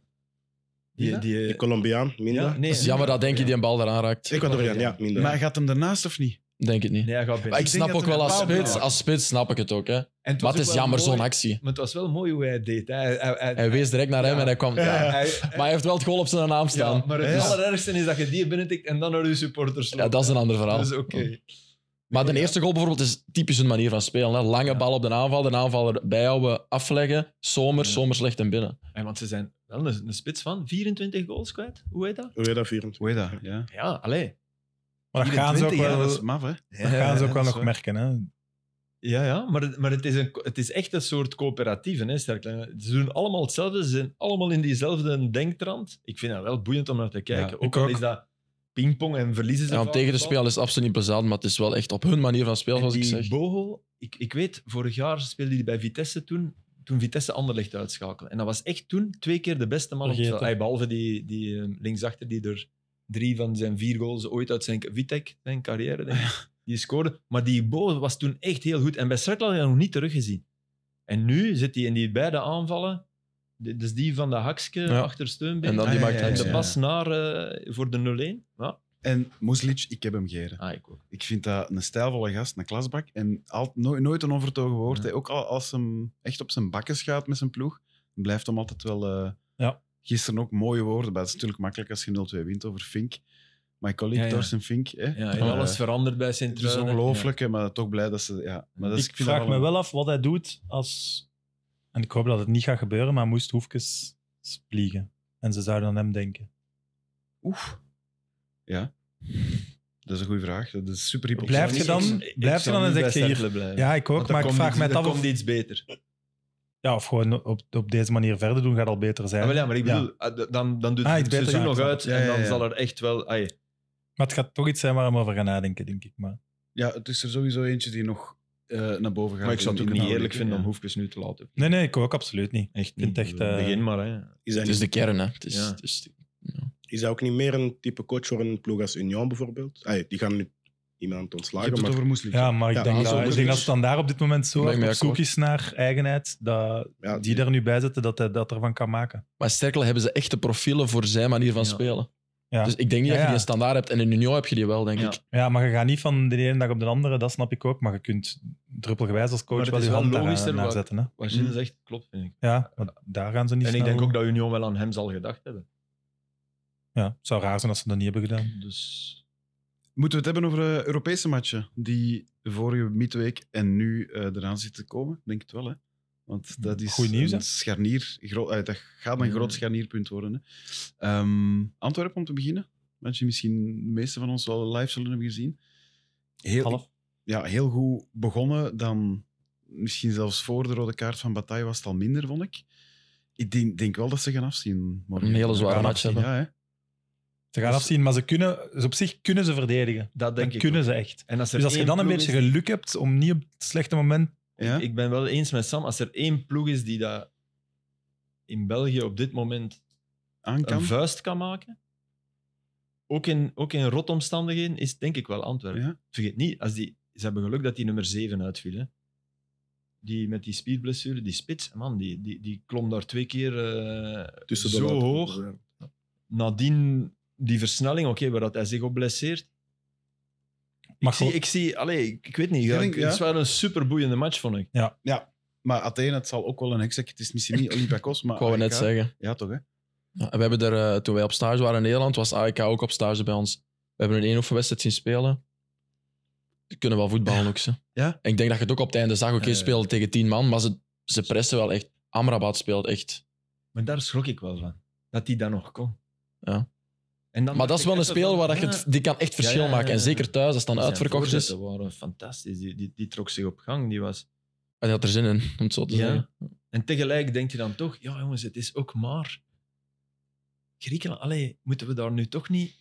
S3: Die,
S1: Ja.
S3: die,
S5: De Colombiaan, minder.
S3: ja, nee,
S2: Het is jammer dat denk je die een bal eraan raakt.
S5: Ecuadoriaan, ja, minder.
S1: Maar gaat hem daarnaast of niet?
S2: Denk het niet.
S3: Nee, hij gaat binnen.
S2: Maar ik
S1: Ik denk
S2: snap
S1: dat
S2: ook
S1: er
S2: wel
S1: een
S2: als
S1: bepaalde-
S2: spits, als spits snap ik het ook. Hè.
S3: En was
S2: Maar het
S3: ook
S2: is
S3: wel
S2: jammer,
S3: mooi-
S2: zo'n actie.
S3: Maar het was wel mooi hoe hij het deed. Hij, hij, hij,
S2: Hij wees direct naar hem
S3: Ja.
S2: en hij kwam.
S3: Ja,
S2: ja.
S3: hij-
S2: Maar hij heeft wel het goal op zijn naam staan. Dus
S3: Ja, maar het
S1: Ja.
S3: allerergste is dat je die binnentikt en dan naar je supporters
S2: Ja,
S3: loopt.
S2: dat is een ander verhaal.
S3: Dus oké.
S2: Maar de eerste goal bijvoorbeeld is typisch een manier van spelen. Hè? Lange bal op de aanval, de aanvaller bijhouden, afleggen. Zomer,
S3: Ja.
S2: zomer slecht en binnen.
S3: En want ze zijn wel een, een spits van 24 goals kwijt. Hoe heet dat?
S5: Hoe heet dat, 24?
S1: Hoe heet dat? Ja.
S3: Ja, allee.
S4: Maar dat gaan ze ook
S1: 24, ja,
S4: wel,
S1: dat is maf, hè?
S4: dat gaan ze ook wel
S1: dat is
S4: nog
S1: waar.
S4: merken. Hè?
S3: Ja, ja maar, maar het, is een, het is echt een soort coöperatieve. Hè, Sterkling. ze doen allemaal hetzelfde, ze zijn allemaal in diezelfde denktrand. Ik vind dat wel boeiend om naar te kijken.
S1: Ja,
S3: ook
S4: ik
S3: al
S4: ook.
S3: is dat pingpong en verliezen ze
S2: Ja, om
S3: vaak
S2: tegen te
S3: wel.
S2: spelen is het absoluut niet plezant, maar het is wel echt op hun manier van spelen,
S3: En
S2: zoals ik
S3: die
S2: zeg.
S3: Bohol, ik, ik weet, vorig jaar speelde hij bij Vitesse toen, toen Vitesse Anderlecht uitschakelde. En dat was echt toen twee keer de beste man op het
S4: Vergeet
S3: veld.
S4: het.
S3: Ay, Behalve die, die eh, linksachter die er drie van zijn vier goals ooit uit zijn Vitek, zijn carrière, denk ik, die scoorde. Maar die Bohol was toen echt heel goed. En bij Cercle had hij nog niet teruggezien. En nu zit hij in die beide aanvallen. De- Dus die van de Hakske
S2: Ja.
S3: achter Steunbeen.
S2: En dan die
S1: Ah, ja,
S2: maakt
S1: ja, ja,
S2: hij
S3: de
S1: ja.
S3: pas naar eh, voor de 0-1. Ja,
S1: En Muslic, ik heb hem geren.
S3: ah, ik ook.
S1: Ik vind dat een stijlvolle gast, een klasbak. En al, nooit, nooit een onvertogen woord.
S3: Ja.
S1: hè. Ook al als hem echt op zijn bakkes gaat met zijn ploeg, dan blijft hem altijd wel... eh,
S4: Ja.
S1: Gisteren ook mooie woorden. bij. Het is natuurlijk makkelijk als je 0-2 wint over Fink. My colleague
S3: Ja, ja.
S1: Thorsten Fink. Hè?
S3: Ja, en
S2: Ah,
S1: Eh,
S3: alles veranderd bij sint
S1: Het is ongelooflijk, hè, maar toch blij dat ze... Ja. Maar dat is,
S4: ik
S1: vind dat
S4: vraag me
S1: een-
S4: wel af wat hij doet als... En ik hoop dat het niet gaat gebeuren, maar moest Hoefkes vliegen. En ze zouden aan hem denken.
S1: Dat is een goede vraag. Dat is super hypothetisch.
S4: Blijf je dan, blijf je dan en zeg je hier... Ja, ik ook, maar ik vraag me af
S3: Dan komt
S4: of...
S3: iets beter.
S4: Ja, of gewoon op, op deze manier verder doen gaat al beter
S3: Ja,
S4: zijn.
S3: maar, ja, maar ik bedoel, ah, d- dan, dan doet
S4: Ah,
S3: het
S4: iets beter,
S3: seizoen
S4: ja,
S3: nog
S4: ik snap
S3: uit
S1: het. Ja,
S3: en
S1: ja,
S3: dan
S1: ja.
S3: zal er echt wel... ah, ja.
S4: Maar het gaat toch iets zijn waar we over gaan nadenken, denk ik. Maar
S1: Ja, het is er sowieso eentje die nog eh, naar boven gaat.
S3: maar ik zou het
S1: in-
S3: ook
S1: in
S3: niet
S1: de
S3: eerlijk vinden om
S1: ja.
S3: Hoefkes nu te laten.
S4: nee, nee, ik ook absoluut niet.
S3: Echt
S4: vind
S3: niet.
S4: het echt, eh,
S3: Begin maar, hè.
S5: Is dat,
S2: Het is
S5: niet,
S2: de kern, hè. Het is,
S3: Ja.
S2: het is-
S5: is dat ook niet meer een type coach voor een ploeg als Union bijvoorbeeld? Ah, ja, die gaan nu
S1: Je
S5: iemand
S1: hebt
S5: ontslagen,
S1: het
S5: maar
S1: over Muslic.
S4: Ja, maar ik,
S5: Ja,
S4: denk,
S5: Hazel
S4: dat, ik
S5: is
S4: denk
S5: dus-
S4: dat ze dan daar op dit moment
S2: Ben
S4: zo
S2: ik
S4: hard
S2: mee
S4: op zoek
S2: akkoord.
S4: is naar eigenheid, dat
S5: ja,
S4: die daar nu bij zitten, dat hij dat ervan kan maken.
S2: Maar Sterkel hebben ze echte profielen voor zijn manier van
S3: Ja.
S2: spelen.
S4: Ja.
S2: Dus ik denk niet dat
S4: Ja,
S2: je die
S4: ja.
S2: een standaard hebt. En in Union heb je die wel, denk
S3: Ja.
S2: ik.
S4: Ja, maar je gaat niet van de ene dag op de andere, dat snap ik ook. Maar je kunt druppelgewijs als
S3: Maar
S4: coach
S3: het
S4: wel
S3: is
S4: je
S3: wel
S4: hand daar,
S3: logischer
S4: naar
S3: wat-
S4: zetten. Hè?
S3: Wat Gilles
S1: Mm.
S3: zegt, klopt, vind ik.
S4: Ja, want daar gaan ze niet
S3: En ik
S4: snel-
S3: denk ook dat Union wel aan hem zal gedacht hebben.
S4: Ja, het zou raar zijn als ze dat niet hebben gedaan.
S3: Dus...
S1: Moeten we het hebben over eh, Europese matchen die vorige midweek en nu eh, eraan zitten te komen? Denk het wel, hè? Want dat is
S4: Goed nieuws,
S1: een
S4: hè?
S1: scharnier. gro- eh, dat gaat een
S3: Ja.
S1: groot scharnierpunt worden. Hè? Ehm, Antwerpen om te beginnen. Wat je misschien de meeste van ons wel live zullen hebben gezien. Heel,
S4: Half.
S1: Ja, heel goed begonnen. Dan misschien zelfs voor de rode kaart van Bataille was het al minder, vond ik. Ik denk, denk wel dat ze gaan afzien. morgen.
S2: Een hele zware
S1: Gaan
S2: match
S1: afzien,
S2: hebben.
S1: Ja, hè?
S4: Ze gaan
S1: Dus-
S4: afzien, maar ze kunnen, dus op zich kunnen ze verdedigen.
S3: Dat
S4: Dat
S3: denk ik
S4: kunnen
S3: ook.
S4: ze echt.
S3: En als, er
S4: Dus als je
S3: één
S4: dan een
S3: ploeg
S4: beetje
S3: is-
S4: geluk hebt om niet op het slechte moment...
S1: Ja?
S3: Ik ben wel eens met Sam, als er één ploeg is die dat in België op dit moment
S1: aan kan.
S3: een vuist kan maken. Ook in, ook in rotomstandigheden is het denk ik wel Antwerpen.
S1: Ja.
S3: Vergeet niet, als die, ze hebben geluk dat die nummer 7 uitviel. Hè. Die met die spierblessure, die spits, man, die, die, die klom daar twee keer eh,
S5: tussen de
S3: zo
S5: laatste-
S3: hoog. Nadien die versnelling, oké, waar dat hij zich op blesseert.
S4: Maar
S3: Ik zie,
S4: goed.
S3: ik zie, allee, ik, ik weet niet, ja,
S1: Ja,
S3: ik-
S1: ja.
S3: het is wel een superboeiende match, vond ik.
S1: Ja, maar Athene, het zal ook wel een heksak. Het is misschien niet Olympiakos, maar...
S2: Ik wou het net
S1: AEK.
S2: zeggen.
S1: Ja, toch, hè?
S2: Ja, we hebben er, eh, toen wij op stage waren in Nederland, was AEK ook op stage bij ons. We hebben een E één oefenwedstrijd zien spelen. Die kunnen wel voetballen ook, ze.
S1: Ja.
S2: En ik denk dat je het ook op het einde zag. Oké,
S3: Ja, ja.
S2: spelen tegen tien man, maar ze, ze pressen wel echt. Amrabat speelt echt.
S3: Maar daar schrok ik wel van, dat die dan nog kon.
S2: Ja.
S3: En dan
S2: Maar dat
S3: dacht
S2: is
S3: ik
S2: wel een
S3: even
S2: speel
S3: van,
S2: waar dat je
S3: ja.
S2: het, die kan echt verschil
S3: Ja, ja, ja,
S2: maken. En
S3: ja.
S2: zeker thuis, als het dan
S3: Zijn
S2: uitverkocht is.
S3: voorzetten waren fantastisch. Die, die, die trok zich op gang. Die was...
S2: En die had er zin in, om het zo te
S3: Ja.
S2: zeggen.
S3: En tegelijk denk je dan toch, ja jongens, het is ook maar... Griekenland, allee, moeten we daar nu toch niet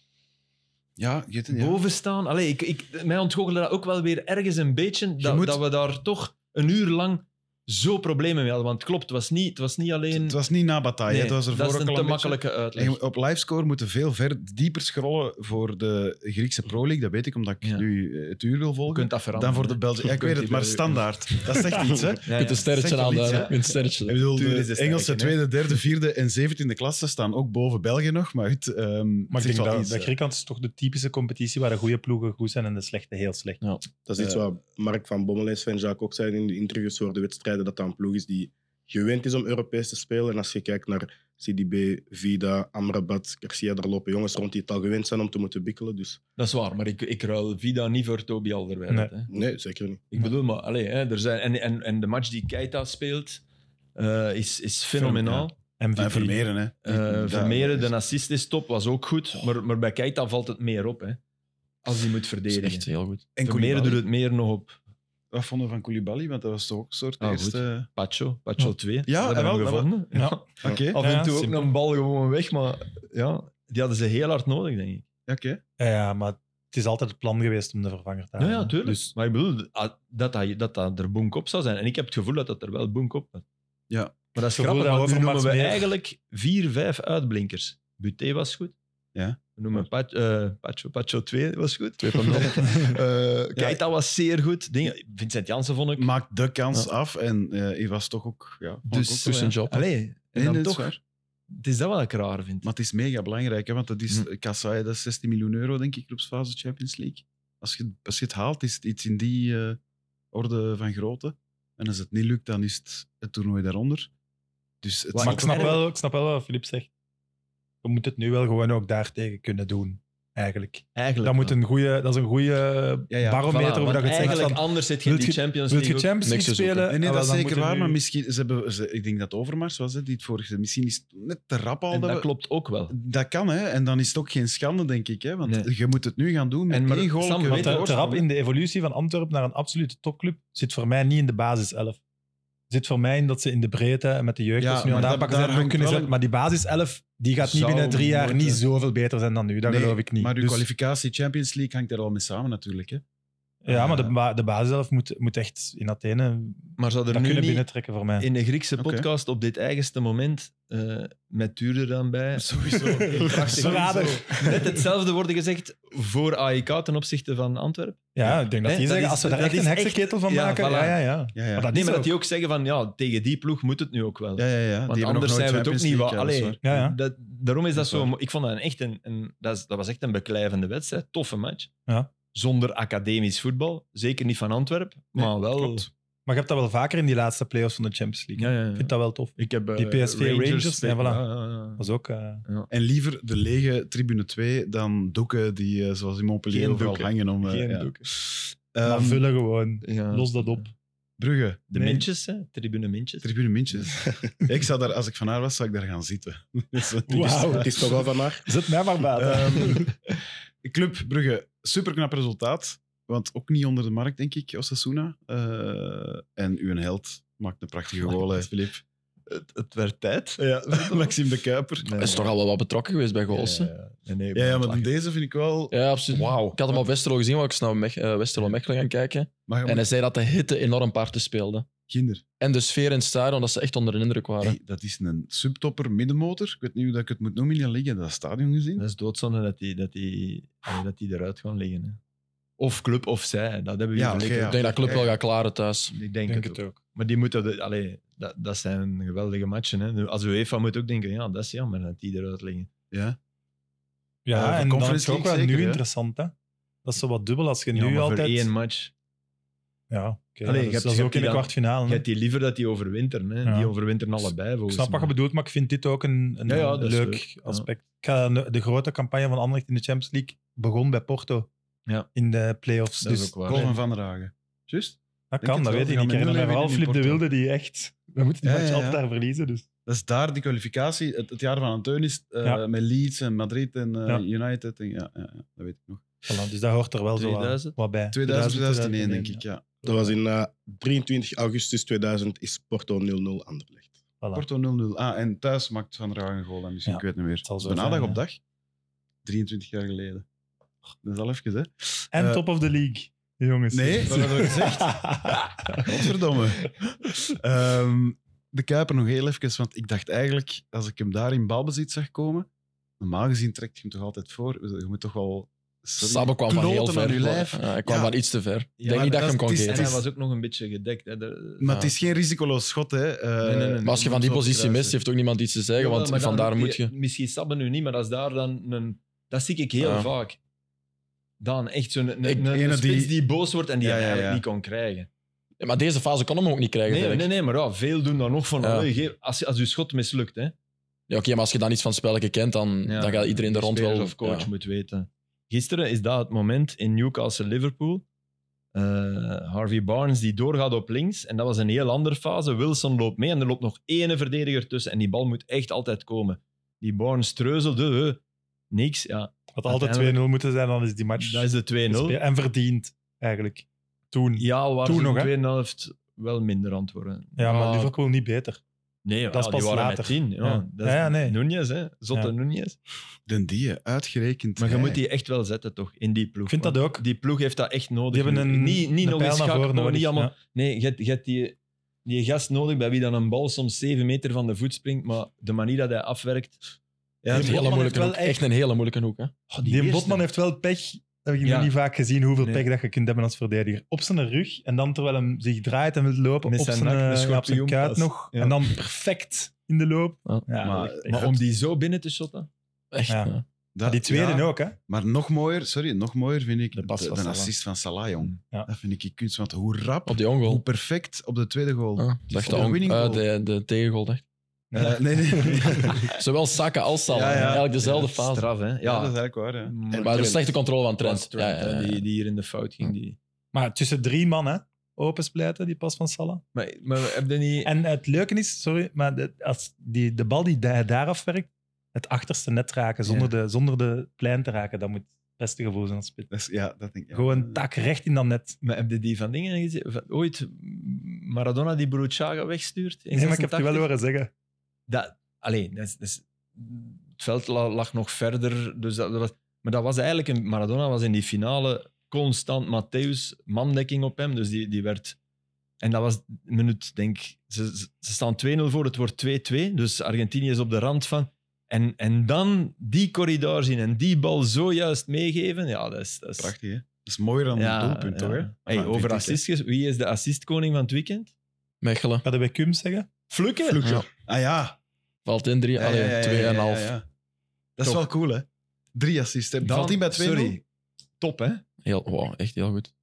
S1: Ja, je weet het, ja.
S3: boven staan? Allee, ik, ik, mij ontgoochelde dat ook wel weer ergens een beetje, dat,
S1: moet-
S3: dat we daar toch een uur lang zo problemen mee hadden. Want klopt, het was niet, het was niet alleen...
S1: Het was niet na Bataille,
S3: Nee,
S1: het was er
S3: dat
S1: voor
S3: is
S1: ook
S3: een
S1: al
S3: te
S1: een beetje.
S3: makkelijke uitleg.
S1: En je- op livescore moeten veel ver, dieper scrollen voor de Griekse Pro League. Dat weet ik, omdat ik
S3: Ja.
S1: nu eh, het uur wil
S3: Je
S1: volgen.
S3: kunt dat veranderen.
S1: Dan voor de
S3: hè.
S1: Belgen. Ja, ik
S3: Kunt
S1: weet het,
S3: die
S1: maar
S3: Belgen-
S1: standaard. Dat zegt iets, hè?
S3: Ja, ja.
S2: Je kunt een sterretje
S1: Zegt wel iets,
S2: aanduiden.
S1: ja.
S2: Je kunt een sterretje.
S1: Ik bedoel,
S3: Tuur is de
S1: de
S3: sterke,
S1: Engelse
S3: hè?
S1: tweede, derde, vierde en zeventiende klasse staan ook boven België nog. Maar het, ehm,
S4: Maar ik
S1: zegt
S4: denk
S1: wel
S4: dat,
S1: iets,
S4: dat
S1: hè.
S4: Griekenland is toch de typische competitie waar de goede ploegen goed zijn en de slechte heel slecht.
S5: Dat is iets
S1: Eh.
S5: wat Mark van Bommel en Sven-Jacques ook zeiden in de interviews voor de wedstrijden, dat dat een ploeg is die gewend is om Europees te spelen. En als je kijkt naar CDB, Vida, Amrabat, Garcia, daar lopen jongens rond die het al gewend zijn om te moeten bikkelen. Dus
S3: Dat is waar, maar ik, ik ruil Vida niet voor Toby Alderweireld. hè.
S5: nee, zeker niet.
S3: Ik bedoel, maar allee, hè, er zijn, en, en, en de match die Keita speelt eh, is, is fenomenaal.
S1: En
S4: MVP.
S1: Vermeeren, hè.
S3: Eh,
S1: Ja,
S3: Vermeeren,
S1: dat is-
S3: de assist is top, was ook goed. Maar, maar bij Keita valt het meer op, hè. Als hij moet
S2: Dat is
S3: verdedigen.
S2: echt heel goed.
S1: En
S3: Vermeeren doet
S1: Koulibaly.
S3: het meer nog op
S1: Wat vonden we van Koulibaly? Want dat was toch ook een soort
S3: Ah, goed.
S1: eerste...
S3: Pacho. Pacho 2.
S1: Ja,
S3: hebben
S1: wel,
S3: hem
S1: dat
S3: gevonden.
S4: Ja.
S3: Ja.
S1: Oké,
S3: Af en
S4: Ja,
S3: toe ook
S4: simpel.
S3: een bal gewoon weg, maar ja, die hadden ze heel hard nodig, denk ik.
S1: oké.
S4: Ja, Eh, ja, maar het is altijd het plan geweest om de vervanger te
S3: Ja,
S4: halen.
S3: ja, tuurlijk.
S4: Dus
S3: Ehm, Maar ik bedoel, ah, dat dat, dat dat er bonk op zou zijn. En ik heb het gevoel dat dat er wel bonk op was.
S1: Ja.
S3: Maar dat is
S4: Het gevoel
S3: grappig, want
S4: dat
S3: nu
S4: Overmars
S3: noemen we
S4: meer-
S3: eigenlijk vier, vijf uitblinkers. Buté was goed.
S1: Ja.
S3: We noemen Pat, eh, Pacho, Pacho 2 was goed.
S2: Twee van nul.
S3: Eh, Keita was zeer goed. Dingen, Vincent Jansen vond ik...
S1: Maakt de kans
S3: Ja.
S1: af en eh hij was toch ook... Ja, vond ik
S3: Dus-
S1: ook wel,
S2: Dus
S1: ja.
S2: zijn job.
S3: Allee, en
S1: Nee, nee,
S3: dan
S1: dat is
S3: toch...
S1: waar.
S3: Het is dat wat ik raar vind.
S1: Maar het is mega belangrijk, hè, want dat is,
S3: Hm.
S1: Kassai, dat is 16 miljoen euro, denk ik, groepsfase Champions League. Als je, als je het haalt, is het iets in die eh, orde van grootte. En als het niet lukt, dan is het, het toernooi daaronder. Dus het
S3: Wat
S4: maar
S1: zal
S4: ik
S1: toch-
S4: snap, wel, ik snap wel wat Filip zegt. We moeten het nu wel gewoon ook daartegen kunnen doen, eigenlijk.
S3: eigenlijk
S4: Dat, moet een goeie, dat is een goede
S1: Ja, ja.
S4: barometer
S3: Voilà,
S4: over dat
S3: want
S4: je het zegt.
S3: Eigenlijk
S4: Van,
S3: anders zit je in
S4: Wilt
S3: die
S4: je-
S3: Champions
S4: wil je
S3: League ook.
S4: Champions
S2: niks
S4: League
S2: te zoeken.
S4: spelen?
S1: Nee, nee,
S3: eh,
S4: Ah, wel,
S1: dat is
S4: dan
S1: zeker
S4: moeten
S1: waar,
S4: we
S1: maar
S4: nu-
S1: misschien, ze hebben, ze, ik denk dat het Overmars was, hè, die het vorige, misschien is het net te rap al.
S3: En
S1: dat
S3: dat
S1: we-
S3: klopt ook wel.
S1: Dat kan, hè. En dan is het ook geen schande, denk ik. Hè? Want
S3: Nee.
S1: je moet het nu gaan doen met
S3: En maar-
S1: één goal.
S3: Sam,
S1: kun je
S3: want
S4: Want
S1: het
S3: de-
S4: de, de
S1: voorstellen,
S4: rap in de evolutie van Antwerpen naar een absolute topclub zit voor mij niet in de basis 11. Zit voor mij in dat ze in de breedte en met de jeugd
S1: Ja,
S4: dus nu
S1: maar
S4: aan het
S1: dat-
S4: aanpakken
S1: daar
S4: zijn, nog
S1: hangt
S4: kunnen
S1: wel
S4: zetten.
S1: een-
S4: Maar die basis 11 die gaat niet
S1: Zou
S4: binnen drie jaar
S1: moeten-
S4: niet zoveel beter zijn dan nu. Dat
S1: Nee,
S4: geloof ik niet.
S1: Maar uw
S4: Dus-
S1: kwalificatie Champions League hangt er al mee samen, natuurlijk. Hè?
S4: ja, maar de,
S1: eh,
S4: ba- de basis 11 moet, moet echt in Athene
S3: Maar zou er
S4: dat
S3: nu
S4: kunnen
S3: niet
S4: binnentrekken voor mij.
S3: in de Griekse
S1: Oké.
S3: podcast op dit eigenste moment eh, met Tuur er dan bij...
S1: Sowieso.
S3: Prachtig.
S4: Verrader.
S3: Net hetzelfde worden gezegd voor AIK ten opzichte van Antwerpen.
S4: Ja, ik denk dat
S3: Hè,
S4: die
S3: dat
S4: zeggen,
S3: is-
S4: als we daar
S3: dat
S4: echt
S3: is
S4: een heksenketel van
S3: echt- ja,
S4: maken,
S3: voilà.
S4: ja, ja, ja.
S1: Ja, ja.
S4: Maar dat
S3: Nee, maar
S4: is
S3: dat
S4: ook.
S3: die ook zeggen van ja, tegen die ploeg moet het nu ook wel.
S1: Ja, ja, ja.
S3: Want anders zijn we het ook niet wat. Allee,
S4: Ja, ja.
S3: dat, daarom is
S1: Dat
S3: dat
S1: is
S3: zo.
S1: waar.
S3: mo- Ik vond dat een echt een, een dat, is- dat was echt een beklijvende wedstrijd, toffe match.
S4: Ja.
S3: Zonder academisch voetbal, zeker niet van Antwerpen,
S4: Nee,
S3: maar wel.
S4: klopt. Maar je hebt dat wel vaker in die laatste playoffs van de Champions League.
S3: Ja, ja, ja.
S4: Ik vind dat wel tof.
S3: Ik heb eh,
S4: Die PSV Rangers,
S3: spelen.
S4: ja, voilà.
S3: ja, ja.
S4: Dat is ook... eh,
S1: En liever de lege tribune 2 dan doeken die, eh, zoals in Montpellier,
S3: Geen
S1: overal
S3: doeken.
S1: hangen. Om, eh,
S3: Geen
S1: ja.
S3: doeken.
S1: Ehm,
S4: maar vullen gewoon.
S3: Ja.
S4: Los dat op.
S1: Brugge,
S3: De
S4: Nee.
S3: Mintjes, hè? Tribune Mintjes.
S1: tribune Mintjes. ik zou daar, als ik van haar was, zou ik daar gaan zitten. Dus, eh,
S4: Wauw.
S5: Het is toch wel van haar.
S4: Zet mij maar buiten.
S1: Ehm, Club Brugge, superknap resultaat. Want ook niet onder de markt, denk ik, Osasuna. Eh, en uw held maakt een prachtige goal, hè, Filip.
S3: het, het werd tijd.
S1: Ja, Maxime de Kuiper.
S3: Nee,
S2: Is toch al wel wat betrokken geweest bij goals. hè?
S3: Ja, ja. Nee,
S1: Ja, ja,
S3: maar
S1: maar in deze vind ik wel...
S2: Ja, absoluut.
S1: Wauw.
S2: Ik had hem op Westerlo gezien, want ik was naar Mech- eh, Westerlo Mechelen gaan kijken.
S1: Maar je
S2: En
S1: moet-
S2: hij zei dat de hitte enorm parten speelde.
S1: kinder.
S2: En de sfeer in het stadion, dat ze echt onder de indruk waren.
S1: Hey, dat is een subtopper middenmotor. Ik weet niet hoe dat ik het moet noemen in de liga. Dat stadion gezien.
S4: Eh,
S3: Dat is doodzonde dat die, dat die, eh, dat die eruit gaan liggen. Hè. Of club of zij, dat hebben we
S1: Ja,
S3: hier
S1: oké,
S2: Ik denk dat Club wel gaat klaren thuis.
S3: Ik denk,
S4: Ik denk
S3: het,
S4: het
S3: ook. Maar die moeten, de- allee, dat, dat zijn geweldige matchen. Hè. Nu, Als UEFA moet ook denken, ja, dat is jammer dat die eruit liggen.
S1: Ja.
S4: Ja,
S1: Eh,
S4: en dan is
S1: Conference
S4: het ook wel
S1: League
S4: nu
S1: zeker, hè?
S4: interessant, hè. Dat is zo wat dubbel als je
S3: Ja, maar
S4: nu
S3: voor
S4: altijd...
S3: één match.
S4: Ja, oké.
S3: Allee,
S4: ja,
S3: je
S4: dus
S3: hebt-
S4: dat
S3: je
S4: is ook
S3: hebt
S4: in de
S3: die dan-
S4: kwartfinale.
S3: Je
S4: hè.
S3: hebt die liever dat die overwinteren. Hè.
S4: Ja.
S3: Die overwinteren allebei,
S4: Ik
S3: volgens
S4: snap wat je
S3: mij.
S4: bedoelt, maar ik vind dit ook een, een
S3: Ja, ja,
S4: een
S3: dat is
S4: leuk,
S3: leuk, ja.
S4: aspect. Ik ga de- de grote campagne van Anderlecht in de Champions League begon bij Porto
S3: Ja.
S4: in de play-offs.
S3: Dat is
S4: dus
S3: ook waar.
S1: Goal van Van der Hagen. Juist.
S4: dat
S1: Denk
S4: kan,
S1: het
S4: dat
S1: wel.
S4: weet
S1: Die
S4: ik
S1: gaan
S4: niet. Ik
S1: met
S4: herinner mij
S1: 0-1
S4: vooral
S1: winnen in
S4: Flip de
S1: Porto.
S4: Wilde die echt... We moeten die
S1: Ja,
S4: match
S1: ja, ja.
S4: altijd daar verliezen, dus...
S1: Dat is daar die kwalificatie. Het, het jaar van Anteunis eh,
S4: Ja.
S1: met Leeds en Madrid en eh,
S4: Ja.
S1: United. En, ja, ja, ja, dat weet ik nog.
S4: Voilà, dus dat hoort er wel zo
S3: 2000?
S4: wat- wat bij.
S1: 2000, 2001, denk ik. Ja.
S5: Dat was in eh, 23 augustus 2000 is Porto 0-0 Anderlecht.
S4: ja. Voilà.
S1: Porto 0-0. Ah, en thuis maakt Van der Hagen een goal. En misschien,
S4: Ja,
S1: ik weet het niet meer.
S4: zal
S1: Dat is bijna
S4: zo
S1: dag
S4: zijn,
S1: op dag. 23 jaar geleden. Dat is al even, hè?
S4: En
S1: Eh,
S4: top of the league, jongens.
S1: Nee, dat hadden we gezegd. Godverdomme. Ehm, de Kuiper nog heel even, want ik dacht eigenlijk, als ik hem daar in balbezit zag komen, normaal gezien trekt je hem toch altijd voor. Je moet toch wel... sorry,
S2: Sabbe kwam van heel
S1: kloten aan
S2: ver.
S1: je lijf.
S2: Ja, hij kwam
S1: Ja.
S2: van iets te ver. Ik
S3: Ja,
S2: denk
S3: maar
S2: niet dat je hem
S1: dat
S2: kon
S1: is-
S3: En
S1: het
S2: geven.
S3: hij
S1: is-
S3: was ook nog een beetje gedekt. Hè. De-
S1: Maar het is geen risicoloos schot, hè. Eh,
S3: Nee, nee, nee.
S2: Maar als je van die
S1: Zo
S2: positie mist,
S1: kruisen.
S2: heeft ook niemand iets te zeggen,
S3: Jawel,
S2: want
S3: maar dan
S2: vandaar
S3: roept
S2: moet
S3: hij-
S2: je...
S3: Misschien sabben nu niet, maar als daar dan een. Dat zie ik heel
S2: Ja.
S3: vaak. Dan echt zo'n een,
S2: Ik-
S3: een, een
S1: ene
S3: spits die...
S1: die-
S3: boos wordt en die
S1: Ja,
S3: hem
S1: ja, ja.
S3: eigenlijk niet kon krijgen.
S2: Maar deze fase kon hem ook niet krijgen,
S3: Nee,
S2: vind ik.
S3: nee, nee, maar ja, veel doen dan nog van.
S2: Ja.
S3: allee, geef- Als, als je schot mislukt, hè,
S2: Ja, oké, maar als je dan iets van het spelletje kent, dan,
S3: Ja,
S2: dan gaat iedereen er
S3: de
S2: rond
S3: spelers
S2: wel...
S3: of coach
S2: ja.
S3: moet weten. Gisteren is dat het moment in Newcastle-Liverpool. Eh, Harvey Barnes die doorgaat op links. En dat was een heel andere fase. Wilson loopt mee en er loopt nog één verdediger tussen. En die bal moet echt altijd komen. Die Barnes treuzelde. eh, niks. Ja,
S4: Had altijd 2-0
S3: Uiteindelijk-
S4: moeten zijn, dan is die match
S3: dat is de 2-0.
S4: gespeeld. en verdiend eigenlijk. Toen. Ja,
S3: Ja, al waren
S4: Toen
S3: ze in
S4: nog,
S3: de
S4: hè?
S3: tweede helft wel minder aan het worden.
S4: maar
S2: Ah,
S4: Liverpool niet beter.
S3: Nee, ja,
S4: is
S3: die
S4: pas
S3: waren
S4: later.
S3: met tien. Ja,
S4: Ja.
S3: Dat is
S4: Ja, ja, nee.
S3: Nunez, hè. Zotte
S4: Ja.
S3: Nunez.
S1: Den die, uitgerekend.
S3: Maar je
S1: hij.
S3: moet die echt wel zetten, toch, in die ploeg.
S4: Ik vind dat
S3: Want
S4: ook.
S3: Die ploeg heeft dat echt nodig.
S4: Die hebben
S3: nu.
S4: een,
S3: niet, niet
S4: een
S3: nog
S4: pijl
S3: eens
S4: naar
S3: Gakpo,
S4: voren nodig.
S3: niet allemaal...
S4: ja.
S3: Nee, je hebt- je hebt die, die gast nodig bij wie dan een bal soms zeven meter van de voet springt, maar de manier dat hij afwerkt... Ja,
S2: Een hele
S4: Botman heeft
S2: moeilijke
S4: wel
S2: hoek.
S4: echt-
S2: Echt een hele moeilijke hoek, hè.
S3: Oh,
S4: Die,
S3: eerste.
S4: Botman heeft wel pech. Dat heb ik
S3: Ja.
S4: nog niet vaak gezien, hoeveel
S3: Nee.
S4: pech dat je kunt hebben als verdediger. Op zijn rug en dan terwijl hem zich draait en wil lopen,
S3: Met
S4: op
S3: zijn
S4: zijn,
S3: nek, een
S4: eh, ja, op zijn
S3: schorpioenpas.
S4: kuit nog.
S3: Ja.
S4: En dan perfect in de loop.
S2: Ja.
S1: Maar-
S4: dat is pech.
S3: Maar om die zo binnen te shotten...
S2: Echt,
S4: Ja.
S2: ja.
S1: Dat-
S4: die tweede
S1: ja,
S4: ook, hè?
S1: Maar nog mooier, sorry, nog mooier vind ik
S2: De
S1: de,
S2: pas van
S1: de
S2: Salah.
S1: assist van Salah, jong.
S4: Ja.
S1: Dat vind ik een kunst, want hoe rap,
S2: Op die ongoal.
S1: hoe perfect op de tweede goal.
S2: Ah, dacht
S1: Op de
S2: de, on-
S1: winning
S2: eh,
S1: goal.
S2: de, de tegengoal, dacht ik.
S1: Eh, nee, nee.
S2: Zowel Saka als Salah.
S1: Ja, ja.
S2: Eigenlijk dezelfde fase.
S3: Straf, hè. Ja,
S1: Ja, dat is eigenlijk waar. Ja.
S3: Maar
S2: Maar de slechte controle van
S3: Trent, eh,
S2: Trent. Ja, ja, Hm. ja.
S3: Die, die hier in de fout ging. Die.
S4: Maar tussen drie mannen openspleiten, die pas van Salah.
S3: Maar, maar heb je niet...
S4: En het leuke is, sorry, maar de, als die, de bal die hij daar afwerkt, het achterste net raken zonder, de, zonder de plein te raken, dat moet het beste gevoel zijn als spits.
S1: Dat is, ja, dat denk ik. ja.
S4: Gewoon tak recht in dat net.
S3: Maar heb je die van dingen gezien? Van, ooit Maradona die Boruchaga wegstuurt? In
S4: Nee, maar ik heb het je wel
S3: 86?
S4: horen zeggen.
S3: Dat, allee, dat is, dat is- het veld la- lag nog verder. Dus dat, dat was, maar dat was eigenlijk... Een, Maradona was in die finale constant Matthäus, mandekking op hem. Dus die, die werd... En dat was een minuut, denk ik, ze, ze- ze staan 2-0 voor, het wordt 2-2. Dus Argentinië is op de rand van... En, en dan die corridor zien en die bal zojuist meegeven. Ja, dat is... Dat is
S1: Prachtig, hè? Dat is mooier dan een doelpunt,
S3: ja.
S1: hoor.
S3: Hey,
S1: Maar vind
S3: over
S1: ik,
S3: assistjes, wie is de assistkoning van het weekend?
S2: Mechelen.
S4: Ga je bij Cum zeggen?
S3: Flukken.
S1: hè. Vloekje. Ah ja.
S2: Valt in drie,
S1: Ja,
S2: allee,
S1: ja, ja, ja,
S2: twee en een
S1: ja,
S2: half.
S1: ja, ja. Dat is
S3: Top.
S1: wel cool, hè? Drie assists. hè.
S3: Dan-
S1: Valt hij bij twee?
S3: Sorry. Top, hè?
S2: Heel, wow, echt heel goed.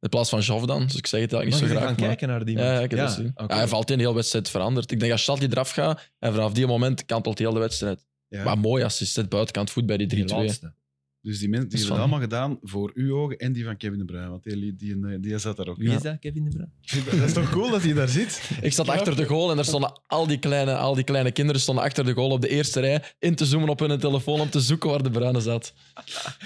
S2: In plaats van Jof dan, dus ik zeg het
S3: Mag
S2: eigenlijk
S3: je
S2: niet zo
S3: gaan
S2: graag. Maar...
S3: kijken naar die
S2: Ja,
S3: man?
S2: ja, ik heb dat gezien.
S3: oké.
S2: Ja, hij valt in, heel wedstrijd veranderd. Ik denk als Schalke eraf gaat, en vanaf die moment kantelt heel de wedstrijd.
S1: Ja.
S2: Maar mooi assist, het buitenkant voet bij
S3: Die
S2: die 3-2.
S3: laatste.
S1: Dus die mensen die hebben
S2: Dat is
S1: het
S2: van-
S1: allemaal gedaan voor uw ogen en die van Kevin De Bruyne, want die, die, die, eh, die zat daar ook.
S3: Wie
S1: Ja.
S3: is dat, Kevin De Bruyne?
S1: Dat is toch cool dat hij daar zit?
S2: Ik zat achter de goal en er stonden al die, kleine, al die kleine kinderen stonden achter de goal op de eerste rij in te zoomen op hun telefoon om te zoeken waar de bruine zat.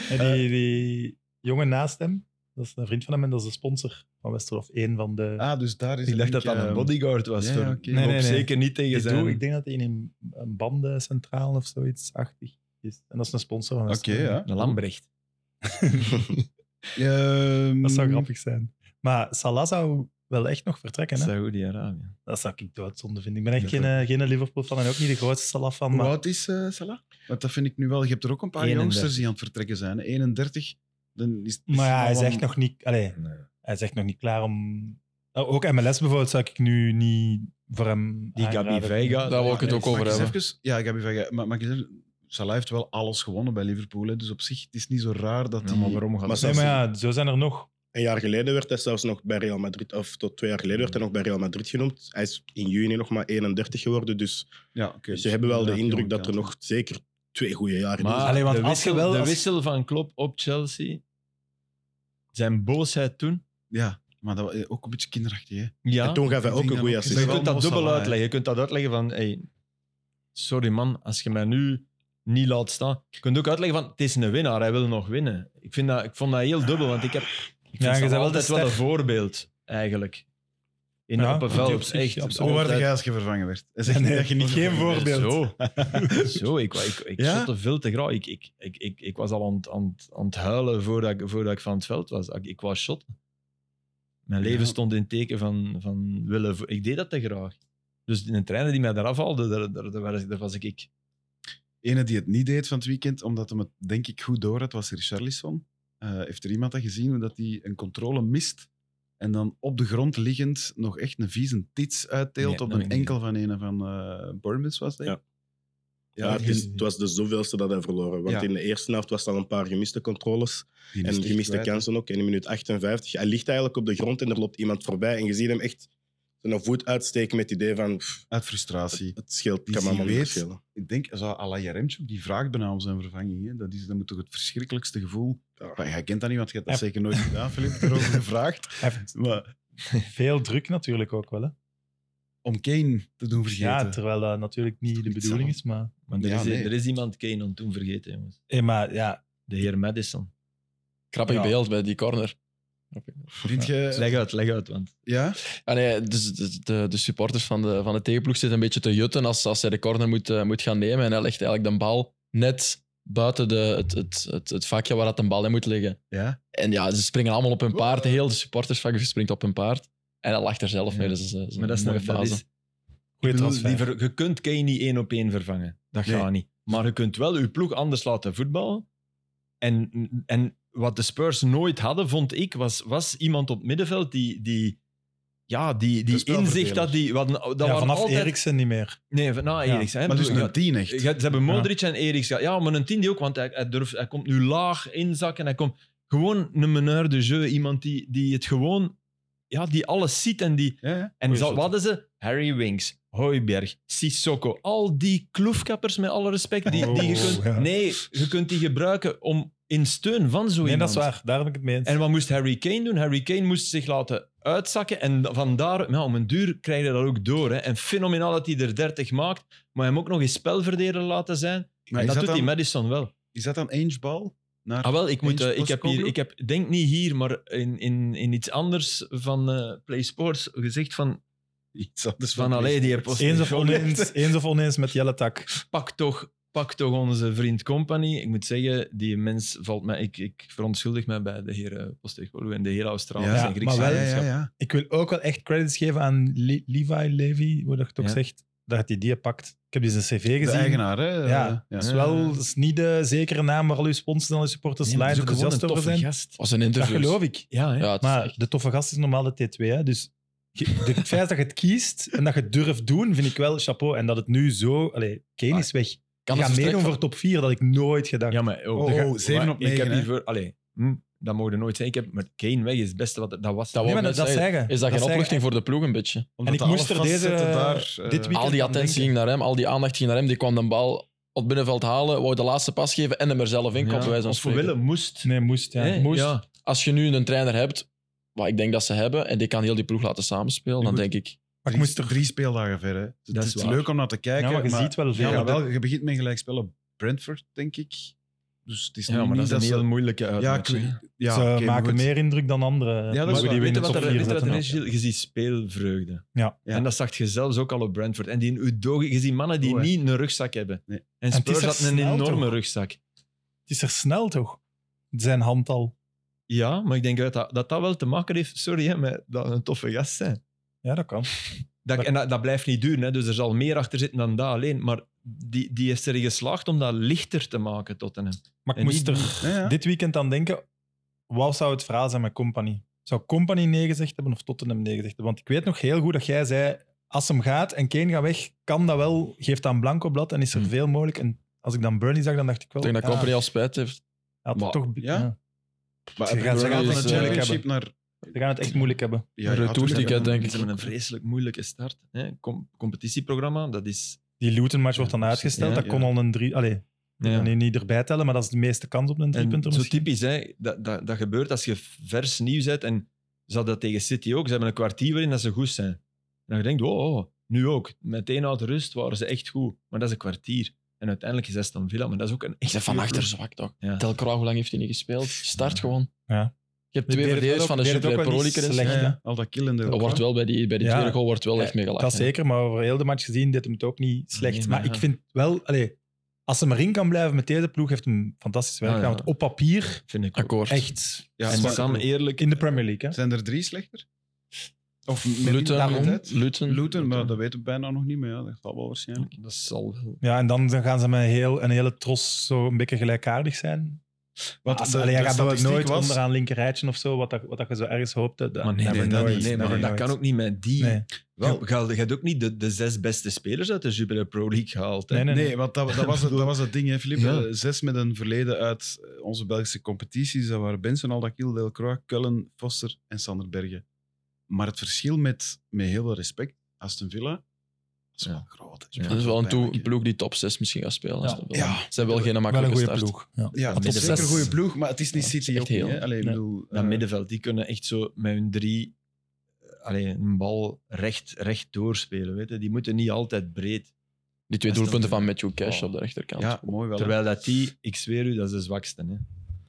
S4: En die, die jongen naast hem, dat is een vriend van hem en dat is de sponsor van Westerlo. Of één van de...
S1: Ah, dus daar is
S3: Ik dacht
S1: denk
S3: dat dat
S1: ik,
S3: een
S1: eh,
S3: bodyguard was.
S1: ja,
S3: voor-
S1: oké.
S3: Ik
S1: Nee,
S3: hoop
S4: nee, nee.
S3: zeker niet tegen
S4: ik,
S3: zijn...
S4: doe, ik denk dat hij in een, een bandencentraal of zoiets achtig is. En dat is een sponsor van
S1: Oké,
S4: Westerlo.
S1: ja.
S3: Een Lambrecht.
S1: Ehm,
S4: Dat zou grappig zijn. Maar Salah zou wel echt nog vertrekken. Hè?
S3: Saoedi-Arabië.
S4: Dat zou ik doodzonde vinden. Ik ben echt
S1: Ja,
S4: geen, eh, geen Liverpool-fan en ook niet de grootste Salah fan.
S1: Hoe
S4: Maar
S1: oud is eh, Salah? Want dat vind ik nu wel. Je hebt er ook een paar
S3: 31.
S1: jongsters die aan het vertrekken zijn. hè. 31. Dan is, is
S4: Maar ja, hij is
S1: wel
S4: echt
S1: een-
S4: nog niet, allee,
S3: eh,
S4: hij is echt nog niet klaar om. Oh, Ook MLS bijvoorbeeld zou ik nu niet voor hem.
S3: Die Gabi
S4: aanraden.
S3: Veiga.
S2: Daar wil ik het ook over
S1: Mag ik eens
S2: hebben.
S1: even- ja, Gabi Vega. Maar, maar ik zeg, Salah heeft wel alles gewonnen bij Liverpool. hè. Dus op zich, het is niet zo raar dat
S3: Ja,
S1: hij...
S3: maar waarom gaat
S5: Maar
S3: dat?
S4: Nee, maar ja, zo zijn er nog.
S5: Een jaar geleden werd hij zelfs nog bij Real Madrid, of tot twee jaar geleden werd hij nog bij Real Madrid genoemd. Hij is in juni nog maar 31 geworden, dus
S1: ja, oké,
S5: ze hebben wel de
S1: inderdaad,
S5: indruk
S1: jonge
S5: dat er
S1: kant.
S5: nog zeker twee goede jaren in
S3: Maar
S5: zitten.
S4: Allee, want
S3: de,
S4: als
S3: wissel,
S4: je wel-
S3: de
S4: als-
S3: wissel van Klopp op Chelsea, zijn boosheid toen...
S1: Ja, maar dat, wa- ook een beetje kinderachtig. Hè.
S3: Ja,
S5: En toen gaf hij
S1: Ik
S5: ook
S1: denk
S5: een
S1: dat
S5: goede
S1: ook-
S5: assist.
S1: Zeg
S3: je
S1: wel
S3: kunt dat
S1: Mo
S3: dubbel
S1: Salah, hè.
S3: uitleggen. Je kunt dat uitleggen van, hey, sorry man, als je mij nu niet laat staan. Je kunt ook uitleggen van, het is een winnaar, hij wil nog winnen. Ik, vind dat, ik vond dat heel dubbel, want ik heb ik
S4: je
S3: vind dat
S4: bent wel
S3: altijd
S4: de
S3: wel een
S4: ster.
S3: voorbeeld, eigenlijk. In
S4: Ja,
S3: op een
S4: vind ik op
S3: veld,
S4: zich,
S3: echt.
S4: absoluut.
S1: Hoe werd
S3: altijd-
S1: jij als je vervangen werd? Zeg
S4: Nee,
S1: niet dat je niet
S4: geen
S1: vervangen werd.
S4: voorbeeld.
S3: Zo, zo ik, ik, ik
S1: Ja?
S3: shotte veel te graag. Ik, ik, ik, ik, ik was al aan, het- aan, het- aan het huilen voordat ik, voordat ik van het veld was. Ik, ik was shotten. Mijn leven
S1: Ja.
S3: stond in het teken van, van willen. vo- Ik deed dat te graag. Dus een trainer die mij daar afhaalde, daar, daar, daar, was ik- daar was ik ik.
S1: ene die het niet deed van het weekend, omdat hem het denk ik goed door had, was Richarlison. Eh heeft er iemand dat gezien hoe dat hij een controle mist en dan op de grond liggend nog echt een vieze tits uitdeelt
S3: Nee,
S1: op
S3: dat
S1: een
S3: heb ik niet
S1: enkel van een van eh Bournemouth was dat?
S5: Ja.
S1: Ja,
S5: Ja,
S1: die-
S5: het, is- het was de zoveelste dat hij verloren. Want
S1: Ja.
S5: in de eerste helft was er al een paar gemiste controles.
S1: die mist
S5: En
S1: echt
S5: gemiste
S1: kwijt.
S5: kansen ook. En in minuut 58, hij ligt eigenlijk op de grond en er loopt iemand voorbij. En je ziet hem echt zijn voet uitsteken met het idee van pff,
S1: Uit frustratie.
S5: het scheelt,
S1: Die
S5: kan me
S1: zie
S5: allemaal
S1: weet.
S5: niet schelen.
S1: Ik denk, zou Alain Jaremchuk, die vraagt bijna om zijn vervanging. Hè? Dat, is, dat moet toch het verschrikkelijkste gevoel...
S5: Ja.
S1: Maar jij kent dat niet, want je hebt dat
S4: Ja.
S1: zeker nooit gedaan, Filip, erover gevraagd.
S4: Hij heeft
S1: Maar
S4: Veel druk natuurlijk ook wel. Hè?
S1: om Kane te doen vergeten.
S4: Ja, terwijl dat natuurlijk niet de
S1: Niet
S4: bedoeling
S1: zo.
S4: is. Maar,
S3: Maar er,
S1: Ja,
S3: is,
S1: nee.
S3: er is iemand Kane aan toen vergeten, jongens.
S4: Eh, maar ja,
S3: De heer Madison.
S2: Grappig
S4: Ja.
S2: beeld bij die corner.
S1: Vind je...
S3: Leg uit, leg uit. Want
S1: Ja?
S2: Ah, nee, dus de, de, de supporters van de, van de tegenploeg zitten een beetje te jutten als, als hij de corner moet, eh, moet gaan nemen. En hij legt eigenlijk de bal net buiten de, het, het, het, het vakje waar dat de bal in moet liggen.
S1: Ja?
S2: En ja, ze springen allemaal op hun paard. Heel de supportersvak springt op hun paard. En hij lacht er zelf mee.
S3: Ja.
S2: Dus dat is, eh, dat is een
S3: maar
S2: mooie
S3: dat is, een- dat
S2: fase.
S3: is,
S4: goede
S3: Ik bedoel,
S4: transfer.
S3: die ver- je kunt Kane niet één op één vervangen. Dat
S1: Nee.
S3: gaat niet. Maar je kunt wel je ploeg anders laten voetballen. En, en wat de Spurs nooit hadden, vond ik, was, was iemand op het middenveld die, die, ja, die, die
S1: De spelverdeler.
S3: inzicht had. Die, wat, dat
S4: ja,
S3: waren
S4: vanaf
S3: altijd,
S4: Eriksen niet meer.
S3: Nee, van, na
S4: Ja.
S3: Eriks. hè.
S1: Maar dus
S3: Ja,
S1: een tien echt.
S3: ja, ze hebben Modric en Eriks. gehad. Ja, maar een tien die ook, want hij, hij, durft, hij komt nu laag inzakken. Hij komt gewoon een meneur de jeu. Iemand die, die het gewoon... Ja, die alles ziet en die...
S1: Ja, ja.
S3: En
S4: Goeie
S3: zo,
S4: shot.
S3: wat hadden ze? Harry Winks, Hoiberg, Sissoko. Al die kloefkappers, met alle respect, die, die je
S4: Oh,
S3: kunt...
S4: ja.
S3: Nee, je kunt die gebruiken om in steun van zo
S4: Nee,
S3: iemand.
S4: dat is waar. Daar ben ik het mee eens.
S3: En wat moest Harry Kane doen? Harry Kane moest zich laten uitzakken. En vandaar, nou, om een duur krijg je dat ook door. Hè. En fenomenaal dat hij er 30 maakt. Maar hem ook nog eens spelverdeler laten zijn.
S1: Maar is,
S3: en dat
S1: dat
S3: doet
S1: dan,
S3: die Madison wel.
S1: is dat dan Ange Bal? Naar...
S3: Ah, wel, ik, moet,
S1: Eens
S3: eh, ik, heb
S1: Postacoglu?
S3: hier, ik heb, denk niet hier, maar in, in, in iets anders van eh, Play Sports gezegd van,
S1: Iets anders
S3: van allee, die heeft
S4: Eens of, oneens, eens of oneens met Jelle Tak.
S3: pak toch, pak toch onze vriend Company. Ik moet zeggen, die mens valt mij. Ik, ik verontschuldig mij bij de heer eh, Postecoglou en de hele Australische
S1: Ja,
S3: en
S4: maar
S3: Griekse
S4: wel-
S1: Ja, ja, ja,
S3: leiderschap.
S1: ja.
S4: Ik wil ook wel echt credits geven aan Le- Levi Levy, hoe dat je het ook
S3: Ja.
S4: zegt, dat hij die pakt. Ik heb die zijn cv
S1: De
S4: gezien.
S1: eigenaar, hè?
S4: Ja, dat is wel dat is niet de zekere naam waar al uw sponsors en al uw supporters
S3: Nee,
S4: nee,
S3: maar het is ook gewoon
S4: enthousiast
S3: een
S4: over
S3: toffe
S4: zijn.
S3: gast.
S2: was een
S4: Dat
S2: interview.
S4: geloof ik.
S3: Ja, hè?
S2: Ja, het is
S4: Maar
S2: echt-
S4: de toffe gast is normaal de T2. Hè? Dus je- de- het feit dat je het kiest en dat je het durft doen, vind ik wel chapeau. En dat het nu zo... Allee, Kane is weg.
S2: kan
S4: Je
S2: het
S4: gaat
S2: vertrek
S4: meedoen
S2: van-
S4: voor top 4, dat had ik nooit gedacht.
S3: Ja, maar ook-
S1: Oh,
S3: de ga-
S1: oh, zeven
S3: maar
S1: op
S3: Ik
S1: negen,
S3: heb
S1: hè?
S3: hiervoor. Allee, hm, dat mogen we nooit zijn. Ik heb, maar Kane weg is het beste wat. Dat was.
S2: Dat
S4: nee, maar
S2: wou
S4: dat,
S2: ik
S4: dat
S2: net Is dat,
S4: zeggen. dat
S2: geen
S4: zeggen.
S2: opluchting voor de ploeg een beetje?
S4: En ik
S1: alle
S4: moest er deze,
S1: facetten eh,
S4: dit weekend
S2: Al die
S4: aan
S2: attentie
S4: denken.
S2: ging naar hem, al die aandacht ging naar hem. Die kwam de bal op het binnenveld halen, wou de laatste pas geven en hem er zelf in komt. bij wijze van
S3: of we
S2: spreken.
S3: willen moest.
S4: Nee, moest. Ja.
S3: Hè?
S4: moest.
S3: Ja.
S2: Als je nu een trainer hebt, wat ik denk dat ze hebben, en die kan heel die ploeg laten samenspelen, dan
S1: Goed.
S2: denk ik...
S4: Maar
S1: drie,
S4: ik moest er...
S1: drie speeldagen ver. Hè. Het
S3: Dat
S1: is
S3: is waar.
S1: leuk om naar te kijken.
S4: Ja, maar je ziet wel
S1: ja,
S4: veel.
S1: maar wel, je begint met gelijkspel op Brentford, denk ik. Dus het is
S3: Ja,
S1: nu
S3: maar dat
S1: niet
S3: is een heel
S1: ze-
S3: moeilijke
S1: Ja, ik-
S3: uitmatching.
S1: ja,
S4: Ze
S1: oké, maar
S4: maken
S1: goed.
S4: meer indruk dan anderen.
S1: Ja, dat is
S4: ploegen
S1: waar.
S4: die we
S3: weet
S4: in
S3: je
S4: de
S3: wat
S4: top
S3: er,
S4: 4
S3: weet je wat
S4: zetten.
S3: er is? Gilles? Je ziet speelvreugde.
S4: Ja.
S1: Ja.
S3: En dat zag je zelfs ook al op Brentford. En die in Udogi, je ziet mannen die
S1: Oh, hè.
S3: niet een rugzak hebben.
S1: Nee.
S3: En
S4: het is
S3: Spurs
S4: er
S3: had een
S4: snel,
S3: enorme
S4: toch?
S3: rugzak.
S4: Het is er snel, toch? Zijn hand al.
S3: Ja, maar ik denk dat dat, dat dat wel te maken heeft, sorry, hè, met dat een toffe gast zijn.
S4: Ja, dat kan.
S3: Dat,
S4: Maar-
S3: en dat, dat blijft niet duren, hè, dus er zal meer achter zitten dan dat alleen. Maar die, die is erin geslaagd om dat lichter te maken, Tottenham.
S4: Maar ik
S3: En
S4: moest
S3: niet-
S4: er
S1: Ja, ja.
S4: dit weekend aan denken. Wat zou het verhaal zijn met Company? Zou Company nee gezegd hebben of Tottenham nee gezegd hebben? Want ik weet nog heel goed dat jij zei, als hem gaat en Kane gaat weg, kan dat wel, geeft dat een blanco blad en is er
S3: Hm.
S2: Hmm.
S4: veel mogelijk. En als ik dan Burnley zag, dan dacht ik wel...
S2: Ik denk dat
S4: ja,
S2: Company al spijt heeft.
S4: hij had het
S2: Maar-
S4: toch,
S1: ja?
S4: ja.
S1: Maar
S4: Ze
S1: het
S4: gaan- ze
S1: Burnley
S2: gaan
S1: is,
S2: van het
S1: eh,
S2: moeilijk
S1: championship naar...
S4: Ze gaan het echt moeilijk hebben.
S1: Ja,
S2: Een
S1: je had
S2: retour
S1: toch-
S2: ticket, denk ik.
S3: Ze hebben een vreselijk moeilijke start. Hè. Com- competitieprogramma, dat is...
S4: Die Luton-match wordt dan
S3: Ja,
S4: uitgesteld.
S3: ja,
S4: dat
S1: ja.
S4: kon al een drie... Allee,
S3: Ja.
S4: dan niet erbij tellen, maar dat is de meeste kans op een
S3: En
S4: driepunter
S3: zo
S4: misschien.
S3: typisch, hè? Dat, dat, dat gebeurt als je vers nieuw zet. En ze hadden dat tegen City ook. Ze hebben een kwartier waarin dat ze goed zijn. En dan je denkt, wow, oh, nu ook. Meteen uit de rust waren ze echt goed. Maar dat is een kwartier. En uiteindelijk is Aston Villa. Maar dat is ook een
S2: Ik
S3: echt
S2: zei van
S3: goede
S2: achter
S3: ploeg.
S2: zwak, toch?
S3: Ja.
S2: Tel Kroos, hoe lang heeft hij niet gespeeld? Start
S3: Ja.
S2: gewoon.
S4: Ja.
S2: Je hebt
S4: Deed
S2: twee
S4: het
S2: verdedigers
S4: wel
S2: van de
S4: ook- deed het
S2: Super
S4: ook wel niet
S2: Pro League.
S4: slecht,
S1: Ja,
S4: hè?
S1: ja, Al dat killende.
S2: Er
S1: ook,
S2: wordt
S1: hè.
S2: wel bij die, bij die
S4: Ja.
S2: tweede goal wordt wel
S4: Ja,
S2: echt meegelachen.
S4: Dat zeker, maar over heel de match gezien deed hem het ook niet slecht.
S3: Nee, maar
S4: maar
S3: ja.
S4: ik vind wel, allee, als hij erin kan blijven met deze ploeg, heeft hem fantastisch werk
S3: Ah, ja.
S4: gedaan. Want op papier,
S3: Vind ik ook.
S2: Akkoord.
S4: echt.
S1: Ja,
S3: en
S1: maar-
S3: Sam, eerlijk.
S4: In de Premier League, hè?
S1: Zijn er drie slechter? Of met
S2: Luton,
S1: iemand
S4: daarom.
S1: uit?
S2: Luton.
S1: Luton, maar dat weten we bijna nog niet meer. Ja, dat zal wel waarschijnlijk.
S3: Dat zal wel.
S4: Ja, en dan gaan ze met een, heel, een hele tros zo een beetje gelijkaardig zijn.
S1: Want
S4: als,
S1: de-
S4: allee,
S1: de
S4: hij gaat wel
S1: statistiek
S4: nooit
S1: was-
S4: onderaan linkerrijtje of zo, wat, dat, wat dat je zo ergens hoopte. Dat,
S3: Maar nee,
S4: dat
S3: nee,
S4: hebben
S3: dat,
S4: we
S3: niet.
S4: nooit,
S3: nee,
S4: dat
S3: maar
S4: hebben we
S3: dat kan
S4: nooit.
S3: ook niet met die.
S4: Nee.
S3: Wel, je haalt- je hebt ook niet de, de zes beste spelers uit de Jupiler Pro League gehaald. hè.
S4: Nee, nee.
S1: Nee, want dat, dat, was het, dat was het ding, hè, Filip.
S3: Ja.
S1: Eh, Zes met een verleden uit eh, onze Belgische competities. Dat waren Benson, Aldakil, Del Croix, Cullen, Foster en Sander Bergen. Maar het verschil met, met heel veel respect, Aston Villa, dat is wel
S2: Ja.
S1: groot. hè.
S2: Dat is wel een toe-
S1: pijnlijk, hè.
S2: ploeg die top 6 misschien gaat spelen.
S4: Ja.
S2: Ze hebben-
S1: Ja.
S2: Ze hebben wel geen
S6: Wel een
S2: makkelijke
S6: goede
S2: start.
S6: ploeg. Ja.
S1: Ja,
S6: Maar
S1: het is
S6: top
S1: zeker een
S6: zes.
S1: goede ploeg, maar het is niet
S2: Ja, het is
S1: City ook
S2: echt heel-
S1: niet, hè. Allee, ik
S4: Nee.
S1: bedoel,
S3: Dat
S1: eh,
S3: middenveld, die kunnen echt zo met hun drie eh, allee, een bal recht, recht doorspelen. Weet je. Die moeten niet altijd breed.
S2: Die twee
S3: Dat is
S2: doelpunten van
S3: natuurlijk-
S2: Matthew Cash
S3: Oh.
S2: op de rechterkant.
S1: Ja, mooi wel. hè.
S3: Terwijl dat die, ik zweer u, dat is de zwakste. Hè.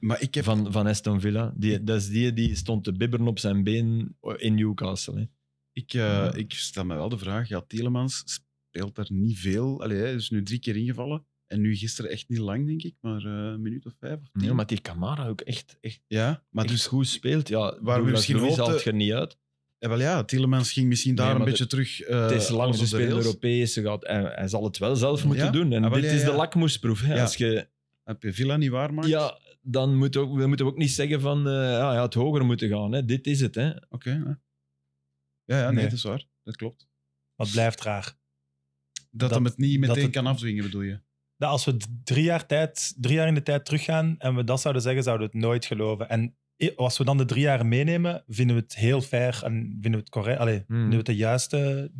S1: Maar ik heb
S3: Van, van Aston Villa. Die, dat is die die stond te bibberen op zijn been in Newcastle. Hè.
S1: Ik, eh, ik stel me wel de vraag, ja, Telemans speelt daar niet veel. Allee, hij is nu drie keer ingevallen. En nu gisteren echt niet lang, denk ik, maar eh, een minuut of vijf of tien.
S3: Nee, maar die Camara ook echt, echt,
S1: Ja, maar dus,
S3: goed speelt. Ja,
S1: we
S3: Douglas
S1: misschien
S3: Luiz haalt
S1: hoopten-
S3: er niet uit.
S1: eh, wel ja, Telemans ging misschien daar
S3: Nee,
S1: een
S3: maar
S1: beetje terug eh
S3: het is lang,
S1: over
S3: ze
S1: de
S3: spelen
S1: rails.
S3: Europees. Ze gaat, hij, hij zal het wel zelf moeten
S1: Ja?
S3: doen. En
S1: Ah, wel,
S3: dit
S1: ja,
S3: is de
S1: ja.
S3: lakmoesproef. Hè.
S1: Ja.
S3: Als je
S1: Heb je Villa niet waarmaakt?
S3: Ja, dan moet ook, we moeten ook niet zeggen van eh, ja, ja, het hoger moeten gaan. Hè. Dit is het. Hè.
S1: Oké. ja. ja, ja, nee,
S4: Nee.
S1: dat is waar. Dat klopt.
S4: Wat blijft raar.
S1: Dat,
S4: Dat-
S1: hem het niet
S4: dat
S1: meteen
S4: het-
S1: kan afdwingen, bedoel je?
S4: Dat als we d- drie jaar, tijd, drie jaar in de tijd teruggaan en we dat zouden zeggen, zouden we het nooit geloven. En i- als we dan de drie jaar meenemen, vinden we het heel fair en vinden we het correct. Allee, vinden we het de juiste.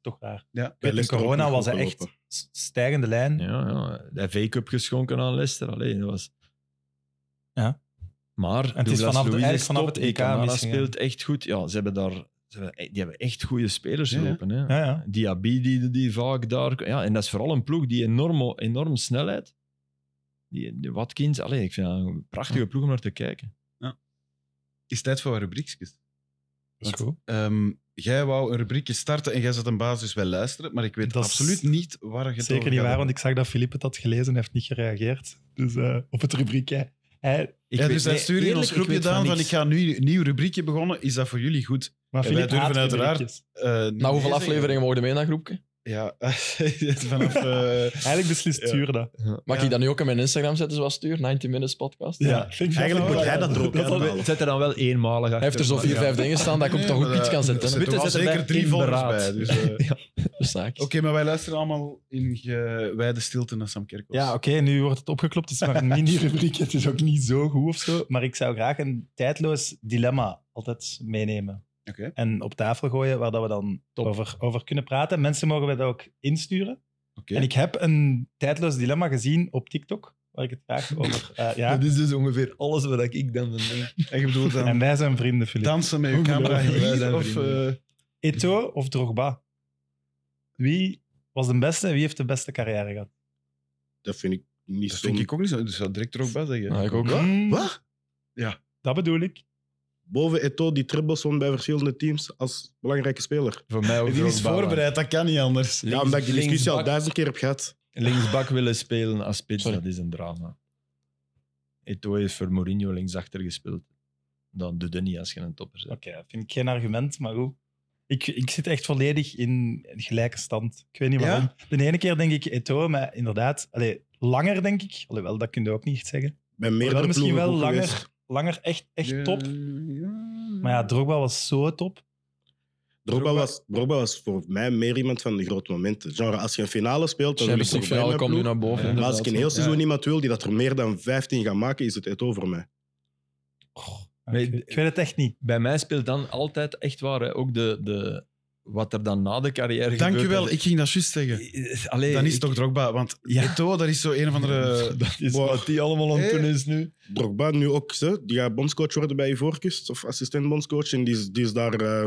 S4: Toch raar.
S1: Ja.
S4: Ik weet, in
S5: Leicester ook
S4: corona
S5: nog
S4: was
S5: goed
S4: hij echt
S5: gelopen.
S4: s- stijgende lijn.
S3: Ja, ja. De V-cup geschonken aan Leicester. Allee, dat was...
S4: Ja.
S3: Maar
S4: het
S3: Douglas
S4: is vanaf de-
S3: Luiz
S4: eigenlijk
S3: is
S4: vanaf
S3: top.
S4: het
S3: Die
S4: EK
S3: Camara
S4: misgegaan.
S3: speelt echt goed. Ja, ze hebben daar, ze hebben, die hebben echt goede spelers
S1: Ja, ja.
S3: lopen. Hè.
S4: Ja, ja.
S3: Diaby die, die vaak daar... Ja, en dat is vooral een ploeg die enorm, enorm snelheid... Die, die Watkins, allee, ik vind dat een prachtige ploeg om naar te kijken.
S1: Is tijd voor wat rubriekjes?
S6: Dat is goed.
S1: Ehm, jij wou een rubriekje starten en jij zat een basis wel luisteren, maar ik weet
S4: Dat is
S1: absoluut niet waar je het
S4: Zeker
S1: over
S4: niet
S1: gaat
S4: waar,
S1: hebben.
S4: want ik zag dat Philippe het had gelezen en heeft niet gereageerd. Dus eh, op het rubriekje. Hij,
S3: Ik
S1: ja,
S3: weet-
S1: dus hij
S3: nee,
S1: stuurde in ons
S3: eerlijk, ik
S1: groepje,
S3: weet van
S1: Daan, van
S3: niks.
S1: ik ga nu een nieuw rubriekje begonnen. Is dat voor jullie goed?
S4: maar
S1: Ja, wij
S4: Philippe
S1: durven
S4: haat
S1: uiteraard-
S4: rubriekjes.
S1: Nou,
S2: Na hoeveel afleveringen mogen we mee naar groepje?
S1: Ja, vanaf... eh,
S4: Eigenlijk beslist
S1: Ja.
S4: Stuur dat.
S2: Mag
S1: Ja.
S2: ik dat nu ook op mijn Instagram zetten zoals Stuur? 90 Minutes Podcast?
S4: Ja, ik vind dat
S5: Eigenlijk
S4: wel-
S5: moet hij dat er ook
S4: dat
S5: uit
S4: had-
S5: halen.
S3: Zet er dan wel eenmalig achter.
S2: Hij heeft er zo vier,
S1: Ja.
S2: vijf dingen staan dat ik hem
S1: Nee,
S2: toch
S1: maar
S2: op iets
S1: dat-
S2: kan zetten.
S1: Er
S2: hè.
S3: Witte
S1: zitten wel
S3: zet erbij,
S1: zeker drie
S3: in
S1: volgers
S3: beraad.
S1: bij. Dus, eh, Oké,
S2: Dus zaak.
S1: maar wij luisteren allemaal in gewijde stilte naar Sam Kerkhoff.
S4: Ja, oké, nu wordt het opgeklopt. Het is maar een mini-rubriek. Het is ook niet zo goed of zo. Maar ik zou graag een tijdloos dilemma altijd meenemen.
S1: Oké.
S4: En op tafel gooien waar dat we dan over, over kunnen praten. Mensen mogen dat ook insturen.
S1: Oké.
S4: En ik heb een tijdloos dilemma gezien op TikTok. Waar ik het graag over. eh, ja.
S3: Dat is dus ongeveer alles wat ik dan denk.
S1: En je bedoelt
S4: En
S1: dan
S4: wij zijn vrienden, Filip.
S1: dansen met je
S3: Hoe
S1: camera
S3: geloven wij zijn
S1: hier? Of,
S3: vrienden?
S1: eh,
S4: Eto of Drogba? Wie was de beste en wie heeft de beste carrière gehad?
S5: Dat vind ik niet
S1: dat
S5: zo.
S1: vind ik ook niet zo. Dus dat direct er ook bij zeggen.
S2: Ja, ik ook wel.
S4: Hmm,
S1: Wat? Ja.
S4: Dat bedoel ik.
S5: Boven Eto'o, die dribbles won bij verschillende teams als belangrijke speler.
S3: Voor mij ook
S1: Die is
S3: Drogba,
S1: voorbereid, dat kan niet anders.
S5: ja, omdat ik
S3: linksbak.
S5: die discussie al duizend keer heb gehad.
S3: man. Linksbak willen spelen als spits,
S2: Sorry.
S3: dat is een drama. Eto'o heeft voor Mourinho linksachter gespeeld. Dan doe je niet als je een topper bent.
S4: Oké, dat vind ik geen argument, maar goed. Ik, ik zit echt volledig in gelijke stand. Ik weet niet
S1: Ja?
S4: waarom. De ene keer denk ik Eto, maar inderdaad, allee, langer denk ik. Alhoewel, dat kun je ook niet echt zeggen.
S5: Bij meerdere
S4: misschien
S5: ploegen
S4: wel
S5: goed
S4: langer.
S5: geweest.
S4: Langer echt, echt top.
S1: Ja.
S4: Maar ja, Drogba was zo top.
S5: Drogba was, Drogba was voor mij meer iemand van de grote momenten. Genre, als je een finale speelt, dan wil ik
S2: Champions League
S5: Drogba in
S2: finale
S5: mijn
S2: komt nu
S5: ploeg.
S2: naar boven.
S1: Ja.
S5: Maar
S2: inderdaad.
S5: als ik een heel
S2: Ja.
S5: seizoen iemand wil die dat er meer dan 15 gaat maken, is het Eto'o voor mij.
S3: Maar
S4: ik,
S3: je-
S4: ik weet het echt niet.
S3: Bij mij speelt dan altijd echt waar, hè, ook de, de, wat er dan na de carrière
S1: Dankjewel,
S3: gebeurt.
S1: ik ging dat juist zeggen.
S3: Dankjewel.
S4: Eh,
S3: Allee,
S1: Dan is
S3: ik-
S1: het toch eh, Drogba, want Eto'o, dat is zo een of andere...
S3: dat is
S5: Wow.
S3: wat die allemaal
S1: Eh.
S3: aan het doen is nu.
S5: Drogba nu ook, ze, die gaat bondscoach worden bij Ivoorkust, of assistent bondscoach. En die is, die is daar... eh,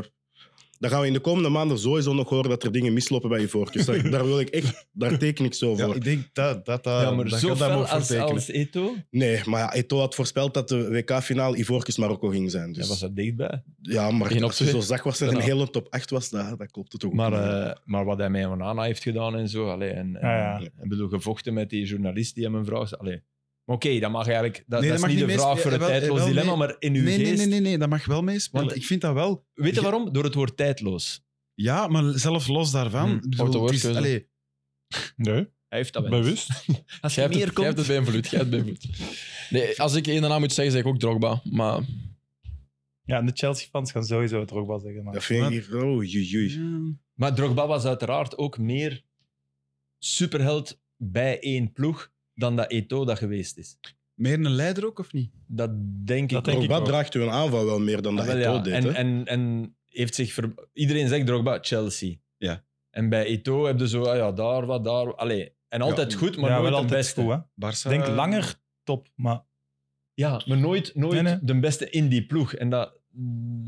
S5: daar gaan we in de komende maanden sowieso nog horen dat er dingen mislopen bij Ivoorkust. daar, daar wil ik echt... Daar teken ik zo
S1: Ja,
S5: voor.
S1: ik denk dat dat... dat
S3: ja, maar
S1: dat
S3: zo
S1: kan dat
S3: fel
S1: mogen
S3: als,
S1: vertekenen.
S3: als Eto'o.
S5: Nee, maar ja, Eto'o had voorspeld dat de WK-finale Ivoorkust-Marokko ging zijn.
S3: Ja,
S5: Dus,
S3: was dat dichtbij.
S5: ja, maar
S2: Geen op
S5: als je zo
S2: twee.
S5: zag was dat een
S2: Ja.
S5: hele top 8 was, dat, dat klopt het ook.
S3: Maar, eh, maar wat hij met Onana heeft gedaan en zo. Allee, en, en-
S4: Ja, ja.
S3: Ik bedoel, gevochten met die journalist die hem een vraag stelde. Allee. Maar Oké, dat mag eigenlijk. Dat, dat
S1: dat
S3: is
S1: mag
S3: niet
S1: niet
S3: de
S1: mees-
S3: vraag voor het
S1: eh, wel- eh,
S3: tijdloos
S1: wel,
S3: dilemma,
S1: nee.
S3: maar in uw
S1: nee,
S3: geest.
S1: nee, nee, nee, nee, dat mag wel mee. Want
S3: Want-
S1: ik vind dat wel...
S3: Weet je waarom? Door het woord tijdloos.
S1: Ja, maar zelf los daarvan.
S2: Hm,
S1: ik bedoel,
S2: foute
S1: het is-
S2: woordkeuze.
S1: allee,
S6: Nee,
S3: Hij heeft dat wel.
S6: bewust.
S3: Als
S2: Jij
S3: je
S2: hebt
S3: meer
S2: het, jij
S3: komt.
S2: hebt het beïnvloed. Jij hebt het beïnvloed. Nee, als ik één naam moet zeggen, zeg ik ook Drogba. Maar
S4: Ja, en de Chelsea-fans gaan sowieso Drogba zeggen. Maar.
S5: dat vind ik hier... Oh, jui, jui.
S3: Maar Drogba was uiteraard ook meer superheld bij één ploeg dan dat Eto'o dat geweest is.
S1: Meer een leider ook, of niet?
S3: Dat denk ik ook.
S5: Drogba draagt u een aanval wel meer dan dat
S3: Ah,
S5: hij
S3: wel,
S5: dood
S3: ja.
S5: deed.
S3: en,
S5: hè?
S3: en, en heeft zich ver... Iedereen zegt Drogba, Chelsea.
S1: Ja.
S3: En bij Eto'o heb je zo, ah ja, daar wat, daar wat. Allee, en altijd
S1: Ja.
S3: goed, maar
S4: Maar ja,
S3: nooit
S4: wel
S3: de
S4: altijd
S3: beste.
S4: goed, hè. Ik
S1: Barca,
S4: denk langer top, maar...
S3: ja, maar nooit, nooit
S4: Nee, nee.
S3: de beste in die ploeg. En dat,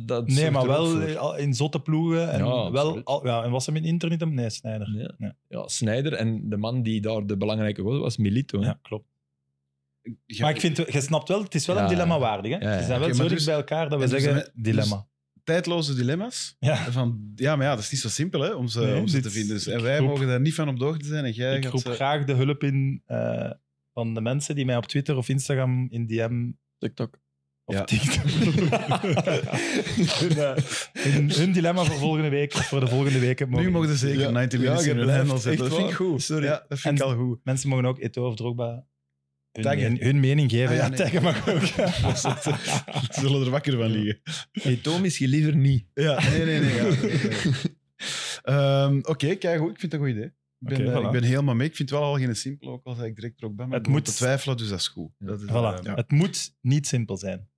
S3: dat zorgt
S4: Nee,
S3: er
S4: maar
S3: ook
S4: wel
S3: voor.
S4: eh, al in zotte ploegen. En,
S3: Ja,
S4: wel,
S3: absoluut.
S4: al, ja, en was hem in Inter niet? hem? Nee, Sneijder.
S3: Ja.
S4: Ja.
S3: Ja. Snyder en de man die daar de belangrijke was, was Milito. hè.
S4: Ja, klopt.
S1: Ja,
S4: Maar ik vind, je snapt wel, het is wel
S3: Ja,
S4: een
S3: ja.
S4: dilemma waardig. Hè?
S3: Ja, ja.
S4: Ze zijn
S1: Oké,
S4: wel
S1: maar
S4: zo dicht
S1: dus-
S4: bij elkaar dat we
S1: en dus
S4: zeggen,
S1: met-
S4: dilemma.
S1: Tijdloze dilemma's.
S4: ja.
S1: Van, ja, maar ja, dat is niet zo simpel hè, om ze,
S4: Nee,
S1: om ze
S4: dit-
S1: te vinden. Dus,
S4: ik
S1: en wij
S4: roep-
S1: mogen daar niet van op de hoogte zijn. En jij
S4: Ik
S1: gaat
S4: roep
S1: ze-
S4: graag de hulp in eh, van de mensen die mij op Twitter of Instagram in DM
S2: TikTok.
S4: of
S1: Ja.
S4: TikTok... hun, eh, hun, hun dilemma voor volgende week of voor de volgende weken.
S1: Nu mogen ze zeker
S5: Ja.
S1: 90 minuten in
S5: Ja, je
S1: hun
S5: blijft
S1: handel zetten.
S5: echt
S1: Dat vind ik
S5: waar.
S1: goed.
S5: Sorry.
S1: Ja, dat vind ik
S4: En-
S1: al goed.
S4: Mensen mogen ook Eto'o of Drogba hun,
S1: Taggen.
S4: men- hun mening geven.
S1: Ah, ja,
S4: ja,
S1: nee.
S4: taggen mag ook.
S1: Ze zullen er wakker van liggen.
S3: Eto'o misschien liever niet.
S1: Ja, nee, nee, nee. ja. Ehm, Oké, kijk goed. Ik vind dat een goed idee. Ik ben,
S4: Oké,
S1: eh,
S4: voilà.
S1: ik ben helemaal mee. Ik vind het wel al geen simpel, ook al zei ik direct er ook bij. Maar
S4: Het
S1: ik begon
S4: moet-
S1: te twijfelen, dus dat is goed. Dat is,
S4: Voilà.
S1: ehm,
S4: Het moet niet simpel zijn.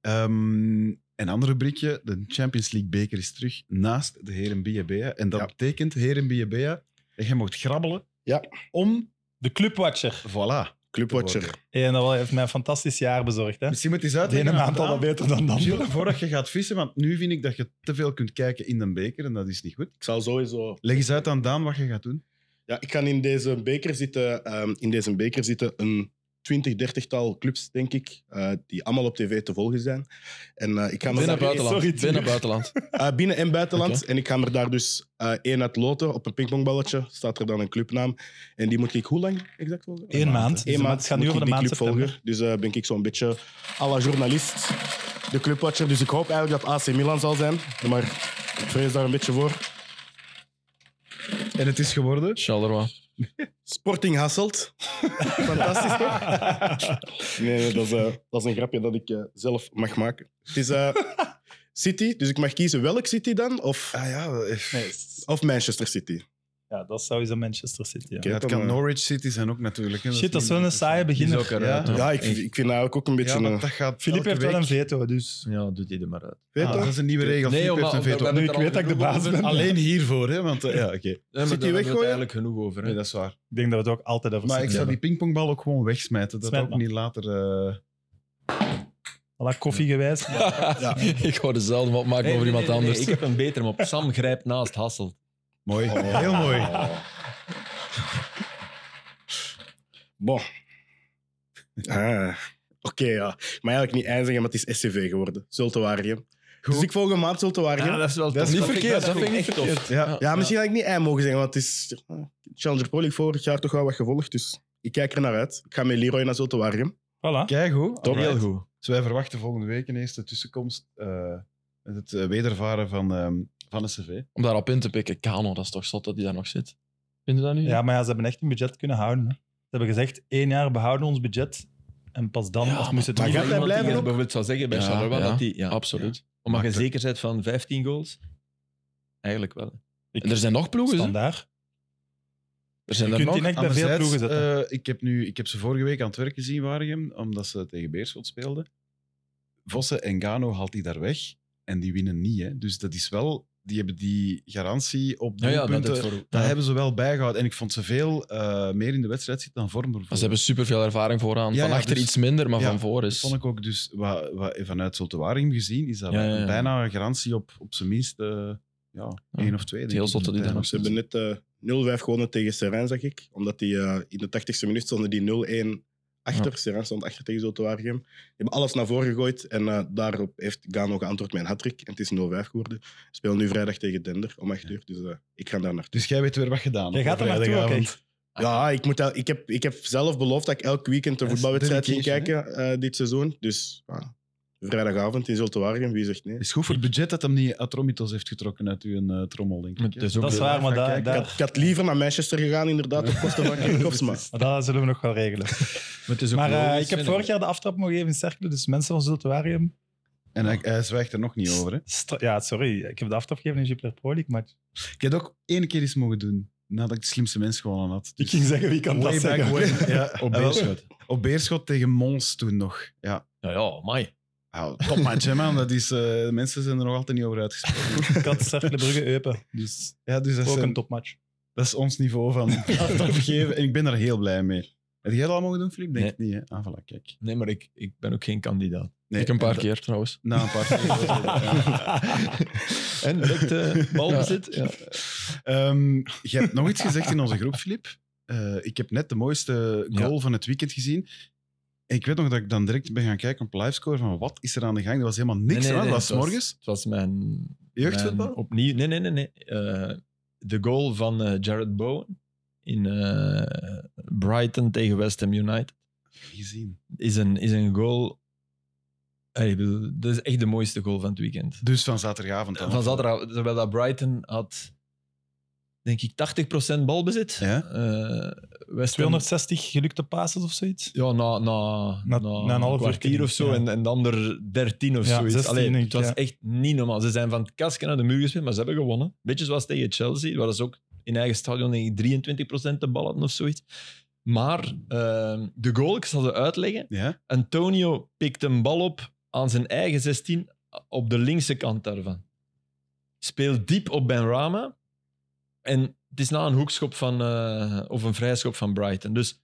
S1: Ehm, een ander rubriekje, de Champions League beker is terug naast de Heren Bia. En dat
S5: Ja.
S1: betekent Heren Bia, dat je mocht grabbelen
S5: Ja.
S1: om,
S4: De Clubwatcher.
S1: voilà.
S5: Clubwatcher.
S4: Ja, En dat wel- heeft mij een fantastisch jaar bezorgd. Hè?
S1: Misschien moet je eens
S4: De
S1: uitleggen
S4: ene
S1: aan
S4: maand al wat
S1: Daan,
S4: beter dan de andere.
S1: Gilles, voordat je gaat vissen, want nu vind ik dat je te veel kunt kijken in een beker en dat is niet goed.
S5: Ik zal sowieso
S1: Leg eens uit aan Daan wat je gaat doen.
S5: Ja, ik kan in deze beker zitten, ehm, in deze beker zitten een 20, 30-tal clubs, denk ik, eh, die allemaal op tv te volgen zijn. En, eh, ik ga me
S2: Binnen
S5: daar-
S2: buitenland.
S5: Sorry,
S2: Binnen buitenland.
S5: eh, binnen en buitenland.
S2: Oké.
S5: En ik ga me daar dus eh één uit loten. Op een pingpongballetje staat er dan een clubnaam. En die moet ik hoe lang exact volgen?
S4: Eén maand. Dus
S5: Eén
S4: de
S5: maand.
S4: maand- het gaat nu
S5: moet
S4: over
S5: ik
S4: de
S5: die
S4: maand
S5: club volgen.
S4: september.
S5: Dus eh, ben ik zo'n beetje à la journalist, de clubwatcher. Dus ik hoop eigenlijk dat AC Milan zal zijn. Maar ik vrees daar een beetje voor.
S1: En het is geworden.
S2: Charleroi.
S5: Sporting Hasselt. Fantastisch toch? Nee, nee, dat, is, eh, dat is een grapje dat ik eh, zelf mag maken. Het is eh, City, dus ik mag kiezen welk City dan? Of,
S1: Ah ja, eh,
S4: Nee, s-
S5: of Manchester City?
S4: ja, dat is sowieso Manchester City. ja.
S5: Oké.
S1: ja, het
S5: dan,
S1: kan
S5: eh,
S1: Norwich City zijn ook natuurlijk. hè.
S4: Shit, dat is
S1: niet
S4: wel een saaie
S2: Die is ook
S4: beginner.
S2: eruit.
S1: Ja.
S5: Ja, ik, ik vind eigenlijk ook een beetje...
S1: Ja,
S5: eh,
S1: maar dat gaat
S4: Filip
S1: elke
S4: heeft wel
S1: week-
S4: een veto, dus...
S3: Ja, doet hij er maar uit.
S5: weet
S1: Ah,
S5: toch?
S1: dat is een nieuwe regel.
S3: Nee,
S1: Filip heeft
S3: maar-
S1: een veto.
S3: we hebben
S4: Nu
S3: het
S4: ik
S3: er
S4: weet
S3: al
S4: dat ik de
S3: genoeg
S4: baas
S3: over.
S4: ben.
S1: Alleen hiervoor, hè? Want eh, ja, oké.
S3: Nee, maar
S5: City
S3: daar hebben we het
S5: weggooien?
S3: eigenlijk genoeg over. hè.
S1: Nee, dat is waar.
S4: Ik denk dat we het ook altijd over
S1: Maar ik
S4: City
S1: zou die
S4: hebben.
S1: pingpongbal ook gewoon wegsmijten. Dat
S4: Smijt
S1: ook
S4: maar.
S1: niet later. eh,
S4: Voilà, koffie gewijs.
S2: ik hoor dezelfde wat maken
S3: Nee,
S2: over
S3: nee,
S2: iemand
S3: nee, nee,
S2: anders.
S3: Ik heb een beter, maar Sam grijpt naast Hasselt.
S1: Mooi. Heel mooi.
S5: Bon. Ah, Oké, ja. Maar eigenlijk niet eindigen, maar het is SCV geworden. Zulte Waregem. Dus ik volg een maand Zulte Waregem. Ja,
S3: is wel
S1: Dat is
S2: niet
S1: vind ik-
S2: verkeerd, dat vind ik niet
S3: echt tof.
S2: verkeerd.
S1: Ja.
S5: misschien had ik niet eind mogen zeggen, want het is... eh, Challenger Pro League vorig jaar toch wel wat gevolgd, dus ik kijk er naar uit. Ik ga met Leroy naar Zulte Waregem.
S4: Voilà.
S1: Kijk hoe.
S5: Top.
S3: Heel goed.
S1: Dus wij verwachten volgende week ineens de tussenkomst. eh, met het eh, wedervaren van, ehm van de CV.
S2: Om daar op in te pikken. Kano, dat is toch zot dat hij daar nog zit? Vind je dat niet?
S4: Ja, maar ja, ze hebben echt een budget kunnen houden. hè. Ze hebben gezegd, één jaar behouden ons budget. En pas dan,
S2: Ja,
S4: of moest het
S5: maar
S4: niet
S5: gaat hij
S4: iemand
S5: blijven
S4: die-
S5: ook?
S3: bijvoorbeeld zou zeggen bij
S2: Ja,
S3: Charleroi
S2: ja.
S3: dat die... Ja.
S2: absoluut.
S3: Omdat je
S1: Maakt-
S3: zeker bent van 15 goals? Eigenlijk wel.
S4: Ik-
S2: Er zijn nog ploegen, hè?
S4: Standaard.
S2: Er
S4: Je
S2: zijn er
S4: kunt die
S2: nog.
S4: echt bij veel ploegen zetten.
S1: eh, ik, heb nu, ik heb ze vorige week aan het werk gezien, Waregem, omdat ze tegen Beerschot speelden. Vossen en Gano haalt die daar weg. En die winnen niet. Hè. Dus dat is wel... Die hebben die garantie op
S2: Ja,
S1: doelpunten.
S2: ja, dat
S1: dat
S2: is voor...
S1: dat hebben ze wel bijgehouden. En ik vond ze veel eh, meer in de wedstrijd zitten dan vorm.
S2: Maar ze hebben superveel ervaring vooraan.
S1: Ja,
S2: van
S1: ja,
S2: achter
S1: dus-
S2: iets minder, maar
S1: Ja,
S2: van voor
S1: Dat
S2: is...
S1: vond ik ook dus, wat, wat, vanuit Zultuarium gezien, is dat
S2: Ja,
S1: wel
S2: ja, ja.
S1: bijna een garantie op, op zijn minst eh, ja, één of twee. denk
S2: heel
S1: ik,
S2: zot dat die daar nog
S5: Ze hebben net eh, 0-5 gewonnen tegen Serijn, zag ik. Omdat die eh, in de 80ste minuut stonden die 0-1 achter. Serijn stond achter tegen Zulte Waregem. Die hebben alles naar voren gegooid. En eh, daarop heeft Gano geantwoord met een hat En het is 0-5 geworden. We spelen nu vrijdag tegen Dender om 8 uur. Dus eh, ik ga daar naartoe.
S1: Dus jij weet weer wat gedaan.
S4: Jij gaat er naartoe ook echt.
S5: Ja, ik, moet el- ik, heb, ik heb zelf beloofd dat ik elk weekend
S1: Dus-
S5: een
S1: Dat is
S5: voetbalwedstrijd ging
S1: dedication,
S5: kijken eh, dit seizoen. Dus ah, vrijdagavond in Zulte Waregem, wie zegt nee?
S1: Het is goed voor het budget dat hem niet Atromitos heeft getrokken uit uw eh, trommel, denk ik.
S3: Het is ook
S1: hè.
S4: Dat is waar, maar
S1: Ga
S4: daar,
S1: kijken.
S5: Ik had, ik
S4: daar,
S5: had liever naar Manchester gegaan, inderdaad, op kosten van Kerkhofsma.
S4: maar dat zullen we nog wel regelen.
S3: Maar, het is ook
S4: Maar eh,
S3: logisch,
S4: ik heb
S3: vind
S4: vorig jaar de aftrap mogen geven in Cercle, dus mensen van Zultuarium...
S1: En hij, hij zwijgt er nog niet over. Hè.
S4: Stra- Ja, sorry, ik heb de aftrap gegeven in Jupiler Pro League, maar
S1: Ik heb het ook één keer eens mogen doen. nadat ik de slimste mens gewonnen had. Dus
S6: Ik ging zeggen, wie kan dat zeggen?
S1: when. Ja,
S6: Op
S1: eh, wel,
S6: Beerschot.
S1: Op Beerschot tegen Mons toen nog. Ja.
S3: Ja, ja, amai.
S1: Nou, topmatch, hè, man. Dat is, eh, de mensen zijn er nog altijd niet over uitgesproken.
S4: Ik had Cercle Brugge Eupen. Dus
S1: Ja, dus dat,
S4: ook
S1: zijn-
S4: een topmatch.
S1: dat is ons niveau van afgeven. En ik ben daar heel blij mee. Heb jij dat al mogen doen, Filip? Denk
S3: Nee.
S1: ik niet, hè? Ah, voilà, kijk.
S3: Nee, maar ik, ik ben ook geen kandidaat.
S1: Nee,
S2: ik een paar
S1: en-
S2: keer trouwens.
S1: Na een paar keer. Ja.
S3: en lekte balbezit. Ja.
S1: Ehm, je hebt nog iets gezegd in onze groep, Filip. Eh, ik heb net de mooiste goal van het weekend gezien. En ik weet nog dat ik dan direct ben gaan kijken op livescore van wat is er aan de gang. Er was helemaal niks
S3: Nee, nee,
S1: aan.
S3: nee,
S1: dat was
S3: het was-
S1: morgens.
S3: Het was mijn
S1: Jeugdvoetbal?
S3: En opnieuw, nee, nee, nee. nee. Eh, de goal van eh, Jared Bowen in eh, Brighton tegen West Ham United
S1: Gezien.
S3: is een, is een goal. Eh, ik bedoel, dat is echt de mooiste goal van het weekend.
S1: Dus van zaterdagavond. dan.
S3: Van zaterdag, terwijl dat Brighton had, denk ik, 80% balbezit.
S1: Ja.
S3: Eh, West Ham-
S4: 260 gelukte passes of zoiets.
S3: Ja, na, na,
S4: Na- na een half uur
S3: kwartier
S4: knippen,
S3: of zo
S4: ja.
S3: en, en de ander 13 of
S4: Ja,
S3: zoiets.
S4: 16
S3: Allee,
S4: denk
S3: het
S4: ik,
S3: was
S4: ja.
S3: echt niet normaal. Ze zijn van het kasken naar de muur gespeeld, maar ze hebben gewonnen. Beetje zoals tegen Chelsea, waar ze ook in eigen stadion denk ik 23% de bal hadden of zoiets. Maar ehm, de goal, ik zal ze uitleggen.
S1: Ja?
S3: Antonio pikt een bal op aan zijn eigen 16 op de linkse kant daarvan. Speelt diep op Ben Rama. En het is na een hoekschop van, eh, of een vrijschop van Brighton. Dus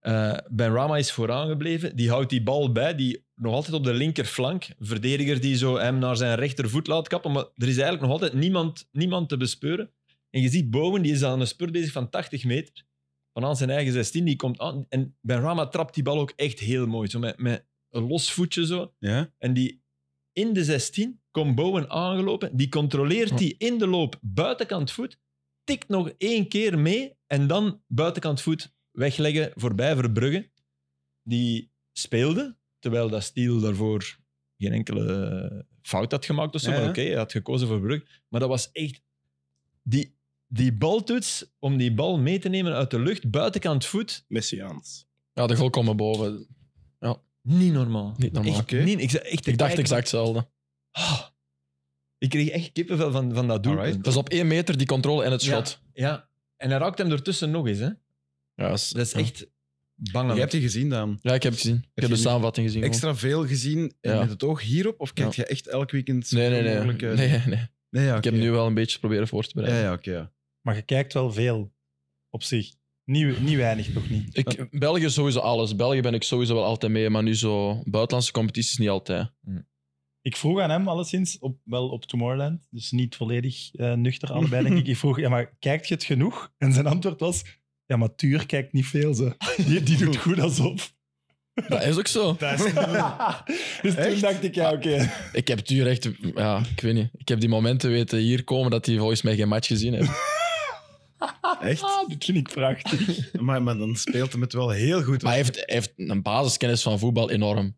S3: eh Ben Rama is vooraan gebleven. Die houdt die bal bij, die nog altijd op de linkerflank. Een verdediger die zo hem naar zijn rechtervoet laat kappen. Maar er is eigenlijk nog altijd niemand, niemand te bespeuren. En je ziet Bowen, die is aan een spurt bezig van 80 meter. Van aan zijn eigen 16, die komt aan. En Ben Rama trapt die bal ook echt heel mooi. Zo met, met een los voetje zo.
S1: Ja?
S3: En die in de 16 komt Bowen aangelopen. Die controleert die in de loop buitenkant voet. Tikt nog één keer mee. En dan buitenkant voet wegleggen voorbij Verbrugge. Die speelde. Terwijl dat Stiel daarvoor geen enkele eh, fout had gemaakt of zo.
S1: Ja,
S3: Maar
S1: ja.
S3: oké, hij had gekozen voor Brugge. Maar dat was echt... Die, die baltoets, om die bal mee te nemen uit de lucht, buitenkant voet,
S5: Messiaans.
S2: Ja, de goal kwam me boven.
S3: niet normaal.
S2: Niet normaal.
S3: Echt
S1: Oké.
S3: niet. Ik, zei echt te
S2: Ik dacht
S3: kijken
S2: exact hetzelfde.
S3: Ah. ik kreeg echt kippenvel van, van dat doelpunt.
S1: Alright.
S2: Dat is op één meter die controle en het schot.
S3: Ja, en hij raakt hem ertussen nog eens. Hè.
S2: Ja, dat is-
S3: Dat is
S2: ja.
S3: echt bang.
S1: Je hebt die gezien dan.
S2: Ja, ik heb het gezien. Ik heb
S1: je
S2: de
S1: nu
S2: samenvatting gezien. gewoon.
S1: Extra veel gezien en
S2: Ja.
S1: met het oog hierop? Of kijk je echt elk weekend
S2: Nee, nee,
S1: zoveel
S2: nee.
S1: mogelijk, eh,
S2: nee, nee.
S1: nee, ja,
S2: Ik heb
S1: oké.
S2: nu wel een beetje proberen voor te
S1: Ja,
S2: bereiden.
S1: ja, oké. ja.
S4: Maar je kijkt wel veel op zich. Niet, niet weinig, toch niet?
S2: Ik, België sowieso alles. België ben ik sowieso wel altijd mee, maar nu zo buitenlandse competities niet altijd.
S4: Ik vroeg aan hem alleszins, op, wel op Tomorrowland, dus niet volledig eh, nuchter allebei, denk ik. Ik vroeg, ja, maar kijkt je het genoeg? En zijn antwoord was, ja, maar Tuur kijkt niet veel, ze. Die, die doet goed alsof.
S2: Dat is ook zo.
S4: Dat is dus toen
S1: Echt?
S4: dacht ik, ja, oké.
S2: Ik heb Tuur echt... Ja, ik weet niet. Ik heb die momenten weten hier komen dat hij volgens mij geen match gezien heeft.
S1: Echt?
S4: Ah, dit vind ik prachtig.
S1: Maar, maar dan speelt hem het wel heel goed.
S2: Maar hij heeft, hij heeft een basiskennis van voetbal enorm.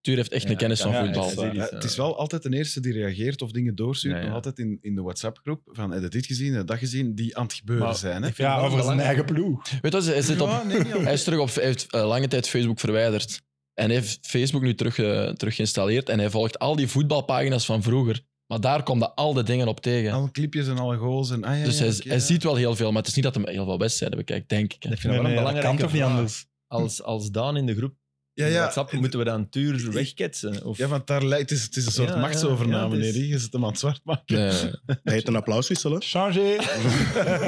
S2: Tuur heeft echt
S3: Ja,
S2: een kennis van
S4: ja,
S2: voetbal.
S4: echt,
S1: Ja, het is wel altijd de eerste die reageert of dingen doorstuurt.
S3: Ja, ja.
S1: Nog altijd in, in de WhatsApp-groep van heb je dit gezien, heb je dat gezien, die aan het gebeuren
S3: Maar-
S1: zijn. Hè?
S4: Ja, over zijn eigen ploeg.
S2: Weet je wat, hij, zit op,
S1: Ja, nee, niet
S2: hij is terug op... Hij heeft eh, lange tijd Facebook verwijderd. En heeft Facebook nu terug, eh, terug geïnstalleerd. En hij volgt al die voetbalpagina's van vroeger. Maar daar komen al de dingen op tegen.
S1: Alle clipjes en alle goals. En, ah, ja,
S2: Dus
S1: ja,
S2: hij,
S1: oké,
S2: hij
S1: ja.
S2: ziet wel heel veel, maar het is niet dat hij heel veel wedstrijden bekijkt, denk ik. hè.
S3: Dat vind ik wel een
S4: dat kan
S3: belangrijke
S4: toch niet
S3: vraag.
S4: anders?
S3: Als, als Daan in de groep
S1: Ja,
S3: in
S1: ja.
S3: WhatsApp moeten we dan Tuur
S1: Ik-
S3: wegketsen. Of...
S1: ja, want daar lijkt het, is, het is een soort
S3: Ja, ja,
S1: machtsovername,
S3: ja, het is-
S1: nee, je zit hem aan het zwart maken.
S2: Nee, nee, nee.
S5: Dat heet een applauswissel, hè?
S4: Changer.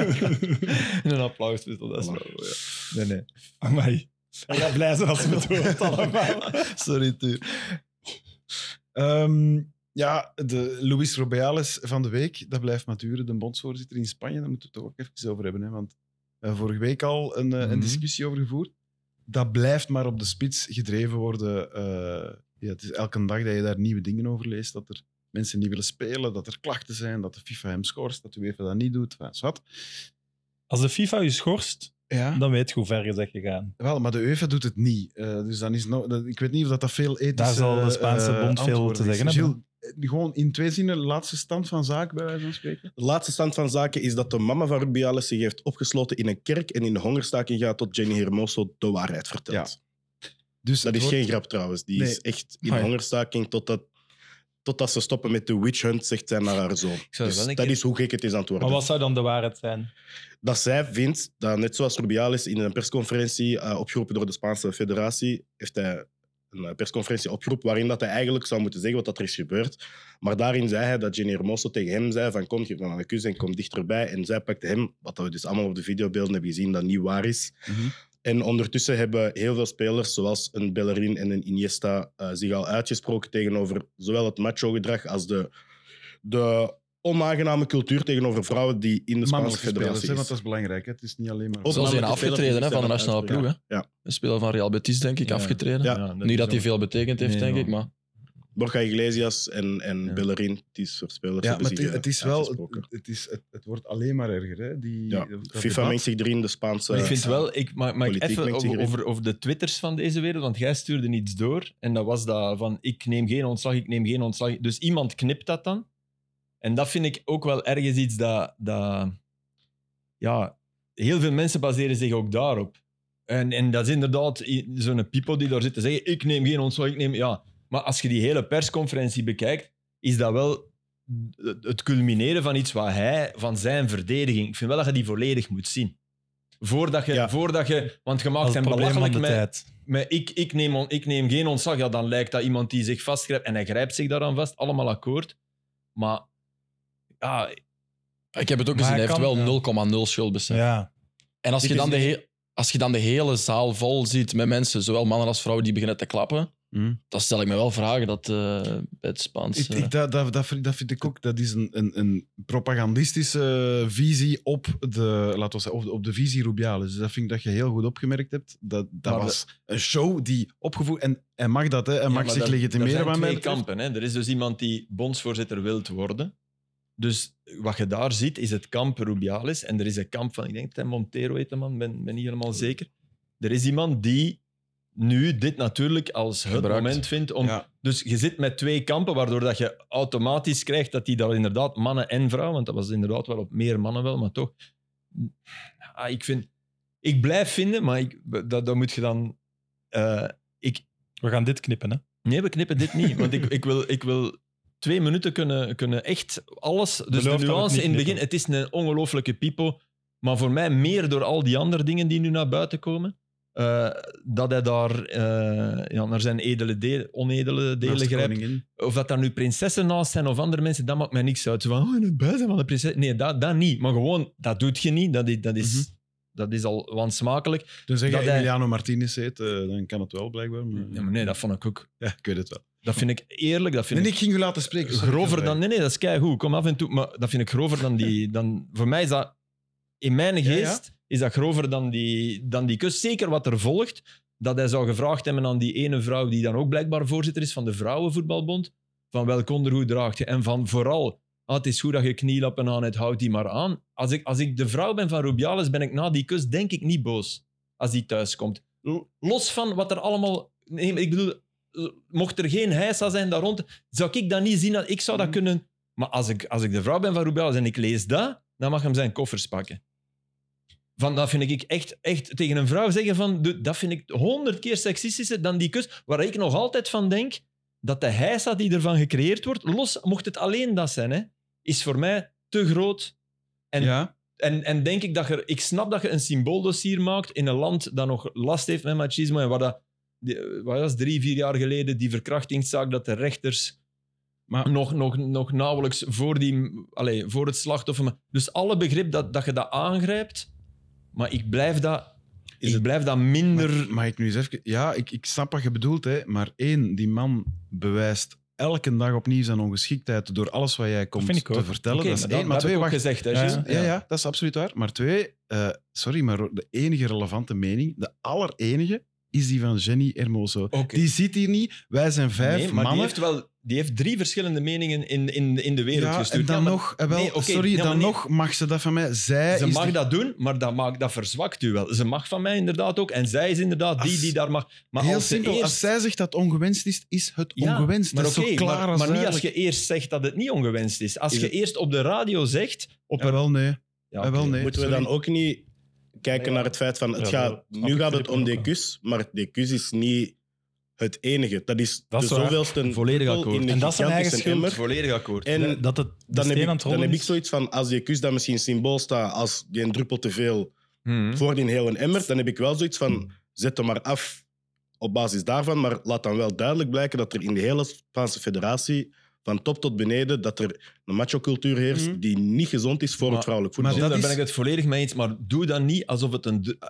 S3: En een applaus. dus dat is wel, ja. Nee, nee.
S4: Amai. Ik ga blij zijn als we het hoort allemaal.
S3: Sorry, Tuur.
S1: Ehm, ja, de Luis Robiales van de week, dat blijft maar duren. De bondsvoorzitter in Spanje, daar moeten we het toch ook even over hebben. Hè, want eh, vorige week al een, eh, een
S3: Mhm.
S1: discussie over gevoerd. Dat blijft maar op de spits gedreven worden. Eh, ja, het is elke dag dat je daar nieuwe dingen over leest. Dat er mensen niet willen spelen, dat er klachten zijn, dat de FIFA hem schorst, dat de UEFA dat niet doet. Enfin, zwart.
S4: Als de FIFA je schorst,
S1: Ja.
S4: dan weet je hoe ver je bent gegaan.
S1: Wel, maar de UEFA doet het niet. Eh, dus dan is no- dat- ik weet niet of dat, dat veel ethische
S4: Daar zal de Spaanse
S1: eh,
S4: bond veel
S1: antwoorden
S4: te
S1: is.
S4: zeggen hebben.
S1: Gilles, eh, gewoon in twee zinnen, laatste stand van zaak, bij wijze van spreken.
S5: De laatste stand van zaken is dat de mama van Rubiales zich heeft opgesloten in een kerk en in de hongerstaking gaat tot Jenny Hermoso de waarheid vertelt.
S1: Dus
S5: Dat
S1: het
S5: is
S1: wordt-
S5: geen grap trouwens. Die
S1: Nee.
S5: is echt in
S2: Amai.
S5: hongerstaking totdat, Totdat ze stoppen met de witch hunt, zegt zij naar haar zoon.
S3: zou
S5: Dus
S3: wel een
S5: dat
S3: keer-
S5: is hoe gek het is aan het worden.
S4: Maar wat zou dan de waarheid zijn?
S5: Dat zij vindt dat, net zoals Rubiales in een persconferentie eh, opgeroepen door de Spaanse federatie, heeft hij een eh, persconferentie opgeroepen waarin dat hij eigenlijk zou moeten zeggen wat dat er is gebeurd. Maar daarin zei hij dat Jenny Hermoso tegen hem zei van kom, geef me dan een kus en kom dichterbij. En zij pakte hem, wat we dus allemaal op de videobeelden hebben gezien, dat niet waar is.
S1: Mhm.
S5: En ondertussen hebben heel veel spelers, zoals een Bellerin en een Iniesta, eh, zich al uitgesproken tegenover zowel het macho-gedrag als de, de onaangename cultuur tegenover vrouwen die in de Spaanse
S1: Mannelijke spelers,
S5: federatie
S1: hè,
S5: is.
S1: want dat is belangrijk. Hè. Het is niet alleen maar...
S5: Ook
S2: Zelfs
S5: namelijk
S2: in
S5: de
S2: afgetreden
S5: spelers
S2: hè,
S5: die
S2: van de
S5: zijn
S2: nationale ploeg. hè.
S5: uitgesproken. Ja.
S2: Een speler van Real Betis, denk ik,
S3: Ja.
S2: afgetreden.
S5: Ja.
S2: Nu dat hij
S3: is wel-
S2: veel betekend heeft,
S3: Nee,
S2: denk
S3: man.
S2: ik. Maar
S5: Borja Iglesias en, en
S3: Ja.
S5: Bellerin, het is voor spelers
S1: Ja,
S5: hebben
S1: maar het,
S5: zich,
S1: is- het is
S5: eh,
S1: wel...
S5: uitgesproken.
S1: Het, is, het, het wordt alleen maar erger, hè. Die,
S5: Ja,
S1: dat
S5: FIFA
S1: debat.
S5: mengt zich erin, de Spaanse...
S3: Maar ik vind wel, ik maak, maak
S5: Politiek
S3: even
S5: mengt zich
S3: over,
S5: erin.
S3: over, over de twitters van deze wereld, want jij stuurde iets door en dat was dat van ik neem geen ontslag, ik neem geen ontslag. Dus iemand knipt dat dan. En dat vind ik ook wel ergens iets dat, dat ja, heel veel mensen baseren zich ook daarop. En, en dat is inderdaad i- zo'n pipo die daar zit te zeggen, ik neem geen ontslag, ik neem, ja. Maar als je die hele persconferentie bekijkt, is dat wel het culmineren van iets wat hij, van zijn verdediging. Ik vind wel dat je die volledig moet zien. Voordat je,
S5: Ja.
S3: voordat je want je
S4: Als
S3: maakt
S4: het
S3: hem
S4: probleem van
S3: belachelijk
S4: de
S3: met,
S4: tijd.
S3: met ik, ik, neem on- ik neem geen ontslag. Ja, dan lijkt dat iemand die zich vastgrijpt en hij grijpt zich daaraan vast. Allemaal akkoord. Maar ja,
S2: ik heb het ook
S4: Maar
S2: gezien, hij
S4: hij
S2: heeft
S4: kan, ja.
S2: wel 0,0 schuldbesef.
S4: Ja.
S2: En als je,
S4: Dit
S2: dan
S4: is
S2: de he- als je dan de hele zaal vol ziet met mensen, zowel mannen als vrouwen, die beginnen te klappen,
S1: Mhm.
S2: dan stel ik me wel vragen dat eh, bij het Spaans...
S1: Ik,
S2: eh,
S1: ik, dat, dat, dat, vind- dat vind ik ook. Dat is een, een, een propagandistische visie op de, laten we zeggen, op de, op de visie Rubiales. Dus dat vind ik dat je heel goed opgemerkt hebt. Dat, dat
S3: Maar
S1: was een show die opgevoerd... eh, En hij mag dat, hè. Hij
S3: Ja,
S1: mag
S3: maar
S1: zich
S3: daar-
S1: legitimeren.
S3: daar
S1: wat
S3: zijn
S1: mij
S3: twee
S1: betreft.
S3: kampen. Hè? Er is dus iemand die bondsvoorzitter wilt worden. Dus wat je daar ziet, is het kamp Rubialis. En er is een kamp van, ik denk, Tim Montero heet de man, ben, ben niet helemaal zeker. Er is iemand die nu dit natuurlijk als het
S2: Gebruikt.
S3: moment vindt om...
S1: Ja.
S3: Dus je zit met twee kampen, waardoor dat je automatisch krijgt dat die daar inderdaad mannen en vrouwen, want dat was inderdaad wel op meer mannen wel, maar toch... Ah, ik vind... Ik blijf vinden, maar ik, dat, dat moet je dan... eh,
S4: We gaan dit knippen, hè?
S3: Nee, we knippen dit niet. Want ik, ik, wil, ik wil twee minuten kunnen, kunnen echt alles. Dus
S4: Beloof dat we
S3: de
S4: het
S3: nuance
S4: niet
S3: in het begin,
S4: knippen.
S3: het is een ongelooflijke pipo. Maar voor mij meer door al die andere dingen die nu naar buiten komen. eh, dat hij daar eh, ja, naar zijn edele deel, onedele
S1: Naast
S3: delen
S1: de
S3: grijpt.
S1: koningin.
S3: Of dat daar nu prinsessen naast zijn of andere mensen, dat maakt mij niks uit. Zo van, oh, in het buis van de prinses. Nee, dat, dat niet. Maar gewoon, dat doet je niet. Dat is, dat
S4: Mhm.
S3: is, dat is al wansmakelijk.
S1: Tenzij Dus je
S3: Dat hij-
S1: Emiliano Martinez heet, eh, dan kan het wel blijkbaar. Maar,
S4: Mhm.
S3: Ja, maar nee, dat vond ik ook.
S1: Ja, ik weet het wel.
S3: Dat vind ik eerlijk. Dat vind
S1: Nee,
S3: ik
S1: nee, ik ging u laten spreken. sorry.
S3: grover dan. Nee, nee, dat is keigoed. Kom af en toe. Maar dat vind ik grover dan die. Dan, voor mij is dat. In mijn geest
S1: Ja, ja.
S3: is dat grover dan die, dan die kus. Zeker wat er volgt. Dat hij zou gevraagd hebben aan die ene vrouw. die dan ook blijkbaar voorzitter is van de Vrouwenvoetbalbond. van welk ondergoed draagt je. En van vooral. ah, het is goed dat je knielappen aan het houdt die maar aan. Als ik, als ik de vrouw ben van Rubiales. ben ik na die kus denk ik niet boos. als die thuiskomt. Los van wat er allemaal. Nee, maar ik bedoel. Mocht er geen heisa zijn daar rond, zou ik dat niet zien? dat- Ik zou
S1: Mm.
S3: dat kunnen. Maar als ik, als ik de vrouw ben van Rubiales en ik lees dat, dan mag hem zijn koffers pakken. Van, dat vind ik echt, echt tegen een vrouw zeggen van, doe- dat vind ik honderd keer seksistischer dan die kus, waar ik nog altijd van denk dat de heisa die ervan gecreëerd wordt, los, mocht het alleen dat zijn, hè, is voor mij te groot. En
S1: Ja,
S3: en, en denk ik dat je... Ik snap dat je een symbooldossier maakt in een land dat nog last heeft met machismo. En waar dat... die- Wat was het, drie, vier jaar geleden die verkrachtingszaak dat de rechters
S1: Maar-
S3: nog, nog, nog nauwelijks voor, die, allez, voor het slachtoffer... maar- Dus alle begrip dat, dat je dat aangrijpt, maar ik blijf dat,
S5: Is
S3: ik
S5: het-
S3: blijf dat minder...
S1: Mag, mag ik nu eens even... Ja, ik, ik snap wat je bedoelt, hè. Maar één, die man bewijst elke dag opnieuw zijn ongeschiktheid door alles wat jij komt
S4: vind ik
S1: te
S4: ook.
S1: vertellen.
S3: Oké,
S1: dat is
S3: maar
S1: één. Maar
S3: dat heb
S1: twee,
S3: ik ook
S1: wacht.
S3: gezegd, hè,
S4: Ja,
S3: Gilles?
S1: Ja, ja, dat is absoluut waar. Maar twee, eh, sorry, maar de enige relevante mening, de allerenige, is die van Jenny Hermoso.
S3: Oké.
S1: Die zit hier niet. Wij zijn vijf
S3: nee, maar
S1: mannen.
S3: die heeft, wel, die heeft drie verschillende meningen in, in, in de wereld
S1: ja,
S3: gestuurd.
S1: en dan
S3: Ja, maar
S1: nog, eh, wel,
S3: Nee, oké,
S1: sorry,
S3: ja, maar
S1: dan
S3: nee.
S1: nog mag ze dat van mij. Zij
S3: Ze
S1: is
S3: mag
S1: de-
S3: dat doen, maar dat, maakt, dat verzwakt u wel. Ze mag van mij inderdaad ook. En zij is inderdaad die
S1: Als-
S3: die daar mag. Maar
S1: Heel
S3: als ze
S1: simpel,
S3: eerst-
S1: als zij zegt dat ongewenst is, is het
S3: Ja,
S1: ongewenst.
S3: maar
S1: dat is
S3: oké,
S1: zo klaar
S3: maar,
S1: als
S3: maar niet als
S1: duidelijk.
S3: je eerst zegt dat het niet ongewenst is. Als
S5: Is
S3: je
S5: het-
S3: eerst op de radio zegt. Op
S1: Ja,
S3: een...
S1: wel, nee.
S3: Ja,
S1: Ja, Ah, wel,
S3: oké.
S4: eh,
S1: nee.
S5: Moeten we
S1: Sorry.
S5: dan ook niet kijken naar het feit van... Het
S4: Ja,
S5: gaat,
S4: dat snap
S5: nu
S4: ik
S5: gaat het
S4: Filip
S5: om
S4: ook
S5: de
S4: wel.
S5: kus, maar de kus is niet het enige. Dat is
S4: Dat is
S5: de
S4: waar.
S5: zoveelste
S2: Volledig
S5: druppel
S2: akkoord.
S5: in de
S4: En dat is zijn eigen
S5: gigantische
S4: schuld.
S5: emmer.
S3: Volledig akkoord.
S5: En
S4: Ja, dat het de steen
S5: dan, heb
S4: aan
S5: ik,
S4: het
S5: dan
S4: rollen
S5: heb ik
S4: is.
S5: zoiets van, als die kus dan misschien symbool staat als die een druppel te veel
S3: Mhm.
S5: voor die hele emmer, dan heb ik wel zoiets van, zet hem maar af op basis daarvan, maar laat dan wel duidelijk blijken dat er in de hele Spaanse federatie, van top tot beneden, dat er een macho-cultuur heerst
S1: Mhm.
S5: die niet gezond is voor
S3: Maar-
S5: het vrouwelijk
S3: Maar
S5: voetbal.
S3: daar
S1: dat is-
S3: ben ik het volledig mee eens, maar doe dan niet alsof het een... du- eh,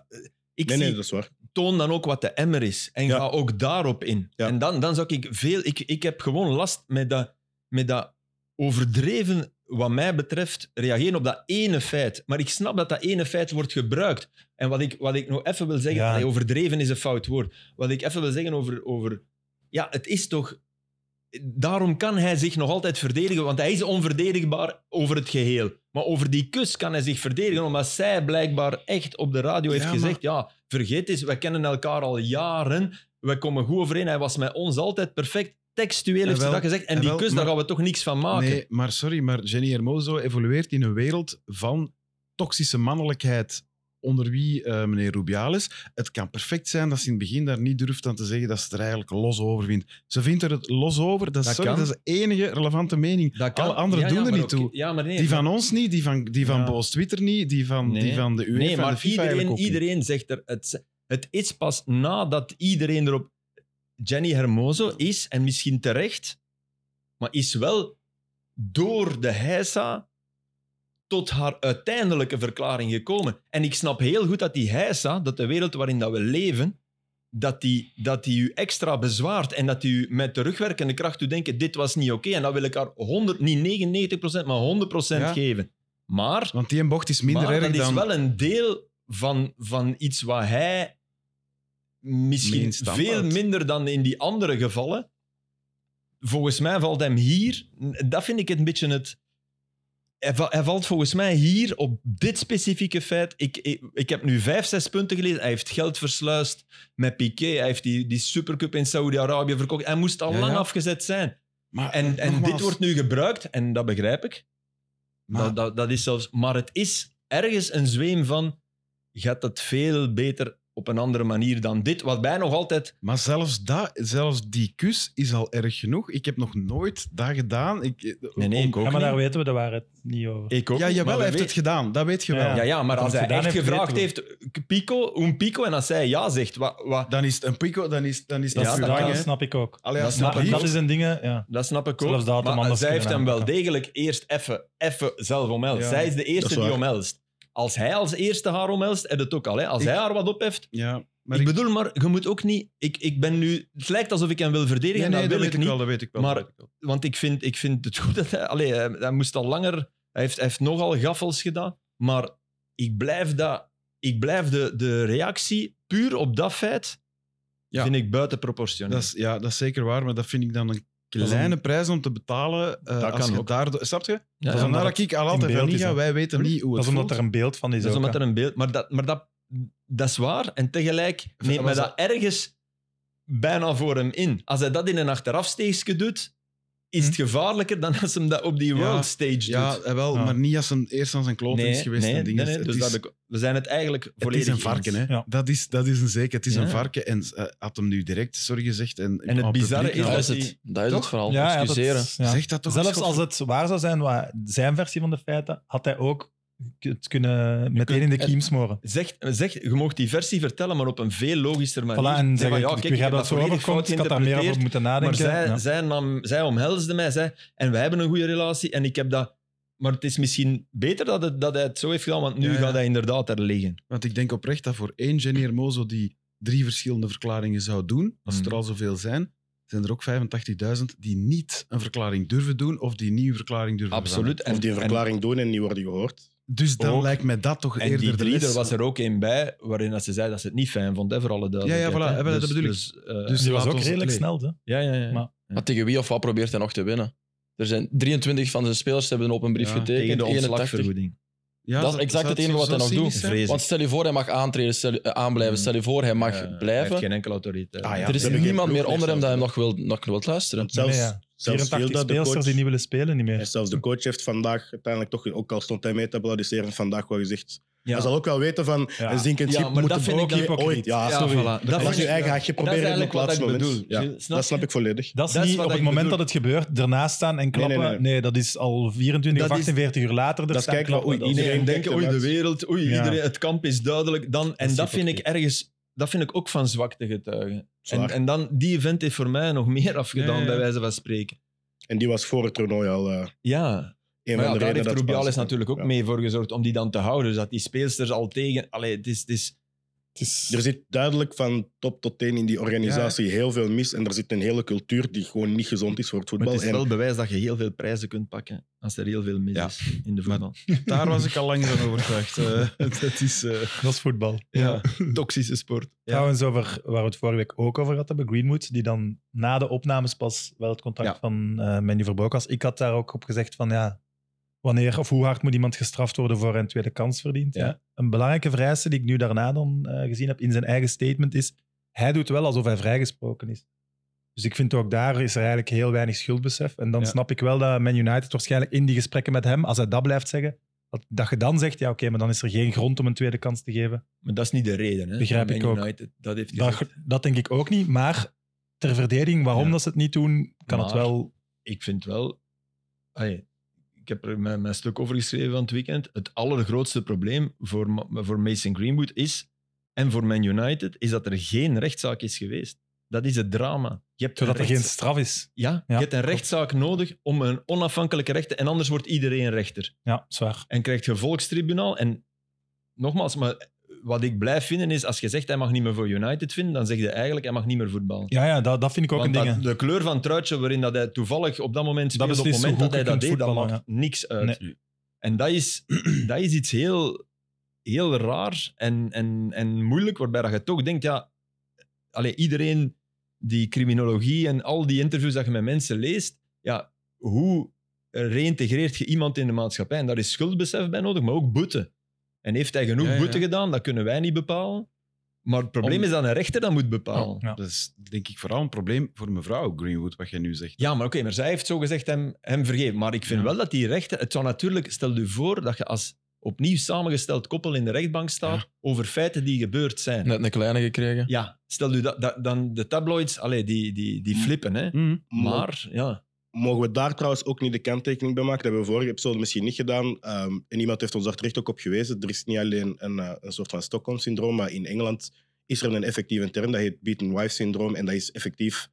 S3: Ik
S5: nee, nee,
S3: zie-
S5: dat is waar.
S3: toon dan ook wat de emmer is en
S5: Ja.
S3: ga ook daarop in.
S5: Ja.
S3: En dan, dan zou ik veel... Ik, ik heb gewoon last met dat, met dat overdreven, wat mij betreft, reageren op dat ene feit. Maar ik snap dat dat ene feit wordt gebruikt. En wat ik, wat ik nog even wil zeggen...
S4: Ja.
S3: allee, overdreven is een fout woord. Wat ik even wil zeggen over... over ja, het is toch... Daarom kan hij zich nog altijd verdedigen, want hij is onverdedigbaar over het geheel. Maar over die kus kan hij zich verdedigen, omdat zij blijkbaar echt op de radio heeft
S5: Ja, maar-
S3: gezegd: Ja, vergeet eens, wij kennen elkaar al jaren, wij komen goed overeen, hij was met ons altijd perfect. Textueel heeft ze
S1: Jawel,
S3: dat gezegd. En die
S1: jawel,
S3: kus,
S1: maar-
S3: daar gaan we toch niks van maken.
S1: Nee, maar sorry, maar Jenny Hermoso evolueert in een wereld van toxische mannelijkheid. Onder wie eh, meneer Rubiales. Het kan perfect zijn dat ze in het begin daar niet durft aan te zeggen dat ze het er eigenlijk los over vindt. Ze vindt er het los over. Dat, is-
S3: Dat
S1: sorry,
S3: kan.
S1: dat is de enige relevante mening.
S3: Dat kan.
S1: Alle anderen
S3: Ja,
S1: doen
S3: ja,
S1: er
S3: maar
S1: niet
S3: oké.
S1: toe.
S3: Ja, maar nee,
S1: Die
S3: maar-
S1: van ons niet, die van, die van
S4: Ja.
S1: Boos Twitter niet, die van,
S3: Nee.
S1: die van de UEFA
S3: Nee,
S1: en de
S3: maar
S1: FIFA eigenlijk
S3: iedereen,
S1: ook niet.
S3: iedereen zegt er. Het, het is pas nadat iedereen erop. Jenny Hermoso is, en misschien terecht, maar is wel door de heisa tot haar uiteindelijke verklaring gekomen. En ik snap heel goed dat die heisa, dat de wereld waarin dat we leven, dat die, dat die u extra bezwaart en dat die u met terugwerkende kracht doet denken, dit was niet oké. En dat wil ik haar 100, niet 99%, maar 100%
S1: Ja.
S3: geven. Maar
S1: Want die bocht is minder
S3: maar
S1: erg
S3: dat is
S1: dan...
S3: wel een deel van, van iets wat hij misschien
S1: Meen standaard.
S3: veel minder dan in die andere gevallen. Volgens mij valt hem hier, dat vind ik het een beetje het. Hij, va- hij valt volgens mij hier op dit specifieke feit. Ik, ik, ik heb nu vijf, zes punten gelezen. Hij heeft geld versluist met Piqué. Hij heeft die, die Supercup in Saudi-Arabië verkocht. Hij moest al
S1: Ja,
S3: lang
S1: ja.
S3: afgezet zijn.
S1: Maar
S3: En, en
S1: nogmaals,
S3: dit wordt nu gebruikt, en dat begrijp ik.
S1: maar-
S3: Dat, dat, dat is zelfs, maar het is ergens een zweem van. Gaat dat veel beter op een andere manier dan dit? Wat wij nog altijd.
S1: Maar zelfs, dat, zelfs die kus is al erg genoeg. Ik heb nog nooit dat gedaan. Ik,
S3: Nee, nee, ik ook.
S4: Ja, maar daar
S3: niet.
S4: weten we de waarheid niet over.
S3: Ik ook
S1: ja,
S3: niet,
S1: jawel,
S3: maar
S1: hij
S3: we
S1: heeft het gedaan. Dat weet je wel.
S4: Ja.
S3: Ja, ja, maar
S4: Dat
S3: als
S4: hij
S3: hij
S4: gedaan
S3: echt
S4: heeft,
S3: gevraagd
S4: weten
S3: heeft. Pico, un pico. En als zij ja zegt. Wat, wat,
S1: Dan is het een pico, dan is, dan is
S4: Dat,
S1: dat
S3: Ja,
S4: is-
S1: verwang,
S4: dat
S1: hè.
S4: snap ik ook.
S1: Allee, als het nog
S3: dat snap
S4: Maar
S3: ik.
S1: hier-
S4: dat is een dingen... Ja.
S3: dat snap ik ook.
S4: Zelfs dat had hem
S3: maar
S4: anders
S3: zij heeft
S4: kunnen
S3: hem wel
S4: aanpakken.
S3: degelijk eerst even, even zelf omhelst.
S1: Ja.
S3: Zij is de
S5: Dat
S3: eerste
S5: is
S3: die
S5: waar.
S3: omhelst. Als hij als eerste haar omhelst, en het ook al. Hè. Als
S1: Ik-
S3: hij haar wat opheft,
S1: Ja, maar
S3: Maar
S1: ik,
S3: ik, bedoel, maar je moet ook niet. Ik, ik ben nu, het lijkt alsof ik hem wil verdedigen.
S1: nee, nee,
S3: en dat
S1: dat
S3: wil
S1: weet
S3: ik
S1: ik
S3: niet.
S1: wel, dat weet ik wel.
S3: maar-
S1: dat weet ik wel.
S3: Want ik vind, ik vind het goed dat hij. Allee, hij, hij moest al langer. Hij heeft, hij heeft nogal gaffels gedaan. Maar ik blijf, dat, ik blijf de, de reactie puur op dat feit.
S1: Ja.
S3: Vind ik buiten proportioneel.
S1: dat is, ja, dat is zeker waar, maar dat vind ik dan een
S3: is
S1: kleine prijs om te betalen. eh,
S3: Dat
S1: als
S3: kan
S1: je
S3: ook.
S1: daardoor... Snap je?
S3: Ja,
S4: is
S3: ja.
S1: Vandaar
S4: omdat
S1: dat ik al
S4: in
S1: altijd van
S4: beeld
S1: niet
S4: is,
S1: ga,
S4: hè.
S1: wij weten niet hoe het
S4: Dat is omdat
S1: voelt.
S4: er een beeld van is
S3: Dat is
S4: ook.
S3: omdat
S4: hè.
S3: er een beeld... Maar dat, maar dat, dat is waar. En tegelijk neemt mij
S1: was
S3: dat ergens bijna voor hem in. Als hij dat in een achterafsteegje doet, is het gevaarlijker dan als hem dat op die
S1: Hm? Ja.
S3: world stage doet.
S1: Ja, eh, wel,
S4: Ja.
S1: maar niet als een eerst aan zijn kloten is geweest.
S3: nee,
S1: en dingen.
S3: nee, nee,
S1: Het
S3: dus
S1: is-
S3: dat heb ik- we zijn het eigenlijk
S1: Het
S3: volledig
S1: is een varken,
S3: eens.
S1: hè?
S4: Ja.
S1: Dat, is, dat is een zeker. Het is
S3: Ja.
S1: een varken. En eh, had hem nu direct sorry gezegd. En,
S3: En het
S1: aan
S3: bizarre
S1: publiek
S3: is
S1: nou,
S2: Dat
S3: dat
S2: is het.
S3: die-
S2: Dat is het
S1: Toch?
S2: verhaal.
S4: Ja, ja, dat-
S2: Excuseren.
S4: ja.
S1: Zeg dat toch eens,
S4: Zelfs
S1: God.
S4: als het waar zou zijn, wat zijn versie van de feiten, had hij ook het kunnen meteen in de kiem smoren.
S3: Zeg, zeg, je mag die versie vertellen, maar op een veel logischer
S4: Voilà,
S3: manier.
S4: en
S3: Zeg
S4: zeg,
S3: van,
S4: ik, ik
S3: kijk,
S4: begrijp
S3: heb
S4: dat het zo
S3: volledig
S4: overkomt,
S3: fout
S4: ik had daar meer over
S3: geïnterpreteerd,
S4: moeten
S3: Maar
S4: nadenken.
S3: zij,
S4: Ja.
S3: zij, nam, zij omhelsde mij, zij, en wij hebben een goede relatie en ik heb dat... Maar het is misschien beter dat, het, dat hij het zo heeft gedaan, want nu
S1: Ja, ja.
S3: gaat hij inderdaad er liggen.
S1: Want ik denk oprecht dat voor één Jenny Hermoso die drie verschillende verklaringen zou doen, als er
S3: Mhm.
S1: al zoveel zijn, zijn er ook 85.000 die niet een verklaring durven doen of die niet een verklaring durven
S3: Absoluut.
S5: Of die een verklaring doen en niet worden gehoord.
S1: veranderen. Dus dan
S3: Ook.
S1: lijkt mij dat toch
S3: En, en
S1: eerder
S3: die
S1: de
S3: drie,
S1: les.
S3: er was er ook één bij, waarin dat ze zei dat ze het niet fijn vond, hè, voor alle duidelijkheid.
S1: voilà,
S3: hè.
S1: wel, dat
S3: Dus-
S1: bedoel ik.
S3: Dus, eh,
S1: Dus
S4: Die was
S1: laat
S4: ook
S1: ons-
S4: redelijk
S1: nee.
S4: snel, hè.
S3: ja, ja, ja.
S4: Maar-
S2: Maar tegen wie of wat probeert hij nog te winnen? Er zijn 23 van zijn spelers hebben een open brief
S1: Ja,
S3: tegen
S2: getekend.
S3: de
S2: 81.
S3: ontslagvergoeding.
S1: Ja,
S2: Dat is
S1: zou-
S2: exact
S1: zou
S2: het enige
S1: zo
S2: wat hij nog
S1: cynisch
S2: doet.
S1: zijn?
S3: Vrees.
S2: Want stel je voor, hij mag aantreden, stel, eh, aanblijven.
S3: Mm.
S2: Stel je voor, hij mag
S3: Eh, Hij
S2: blijven.
S3: heeft geen enkele autoriteit.
S1: Ah, ja.
S2: er is
S5: hebben geen
S2: niemand
S5: ploeg
S2: meer
S5: meer
S2: onder hem dat
S5: zelfs.
S2: hem nog wil, nog wil luisteren.
S5: Want zelfs,
S4: Nee, ja.
S5: zelfs
S4: 84
S5: Hilda, de
S4: speelsters
S5: coach-
S4: die niet willen spelen, niet meer.
S5: En zelfs de coach heeft vandaag uiteindelijk toch, ook al stond hij mee te applaudisseren, vandaag wel gezegd:
S3: Ja.
S5: Hij zal ook wel weten van,
S4: Ja.
S5: een zinkend
S3: Ja,
S5: schip
S3: maar
S5: moet
S3: dat
S5: de
S3: vind ik
S5: boog
S3: dan
S5: hier
S4: hypocriet.
S5: ooit... Ja,
S3: Ja,
S5: sorry.
S3: voilà.
S5: Dat,
S3: Dat
S5: was
S3: vind
S5: je
S3: ik-
S5: eigen hakje
S3: Dat is
S5: proberen op het
S3: eigenlijk wat
S5: laatste
S3: ik
S5: moment.
S3: bedoel.
S5: Ja,
S3: Snap
S5: dat snap
S3: je?
S5: ik volledig.
S4: Dat is
S3: Dat is
S4: niet
S3: wat
S4: op het
S3: ik
S4: moment
S3: bedoel.
S4: dat het gebeurt, ernaast staan en klappen. Nee,
S5: Nee, nee, nee.
S4: dat is al 24 of
S3: Dat is-
S4: 48 uur later. Er
S5: Dat is
S4: staan
S5: kijken van,
S4: klappen.
S5: oei,
S4: Dat is-
S5: iedereen
S3: Iedereen
S5: kijkt
S3: denkt, oei, de
S5: eruit.
S3: wereld, oei,
S4: Ja.
S3: iedereen, het kamp is duidelijk. Dan, en
S2: is
S3: dat, vind ik
S2: hypocriet.
S3: ergens, dat vind ik ook van zwakte getuigen. En,
S5: Zwaar.
S3: en dan, die event heeft voor mij nog meer afgedaan,
S1: Ja, ja, ja.
S3: bij wijze van spreken.
S5: En die was voor het toernooi al eh,
S3: Ja,
S5: een
S3: maar ja,
S5: van de
S3: daar
S5: redenen
S3: heeft
S5: dat het
S3: Rubiales
S5: Spaans-
S3: natuurlijk ook
S5: Ja.
S3: mee voor gezorgd om die dan te houden. Dus dat die speelsters al tegen... Allee, het is... Het is
S4: het is-
S5: Er zit duidelijk van top tot teen in die organisatie heel veel mis. En er zit een hele cultuur die gewoon niet gezond is voor het
S3: maar
S5: voetbal.
S3: het is
S5: En
S3: wel bewijs dat je heel veel prijzen kunt pakken als er heel veel mis
S1: Ja.
S3: is in
S1: Maar-
S3: de voetbal.
S1: Daar was ik al lang van overtuigd. Eh, dat is... eh,
S4: dat is voetbal.
S3: Ja, toxische sport. Ja.
S4: Trouwens, over, waar we het vorige week ook over gehad hebben, Greenwood, die dan na de opnames pas wel het contract
S1: Ja.
S4: van eh Manny verbroken was. Ik had daar ook op gezegd van ja, wanneer of hoe hard moet iemand gestraft worden voor hij een tweede kans verdient.
S3: Ja.
S4: hè? Een belangrijke vereiste die ik nu daarna dan eh, gezien heb in zijn eigen statement is, hij doet wel alsof hij vrijgesproken is. Dus ik vind ook daar is er eigenlijk heel weinig schuldbesef. En dan
S1: Ja.
S4: snap ik wel dat Man United waarschijnlijk in die gesprekken met hem, als hij dat blijft zeggen, dat, dat je dan zegt, ja oké, maar dan is er geen grond om een tweede kans te geven.
S3: Maar dat is niet de reden. Hè,
S4: Begrijp
S3: van
S4: ik
S3: Man
S4: ook.
S3: United. Dat heeft hij
S4: Dat,
S3: gezegd.
S4: dat denk ik ook niet. Maar ter verdediging, waarom
S3: Ja.
S4: dat ze het niet doen, kan het
S3: Maar-
S4: wel.
S3: ik vind wel. ai, ik heb er mijn, mijn stuk over geschreven van het weekend. Het allergrootste probleem voor, Ma- voor Mason Greenwood is. En voor Man United is dat er geen rechtszaak is geweest. Dat is het drama. Je hebt
S4: Zodat
S3: een
S4: er geen
S3: rechts-
S4: straf is.
S3: ja, je
S4: Ja,
S3: hebt een
S4: klopt.
S3: rechtszaak nodig om een onafhankelijke rechter. En anders wordt iedereen rechter.
S4: Ja, zwaar.
S3: En krijgt je volkstribunaal. En nogmaals, maar wat ik blijf vinden is. Als je zegt hij mag niet meer voor United vinden. dan zeg je eigenlijk hij mag niet meer voetballen.
S4: Ja, ja dat, dat vind ik ook
S3: Want
S4: een ding.
S3: dat-
S4: hè.
S3: de kleur van het truitje waarin dat hij toevallig op dat moment speelde, op het
S4: beslist
S3: moment
S4: hoe
S3: dat hij
S4: goed je
S3: dat deed,
S4: kunt
S3: dat maakt
S4: voetballen,
S3: niks uit. En dat is, dat is iets heel, heel raar en, en, en moeilijk, waarbij dat je toch denkt, ja, allee, iedereen die criminologie en al die interviews dat je met mensen leest, ja, hoe reïntegreert je iemand in de maatschappij? En daar is schuldbesef bij nodig, maar ook boete. En heeft hij genoeg
S1: Ja, ja.
S3: boete gedaan? Dat kunnen wij niet bepalen. Maar het probleem
S1: Om-
S3: is dat een rechter dat moet bepalen.
S4: Ja.
S1: Dat is denk ik vooral een probleem voor mevrouw Greenwood, wat jij nu zegt.
S3: Ja, maar oké, maar zij heeft zo gezegd hem, hem vergeven. Maar ik vind
S1: Ja.
S3: wel dat die rechter. Het zou natuurlijk, stel je voor dat je als opnieuw samengesteld koppel in de rechtbank staat over feiten die gebeurd zijn.
S2: Net een kleine gekregen.
S3: Ja, stel je dat, dat- dan de tabloids, allee, die, die, die flippen, hè?
S1: Mhm.
S3: Maar ja,
S5: mogen we daar trouwens ook niet de kanttekening bij maken. Dat hebben we vorige episode misschien niet gedaan. Ehm, en iemand heeft ons daar terecht ook op gewezen. Er is niet alleen een, eh, een soort van Stockholm-syndroom, maar in Engeland is er een effectieve term. Dat heet beaten wife-syndroom. En dat is effectief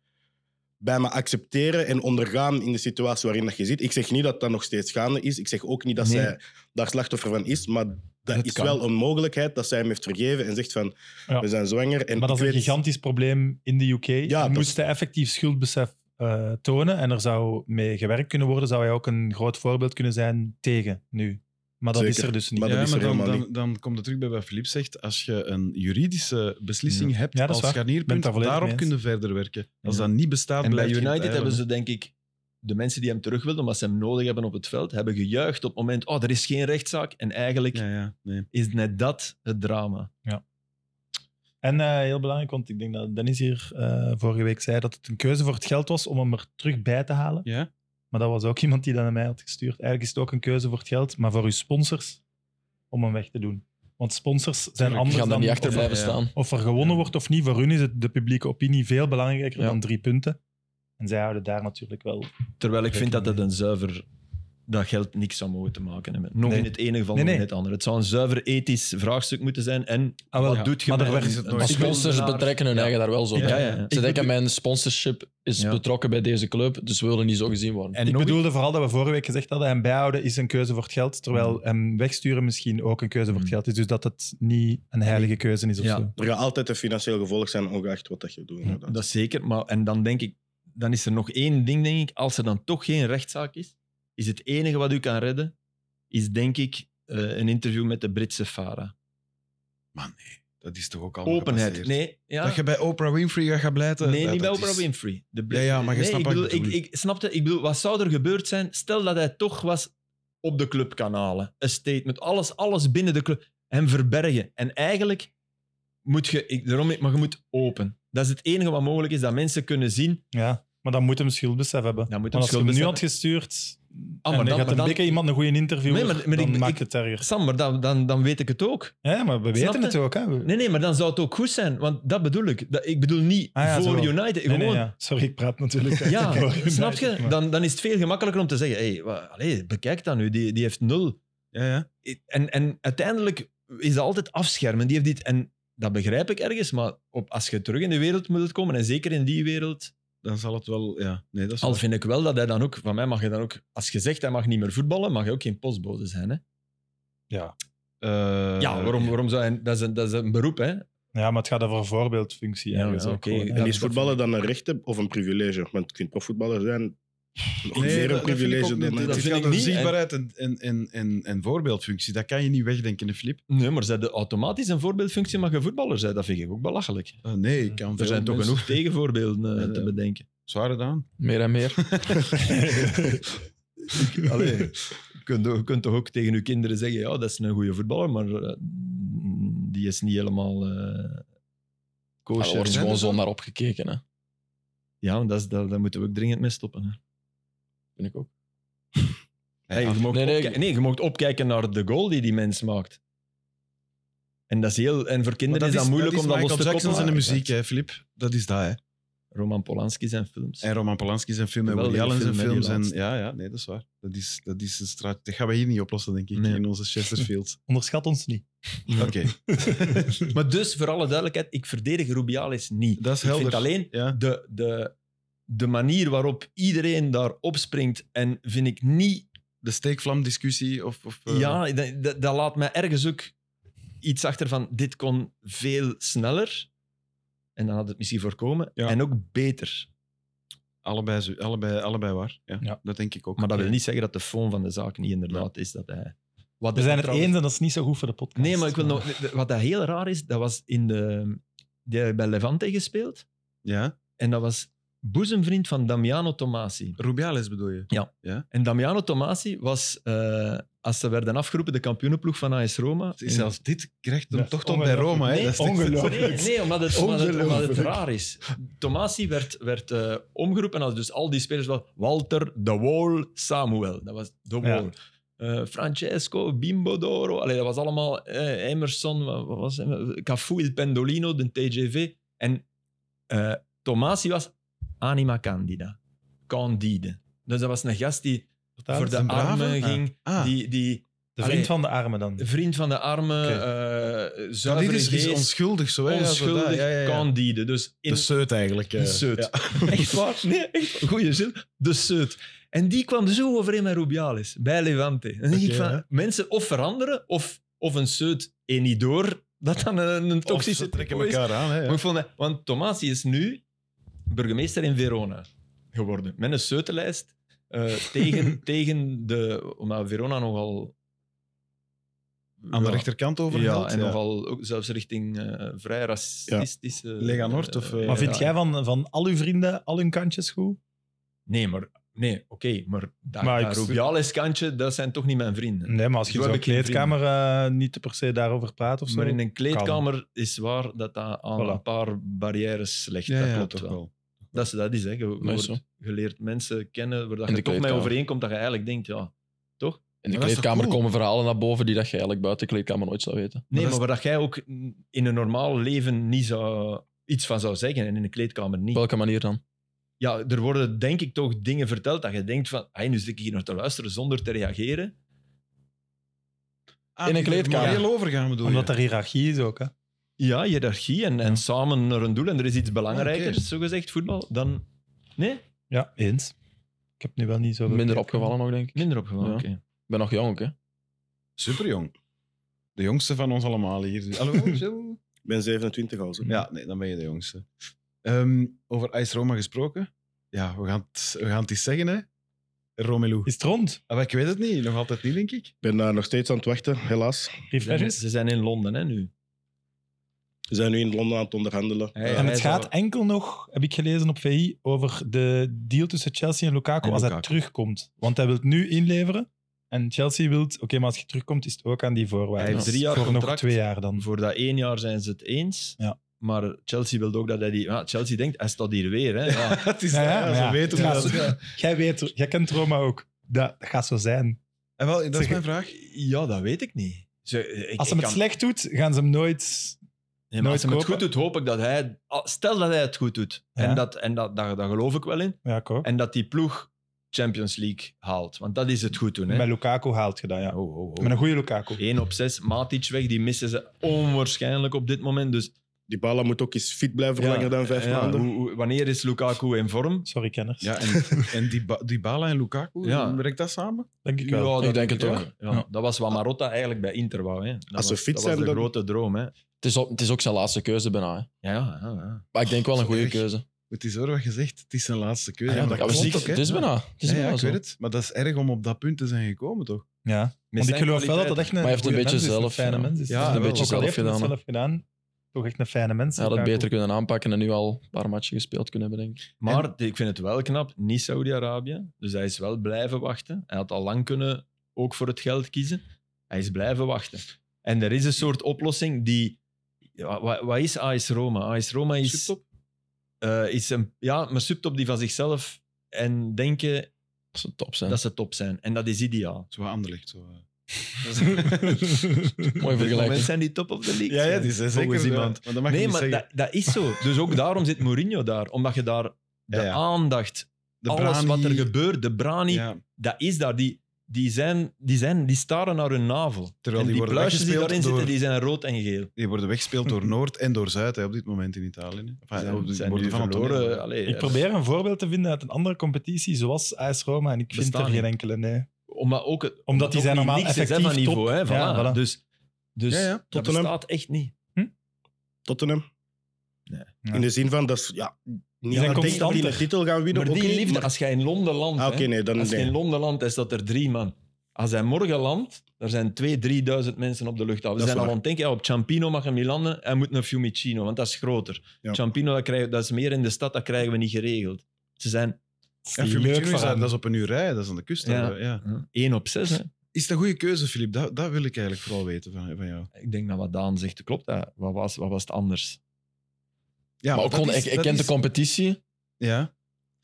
S5: bij me accepteren en ondergaan in de situatie waarin dat je zit. Ik zeg niet dat dat nog steeds gaande is. Ik zeg ook niet dat
S3: Nee.
S5: zij daar slachtoffer van is. Maar dat,
S2: Dat
S5: is
S2: kan.
S5: wel een mogelijkheid dat zij hem heeft vergeven en zegt van,
S4: Ja.
S5: we zijn zwanger. En
S4: Maar dat is
S5: ik
S4: een
S5: weet-
S4: gigantisch probleem in de UK.
S5: Ja,
S4: Hij
S5: dat-
S4: moest hij effectief schuldbesef eh, tonen en er zou mee gewerkt kunnen worden, zou hij ook een groot voorbeeld kunnen zijn tegen nu. Maar dat
S5: Zeker.
S4: is er dus niet.
S5: Maar dat
S1: ja,
S5: is
S1: maar
S5: er
S1: dan,
S5: helemaal
S1: dan, dan komt het terug bij wat Filip zegt. Als je een juridische beslissing hebt
S4: Ja, dat is
S1: als
S4: waar. Ben
S1: scharnierpunt,
S4: het daar volledig mee
S1: daarop
S4: eens.
S1: kunnen verder werken. Als
S3: Ja.
S1: dat niet bestaat,
S3: en bij
S1: blijft je het
S3: United hebben
S1: eiland.
S3: ze denk ik. De mensen die hem terug wilden, omdat ze hem nodig hebben op het veld, hebben gejuicht op het moment: oh, er is geen rechtszaak. En eigenlijk
S1: Ja, ja, nee.
S3: is net dat het drama.
S4: En eh, heel belangrijk, want ik denk dat Dennis hier eh, vorige week zei dat het een keuze voor het geld was om hem er terug bij te halen.
S1: Ja?
S4: Maar dat was ook iemand die dat naar mij had gestuurd. Eigenlijk is het ook een keuze voor het geld, maar voor uw sponsors om hem weg te doen. Want sponsors zijn
S1: Tuurlijk,
S2: Je
S4: anders
S2: gaat er
S4: dan
S2: niet achter
S4: of, er-
S2: blijven
S1: ja.
S2: staan.
S4: of er gewonnen wordt of niet. Voor hun is het de publieke opinie veel belangrijker
S2: Ja.
S4: dan drie punten. En zij houden daar natuurlijk wel.
S3: Terwijl ik vind dat
S4: Rekening
S3: dat een zuiver. dat geld niks zou mogen te maken hebben. Nog
S4: Nee.
S3: in het ene geval,
S4: Nee,
S3: nog
S4: nee.
S3: in
S4: Ah,
S3: het andere. Het zou een zuiver ethisch vraagstuk moeten zijn. En
S4: wel,
S3: wat
S1: ja.
S3: doet je
S4: Maar
S3: met
S4: daar
S3: een-
S4: werkt
S1: het
S3: een
S1: nooit.
S2: Maar
S1: Ik
S2: sponsors
S3: speldenaar?
S2: betrekken hun
S3: Ja.
S2: eigen daar wel zo
S3: Ja,
S2: bij.
S3: ja, ja.
S2: Ze denken, mijn sponsorship is
S3: Ja.
S2: betrokken bij deze club, dus we willen niet zo gezien worden.
S3: En
S4: ik
S3: nog
S4: bedoelde vooral dat we vorige week gezegd hadden: hem bijhouden is een keuze voor het geld. Terwijl hem wegsturen misschien ook een keuze voor het
S3: Mm.
S4: geld is. Dus dat het niet een heilige keuze is of
S3: Ja.
S4: zo.
S5: Er gaat altijd een financieel gevolg zijn, ongeacht wat dat je doet. inderdaad.
S3: Dat zeker. Maar, en dan denk ik, dan is er nog één ding, denk ik. Als er dan toch geen rechtszaak is, is het enige wat u kan redden, is denk ik eh, een interview met de Britse Farah.
S1: Maar nee, dat is toch ook allemaal
S3: Openheid.
S1: gepasseerd.
S3: Nee, ja.
S1: Dat je bij Oprah Winfrey gaat gaan blijten.
S3: Nee,
S1: dat-
S3: niet bij
S1: dat
S3: Oprah
S1: is-
S3: Winfrey. De
S1: Ja, ja, Ah, maar je
S3: nee,
S1: snapt
S3: ik
S1: wat ik
S3: bedoel, ik,
S1: bedoel.
S3: ik snapte, ik bedoel, wat zou er gebeurd zijn? Stel dat hij toch was op de clubkanalen. Een statement, alles, alles binnen de club. Hem verbergen. En eigenlijk moet je, ik, daarom, maar je moet open. Dat is het enige wat mogelijk is, dat mensen kunnen zien.
S4: Ja, maar dan moet hem schuldbesef hebben.
S3: Dan moet hem
S4: Want als je hem nu
S3: schuldbesef
S4: had gestuurd,
S3: maar
S4: en
S3: dan-
S4: dan gaat
S3: maar
S4: een
S3: dan-
S4: beetje iemand een goede interview,
S3: Nee, maar- maar
S4: dan
S3: ik-
S4: maakt
S3: ik-
S4: het erger.
S3: Sam, maar dan, dan, dan weet ik het ook.
S4: Ja, maar we
S3: Snap
S4: weten
S3: je?
S4: het ook. Hè. Ah, We-
S3: Nee, nee, maar dan zou het ook goed zijn. Want dat bedoel ik. Dat, ik bedoel niet
S4: Ah ja,
S3: voor
S4: zo.
S3: United.
S4: Nee,
S3: Gewoon,
S4: nee, ja. Sorry, ik praat natuurlijk.
S3: ja,
S4: voor
S3: snap
S4: United,
S3: je?
S4: maar-
S3: Dan, dan is het veel gemakkelijker om te zeggen, hey, wa- allee, bekijk dat nu, die, die heeft nul.
S1: Ja, ja.
S3: En, en uiteindelijk is dat altijd afschermen. Die heeft dit, en dat begrijp ik ergens, maar op, als je terug in de wereld moet komen, en zeker in die wereld,
S1: Dan zal het wel... Ja, nee, dat is
S3: al
S1: wel...
S3: vind ik wel dat hij dan ook, van mij mag je dan ook, als je zegt hij mag niet meer voetballen, mag je ook geen postbode zijn. Hè?
S1: Eh,
S3: Ja, waarom, waarom zou hij, dat is een, dat is een beroep, hè?
S4: Ja, maar het gaat over een voorbeeldfunctie.
S3: Ja,
S4: ergens
S3: ja,
S4: ook
S3: oké.
S4: gewoon, hè.
S3: Ja,
S5: En
S3: dat-
S5: is voetballen dan een recht of een privilege? Want je kunt profvoetballer zijn. Nog
S1: Nee,
S5: meer
S1: dat-
S5: een
S1: dat vind ik
S5: privilege
S1: ook
S5: dan
S1: niet.
S5: een
S1: Dat
S3: vind
S1: vind
S3: ik
S1: ik
S3: niet.
S1: zichtbaarheid en, en, en, en, en voorbeeldfunctie, dat kan je niet wegdenken, hè, Filip.
S3: Nee, maar zij de automatisch een voorbeeldfunctie mag je voetballer zijn. Dat vind ik ook belachelijk.
S1: Eh, nee, ik kan
S3: Er zijn toch genoeg tegenvoorbeelden eh,
S1: Ja, ja.
S3: te bedenken.
S1: Zwaar gedaan.
S2: Meer en meer.
S3: Allee, je, kunt, je kunt toch ook tegen je kinderen zeggen, ja, dat is een goede voetballer, maar eh, die is niet helemaal eh
S2: Daar
S3: kosher.
S1: eh,
S2: wordt
S3: Hè?
S2: gewoon zo naar opgekeken. Hè.
S3: Ja, want dat is, daar, daar moeten we ook dringend mee stoppen. Hè.
S2: Vind ik ook.
S3: Hey, je mocht
S2: Nee, nee,
S3: opkijken- nee, je mag opkijken naar de goal die die mens maakt. En, dat is heel, en voor kinderen
S1: Maar
S3: is dat moeilijk om dat los
S1: Michael
S3: te
S1: Jackson
S3: koppelen.
S1: zijn de muziek, hè, Filip. Dat is dat, hè.
S3: Roman Polanski zijn films.
S1: En Roman Polanski zijn film en Woody
S3: Geweldige
S1: Allen zijn
S3: film, hè,
S1: films.
S3: die
S1: En,
S3: laatste.
S1: ja, ja, nee, dat is waar. Dat is, dat is een straat. Dat gaan we hier niet oplossen, denk ik,
S3: Nee.
S1: in onze Chesterfield.
S4: Onderschat ons niet.
S1: Oké,
S3: Maar dus, voor alle duidelijkheid, ik verdedig Rubiales niet.
S1: dat is
S3: ik
S1: helder.
S3: vind alleen
S1: Ja.
S3: de, de, de manier waarop iedereen daar opspringt en vind ik niet...
S1: De steekvlamdiscussie of... of eh,
S3: Ja, dat, dat- dat laat mij ergens ook iets achter van dit kon veel sneller. En dan had het misschien voorkomen.
S1: Ja.
S3: En ook beter.
S1: Allebei, zo- allebei, allebei waar. Ja,
S4: Ja.
S1: Dat denk ik ook.
S3: Maar dat wil niet zeggen dat de foon van de zaak niet inderdaad is dat hij... Wat
S4: We zijn het
S3: trouwens-
S4: eens en dat is niet zo goed voor de podcast.
S3: Nee, maar ik wil nog... Wat dat heel raar is, dat was in de... Die hebben bij Levante gespeeld.
S1: Ja?
S3: En dat was boezemvriend van Damiano Tomasi.
S1: Rubiales bedoel je?
S3: En Damiano Tomasi was, eh, als ze werden afgeroepen, de kampioenenploeg van AS Roma.
S1: Het is
S3: En-
S1: zelfs dit krijgt hem
S4: Dat is
S1: toch tot bij
S4: ongelooflijk.
S1: Roma. Hè?
S3: Nee,
S1: dat is echt-
S4: Ongelooflijk.
S3: Nee, nee omdat, het, omdat, het, omdat het
S5: Ongelooflijk.
S3: raar is. Tomasi werd, werd eh, omgeroepen als dus al die spelers wel Walter, De Wall, Samuel. Dat was De Wall. Eh, Francesco, Bimbo Doro. Allee, dat was allemaal eh, Emerson, wat wat was hem? Cafu, Il Pendolino, de TGV. En eh Tomasi was anima candida. Candide. Dus dat was een gast die
S4: Vertel
S3: voor
S4: eens.
S3: de
S1: een brave?
S3: armen
S1: Ah.
S3: ging.
S1: Ah,
S3: Die, die,
S4: De
S3: Allee.
S4: vriend van de armen dan.
S3: vriend van de armen,
S4: Oké.
S3: eh
S1: maar
S3: zuivere
S1: dit is, is
S3: geest,
S1: onschuldig zo. Hè? Ja, zo dat,
S3: onschuldig,
S1: ja, ja, ja.
S3: candide. Dus in,
S1: De Seut eigenlijk. eh.
S3: de Seut.
S1: Ja.
S3: Echt waar? Nee, echt. Goeie zin. De Seut. En die kwam zo overeen met Rubiales, bij Levante. En dan denk ik
S1: Oké,
S3: van,
S1: hè.
S3: mensen of veranderen, of, of een Seut één niet door, dat dan een, een
S1: Of
S3: toxische
S1: ze trekken
S3: trio is.
S1: elkaar aan. Hè, ja.
S3: Maar ik vond dat- want Tomasi is nu burgemeester in Verona geworden. Met een zeutenlijst eh, tegen, tegen de... Omdat Verona nogal...
S1: Aan de
S3: Ja,
S1: rechterkant over
S3: Ja, en nogal ook zelfs richting eh, vrij racistische...
S1: Lega Nord of, eh,
S3: eh,
S4: Maar vind
S3: ja.
S4: jij van, van al uw vrienden al hun kantjes goed?
S3: Nee, maar... Nee, oké, maar dat,
S4: Maar
S3: dat
S4: ik- Mm,
S3: Rubiales kantje, dat zijn toch niet mijn vrienden.
S4: Nee, maar als je
S3: Zo
S4: zo in
S3: heb
S4: de
S3: ik geen
S4: kleedkamer eh, niet per se daarover praat of zo.
S3: maar in een kleedkamer is waar dat dat aan
S4: Voilà.
S3: een paar barrières slecht.
S1: Ja,
S3: dat
S1: ja,
S3: klopt
S1: toch
S3: wel.
S1: wel.
S3: Dat, is, dat is, hè. Je, je
S2: Nee,
S3: wordt
S2: zo.
S3: geleerd mensen kennen waar dat
S2: In de
S3: je toch mee
S2: kleedkamer.
S3: overeenkomt dat je eigenlijk denkt, ja...
S2: In de
S1: Maar dat is toch
S2: kleedkamer
S1: cool?
S2: komen verhalen naar boven die dat je eigenlijk buiten de kleedkamer nooit zou weten.
S1: Maar
S3: Nee, maar,
S1: dat
S3: waar dat jij ook in een normaal leven niet zou, iets van zou zeggen en in een kleedkamer
S2: Op
S3: niet.
S2: welke manier dan?
S3: Ja, er worden denk ik toch dingen verteld dat je denkt van, hey, nu zit ik hier nog te luisteren zonder te reageren.
S1: Ah,
S2: In een
S1: die er
S2: kleedkamer.
S1: moreel overgaan bedoel
S4: Omdat
S1: je?
S4: er hiërarchie is ook. Hè?
S3: Ja, hiërarchie en, en samen naar een doel. En er is iets belangrijker,
S1: Oké.
S3: zogezegd, voetbal, dan... Nee?
S4: Ja, eens. Ik heb nu wel niet zo.
S2: Minder opgevallen nog, denk ik.
S3: Minder opgevallen.
S2: Ja.
S3: oké.
S2: Ik ben nog jong ook, hè.
S1: Super jong. De jongste van ons allemaal hier. Hallo, Jill?
S5: Ik ben 27 al. zo.
S1: Ja, nee, dan ben je de jongste. Ehm, over IJs Roma gesproken. Ja, we gaan het, we gaan het eens zeggen, hè. Romelu.
S4: Is het rond?
S1: Ah, maar ik weet het niet. Nog altijd niet, denk ik.
S5: Ik ben daar nog steeds aan het wachten, helaas.
S3: Ze zijn-
S4: Refreshes?
S3: Ze zijn in Londen, hè, nu.
S5: We zijn nu in Londen aan het onderhandelen.
S3: Hey,
S5: Ja.
S4: En
S3: hij
S4: het
S3: zou-
S4: gaat enkel nog, heb ik gelezen op VI, over de deal tussen Chelsea en Lukaku
S3: En
S4: als hij
S3: Lukaku.
S4: terugkomt. Want hij wil nu inleveren. En Chelsea wil, oké, maar als je terugkomt, is het ook aan die voorwaarden.
S3: Hij heeft drie jaar
S4: Voor nog
S3: contract.
S4: twee jaar dan.
S3: Voor dat één jaar zijn ze het eens.
S4: Ja.
S3: Maar Chelsea wil ook dat hij die... Ja, Chelsea denkt, hij staat hier weer. Hè. Ja.
S1: het is...
S4: Ja,
S1: Ja,
S4: ja, maar
S1: ze
S4: ja.
S1: weten
S4: Ja,
S1: dat.
S4: ze- Jij weet, jij kent Roma ook. Dat gaat zo zijn.
S1: En Ah, wel, dat is
S4: Zeg,
S1: mijn vraag.
S3: Ja, dat weet ik niet. Ze- ik-
S4: Als ze
S3: ik kan-
S4: hem het slecht doet, gaan ze hem nooit...
S3: Nee, maar als
S4: nooit
S3: hij het goed
S4: kopen.
S3: doet, hoop ik dat hij... ah, Stel dat hij het goed doet.
S4: Ja.
S3: En, dat, en dat, daar, daar geloof ik wel in.
S4: Ja, ik ook.
S3: En dat die ploeg Champions League haalt. Want dat is het goed doen. Hè?
S4: Met Lukaku haalt je dat, ja.
S3: Oh, oh,
S4: Met een goede Lukaku.
S3: 1 op 6, Matic weg. Die missen ze onwaarschijnlijk op dit moment. Dus,
S5: Die Bala moet ook eens fit blijven voor
S3: Ja,
S5: langer dan vijf
S3: ja,
S5: maanden.
S3: hoe- hoe- wanneer is Lukaku in vorm?
S4: Sorry, kenners.
S1: Ja, en, en die, Ba- die Bala en Lukaku,
S3: Ja.
S1: werkt dat samen?
S4: Denk ik
S3: Ja,
S4: wel.
S3: dat
S2: Ik denk het
S3: ja.
S2: ook.
S3: Ja,
S2: Ja.
S3: Dat was wat Marotta eigenlijk bij Inter wou. Hè. Dat
S5: Als ze
S3: was-
S5: fit
S3: dat
S5: zijn,
S3: was de
S5: dan-
S3: grote droom. Hè. Ja,
S2: Het is, ook, het is ook zijn laatste keuze bijna. hè.
S3: ja, ja.
S2: Maar ik denk wel een
S1: Oh,
S2: goede
S1: echt?
S2: keuze.
S1: Het is hoor wat je zegt, het is zijn laatste keuze.
S4: Ah ja,
S1: maar
S4: dat
S2: Ja,
S4: klopt
S2: precies.
S1: ook, hè?
S2: het is bijna. Het is
S1: Ja, ja,
S2: bijna
S1: ik
S2: zo.
S1: weet het, maar dat is erg om op dat punt te zijn gekomen, toch?
S4: Ja. Want ik
S3: zijn
S4: geloof wel dat dat
S3: kwaliteiten.
S4: echt een
S2: Maar hij heeft een
S4: goeie
S2: beetje
S4: mens is,
S2: zelf,
S4: Een fijne
S2: ja.
S4: mens is.
S1: Ja, een
S4: wel.
S1: beetje
S4: Ook al
S2: zelf
S4: heeft hij het
S2: gedaan,
S4: zelf gedaan. Toch echt een fijne mens.
S2: Hij had het
S4: Lukaku.
S2: beter kunnen aanpakken en nu al een paar matchen gespeeld kunnen hebben, denk ik.
S3: Maar ik vind het wel knap, niet Saudi-Arabië. Dus hij is wel blijven wachten. Hij had al lang kunnen ook voor het geld kiezen. Hij is blijven wachten. En er is een soort oplossing die. Ja, wa- wat is AS Roma? AS Roma is.
S1: Subtop?
S3: eh, is een, ja, maar subtop die van zichzelf en denken
S2: Dat zou top zijn.
S3: dat ze top zijn. En dat is ideaal.
S1: Zo aandacht. Zo, eh.
S2: Mooi
S3: Mensen
S2: vergelijking.
S3: zijn die top of the league.
S1: ja, ja,
S3: zijn,
S1: die zijn
S3: volgens
S1: zeker zo.
S3: iemand.
S1: Maar dat mag je
S3: Nee,
S1: niet
S3: maar
S1: zeggen.
S3: dat, dat is zo. Dus ook daarom zit Mourinho daar. Omdat je daar de
S1: Ja, ja.
S3: aandacht,
S1: De
S3: alles
S1: Brani-
S3: wat er gebeurt, de brani,
S1: Ja,
S3: dat is daar. Die, die, zijn, die, zijn, die staren naar hun navel.
S1: Terwijl die
S3: en die,
S1: worden
S3: pluisjes die
S1: weggespeeld
S3: daarin zitten,
S1: door-
S3: die zijn rood en geel.
S1: die worden weggespeeld door Noord en door Zuid hè, op dit moment in Italië. hè. Enfin, Ah, ja,
S3: Ze
S1: die
S3: zijn
S1: worden
S3: nu
S1: van het toneel,
S3: verloren.
S1: hè.
S3: Allee,
S4: Ik probeer een voorbeeld te vinden uit een andere competitie, zoals AS Roma. En ik vind
S3: Bestaan
S4: er
S3: niet.
S4: geen enkele, nee.
S3: om- maar ook, omdat,
S4: die zijn normaal
S3: effectief
S4: effectief
S3: van niveau. Hè,
S4: Ja,
S3: voilà.
S4: voilà.
S3: Dus, dus
S1: Ja, ja.
S3: dat
S5: Tottenham.
S3: bestaat echt niet.
S5: Tottenham.
S3: Nee.
S5: In de zin van, dat is, ja, niet
S4: zijn
S5: aan het denken dat die
S4: constanter.
S5: een titel gaan winnen.
S3: Maar
S5: ook
S3: die
S5: niet,
S3: liefde,
S5: maar-
S3: als jij in Londen landt...
S5: Ah,
S3: hè,
S5: Oké, nee, dan
S3: Als hij in
S5: nee.
S3: Londen landt, is dat er drie man. Als hij morgen landt, er zijn twee, drieduizend mensen op de luchthaven. Ze
S5: Dat is
S3: zijn al aan
S5: waar.
S3: het denken, ja, op Ciampino mag hij niet landen, hij moet naar Fiumicino, want dat is groter.
S5: Ja.
S3: Ciampino, dat, krijgen- dat is meer in de stad, dat krijgen we niet geregeld. Ze zijn
S1: Ja,
S4: Leuk
S1: Fiumicino is
S4: voor
S1: daar-
S4: hem.
S1: dat is op een uur rijden, dat is aan de kust. hè.
S3: Ja.
S1: Ja.
S3: één Hm? op zes. Hè.
S1: Is dat een goede keuze, Filip? Dat, dat wil ik eigenlijk vooral weten van, van jou.
S3: Ik denk dat wat Daan zegt, klopt. Hè. Wat, was, wat was het anders?
S1: Ja,
S2: Maar ook
S1: dat
S2: gewoon,
S1: is-
S2: ik, ik
S1: dat
S2: ken de
S1: is-
S2: competitie.
S1: Ja. En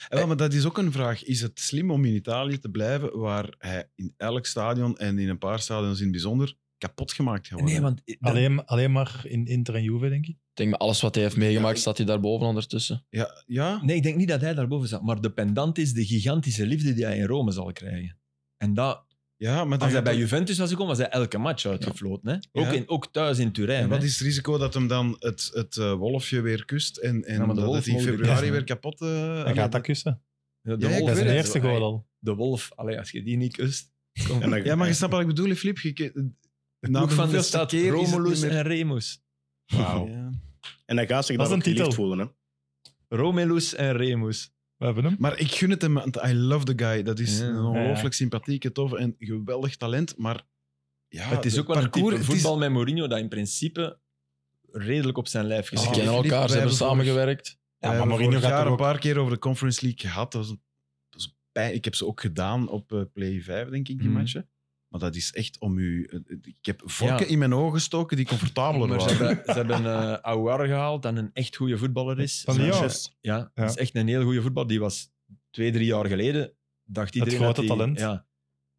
S3: Eh.
S1: wel, maar dat is ook een vraag. Is het slim om in Italië te blijven, waar hij in elk stadion en in een paar stadions in het bijzonder kapot gemaakt gaat worden?
S3: Nee, want dat-
S4: Alleen, alleen maar in Inter en Juve, denk ik.
S2: Ik denk, maar alles wat hij heeft meegemaakt, staat hij daarboven ondertussen.
S1: Ja, ja?
S3: nee, ik denk niet dat hij daarboven zat. Maar de pendant is de gigantische liefde die hij in Rome zal krijgen. En dat,
S1: ja maar dan
S3: als hij
S1: gaat
S3: bij
S1: dat-
S3: Juventus was gekomen, was hij elke match uitgefloten. Hè? Ook,
S1: Ja.
S3: in, ook thuis in Turijn.
S1: En
S3: hè.
S1: wat is het risico dat hem dan het, het eh, wolfje weer kust en, en
S3: Ja, maar de
S1: dat
S3: wolf
S1: het in
S3: mogen we
S1: februari
S4: niet.
S1: weer kapot... eh,
S4: Hij
S1: allee,
S4: gaat dat kussen.
S3: Ja,
S1: Ja, ik
S3: wolf
S4: Dat is
S1: weet
S4: de
S1: het.
S3: het.
S4: eerste
S3: Zo,
S4: goal
S3: ey,
S4: al.
S3: De wolf, allee, als je die niet kust.
S5: En dan-
S1: Ja, maar je snapt wat ik bedoel, hè, Filip. Je ke-
S3: De
S1: na
S3: ploeg van de
S1: hoeveelste
S3: stad
S1: keer is het niet
S3: Romulus
S1: meer-
S3: en Remus.
S5: Wauw.
S1: Ja.
S5: En hij gaat zich
S4: Dat is
S5: dan ook
S4: een titel.
S5: geliefd voelen. Hè.
S3: Romulus en Remus.
S4: We hebben hem.
S1: Maar ik gun het hem, want I love the guy. Dat is
S3: Ja.
S1: een ongelooflijk sympathieke, tof en geweldig talent. Maar ja,
S3: het is
S1: de
S3: ook wel een
S1: parcours,
S3: type
S1: het is-
S3: voetbal met Mourinho dat in principe redelijk op zijn
S2: Dus
S3: lijf
S2: Ze
S1: Oh,
S3: gezet
S2: kennen
S1: Filip,
S2: elkaar, ze
S1: wij
S2: hebben
S1: hebben vorig-
S2: samengewerkt.
S1: Ja,
S4: maar
S1: maar
S4: Mourinho
S1: Mourinho
S4: gaat
S1: Eh, jaar
S4: toch
S1: een
S4: ook-
S1: paar keer over de Conference League gehad. Dat was, een- dat was pijn. Ik heb ze ook gedaan op eh, Play 5, denk ik, die
S3: Mhm.
S1: matchen. Maar dat is echt om u... eh, eh, Ik heb vorken
S3: Ja.
S1: in mijn ogen gestoken die comfortabeler
S3: Maar ze
S1: waren.
S3: hebben, ze hebben eh, Aouar gehaald, dat een echt goede voetballer is.
S4: Van
S3: Ze-
S4: Lyon.
S3: Ja, dat is echt een heel goede voetballer. Die was twee, drie jaar geleden, dacht iedereen
S4: grote
S3: dat die-
S4: talent.
S3: Ja.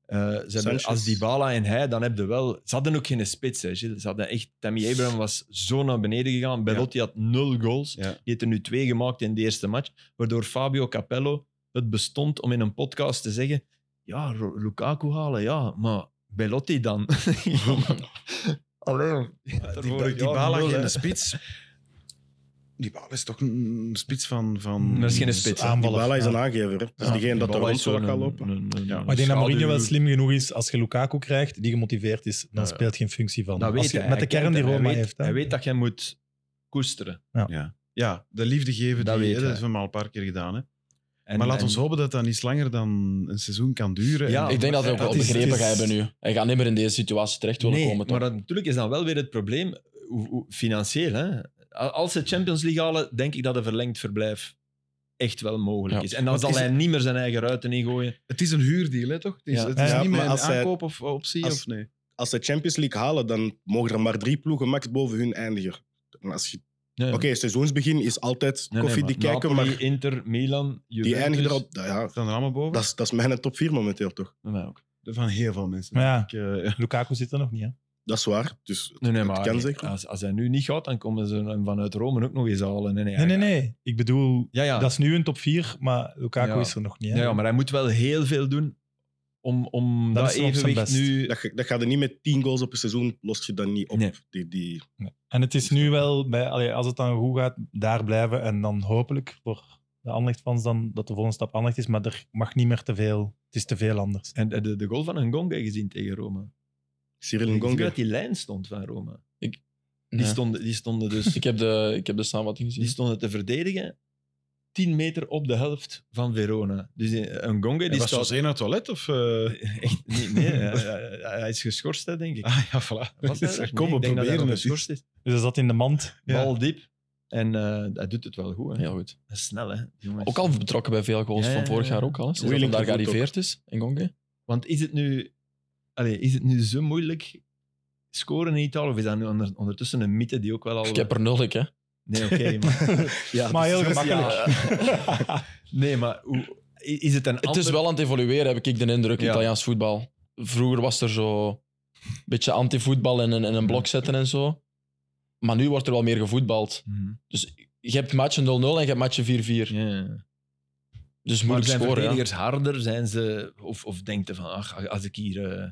S3: Eh, ze hebben,
S5: Sanchez.
S3: als Dybala en hij, dan heb je wel... Ze hadden ook geen spits, hè, Gilles. Ze hadden echt... Tammy Abraham was zo naar beneden gegaan. Belotti had nul goals.
S1: Ja.
S3: Die heeft er nu twee gemaakt in de eerste match. Waardoor Fabio Capello het bestond om in een podcast te zeggen... Ja, Ro- Lukaku halen, ja. Maar Belotti dan? Ja, maar- Allee.
S1: Die, ba- die Bala geen spits. Die Bala is toch een spits van... van
S3: Dat is geen spits. hè.
S5: Die
S4: Aanvaller.
S5: Bala is
S4: Ja.
S5: een aangever. Hè. Dat
S3: Ja,
S5: is Ah, degene dat er
S3: Dybala
S5: rond
S3: is
S5: zo
S3: zo'n-
S5: gaat lopen.
S3: een- een-
S1: Ja.
S3: een
S4: Maar ik denk dat Mourinho wel
S3: schaduw-
S4: slim genoeg is als je Lukaku krijgt, die gemotiveerd is, dan
S3: Ja.
S4: speelt geen functie van.
S3: Dat
S4: Als
S3: weet
S4: je-
S3: hij.
S4: met de
S3: Hij
S4: kern
S3: kent
S4: die
S3: het. Hij
S4: Roma
S3: weet-
S4: heeft. hè.
S3: Hij weet dat jij moet koesteren.
S1: Ja, de liefde geven,
S3: Dat
S1: dat, die,
S3: weet
S1: hè, dat
S3: hij.
S1: hebben we al een paar keer gedaan. Hè.
S3: En-
S1: maar laat
S3: en-
S1: ons hopen dat dat niet langer dan een seizoen kan duren.
S3: Ja,
S1: En-
S2: Ik denk dat hij ook
S1: Dat
S2: wel
S1: is-
S2: begrepen
S1: het is-
S2: gaat hebben nu. Hij gaat niet meer in deze situatie terecht willen
S3: Nee,
S2: komen.
S3: maar
S2: toch?
S3: dat, natuurlijk is dan wel weer het probleem hoe, hoe- financieel. Hè? A- Als ze Champions League halen, denk ik dat een verlengd verblijf echt wel mogelijk
S2: Ja.
S3: is. En dan
S1: Want
S3: zal
S1: is
S3: hij
S1: het-
S3: niet meer zijn eigen ruiten ingooien.
S1: het is een huurdeal, hè, toch? Het is,
S3: Ja.
S1: het is
S5: Ja,
S1: niet meer
S5: maar
S1: een
S5: als hij-
S1: aankoop of optie,
S5: als-
S1: of nee?
S5: Als ze Champions League halen, dan mogen er maar drie ploegen max boven hun eindigen. En als je
S3: Ja, ja.
S5: Oké, seizoensbegin is altijd
S3: Nee, nee,
S5: koffie
S3: maar
S5: die kijken,
S3: Napoli, dus-
S5: maar
S3: Inter, Milan,
S5: die
S3: Juventus.
S5: eindigen er al... nou Ja,
S1: Staan er allemaal boven?
S5: dat is, dat is mijn top 4 momenteel, toch?
S3: Bij mij ook.
S1: Van heel veel mensen.
S4: Maar ja,
S1: Ik, eh,
S4: Lukaku zit er nog niet, hè?
S5: Dat is waar. Dus het,
S3: Nee, nee,
S5: het
S3: maar
S5: kan
S3: nee,
S5: zeker.
S3: Als, als hij nu niet gaat, dan komen ze hem vanuit Rome ook nog eens halen. Nee, nee,
S4: Nee,
S3: hij-
S4: nee, nee. Ik bedoel,
S3: Ja, ja.
S4: dat is nu een top 4, maar Lukaku
S3: Ja.
S4: is er nog niet.
S3: ja,
S4: Hè?
S3: ja, maar hij moet wel heel veel doen om, om
S4: Dan
S3: dat
S4: is hij op zijn
S3: evenwicht
S4: best.
S3: nu...
S5: Dat, ga- dat gaat er niet met 10 goals op een seizoen, lost je dat niet op.
S3: Nee.
S5: Die, die,
S4: Nee. En het is nu wel, bij, allee, als het dan goed gaat, daar blijven. En dan hopelijk voor de Anderlecht-fans dan dat de volgende stap Anderlecht is. Maar er mag niet meer te veel. Het is te veel anders.
S3: En de, de goal van Ngonga gezien tegen Rome.
S5: Cyril
S3: Ik zie
S5: Ngonge.
S3: dat die lijn stond van Rome. Die,
S2: Nee.
S3: stonden, die stonden dus
S2: Ik heb de, ik heb de samenvatting gezien.
S3: die stonden te verdedigen 10 meter op de helft van Verona. Dus Ngonga
S1: die
S3: die
S1: was
S3: staat...
S1: José naar het toilet? Of, eh?
S3: Echt niet, nee, hij, hij- hij is geschorst, hè, denk ik.
S1: Ah ja, voilà.
S3: Was hij daar?
S1: Kom,
S3: Nee,
S1: we
S3: ik denk dat hij
S1: proberen
S3: nog
S1: het.
S3: geschorst is.
S4: Dus hij zat in de mand.
S1: Ja.
S3: Bal diep. En eh, hij doet het wel goed. Hè.
S2: Heel goed.
S3: Dat is Snel, hè. die jongen is-
S2: Ook al betrokken bij veel goals
S3: Ja,
S2: van
S3: ja,
S2: vorig
S3: ja.
S2: jaar ook al. hè, Sinds dat
S5: Wheeling
S2: hij daar
S5: doet het
S2: gearriveerd is, in Gonge.
S3: Want is het nu... Allee, is het nu zo moeilijk scoren in Italië? Of is dat nu onder- ondertussen een mythe die ook wel al...
S2: Ik heb er nul,
S3: Ah,
S2: ik, hè. Ah,
S3: Nee, oké, maar... Ja,
S4: maar
S3: dus-
S4: heel gemakkelijk.
S3: Nee, maar hoe, i- is het een
S2: Het is wel aan het evolueren, heb ik de indruk,
S3: Ja.
S2: Italiaans voetbal. Vroeger was er zo een beetje anti-voetbal en, een- en een blok zetten en zo. Maar nu wordt er wel meer gevoetbald.
S3: Mhm.
S2: Dus je hebt matchen 0-0 en je hebt matchen 4-4. Dus
S3: Maar
S2: moeilijk
S3: zijn
S2: scoren. hè.
S3: verdedigers harder? Zijn ze, of, of denkt hij van, ach, als ik hier... eh,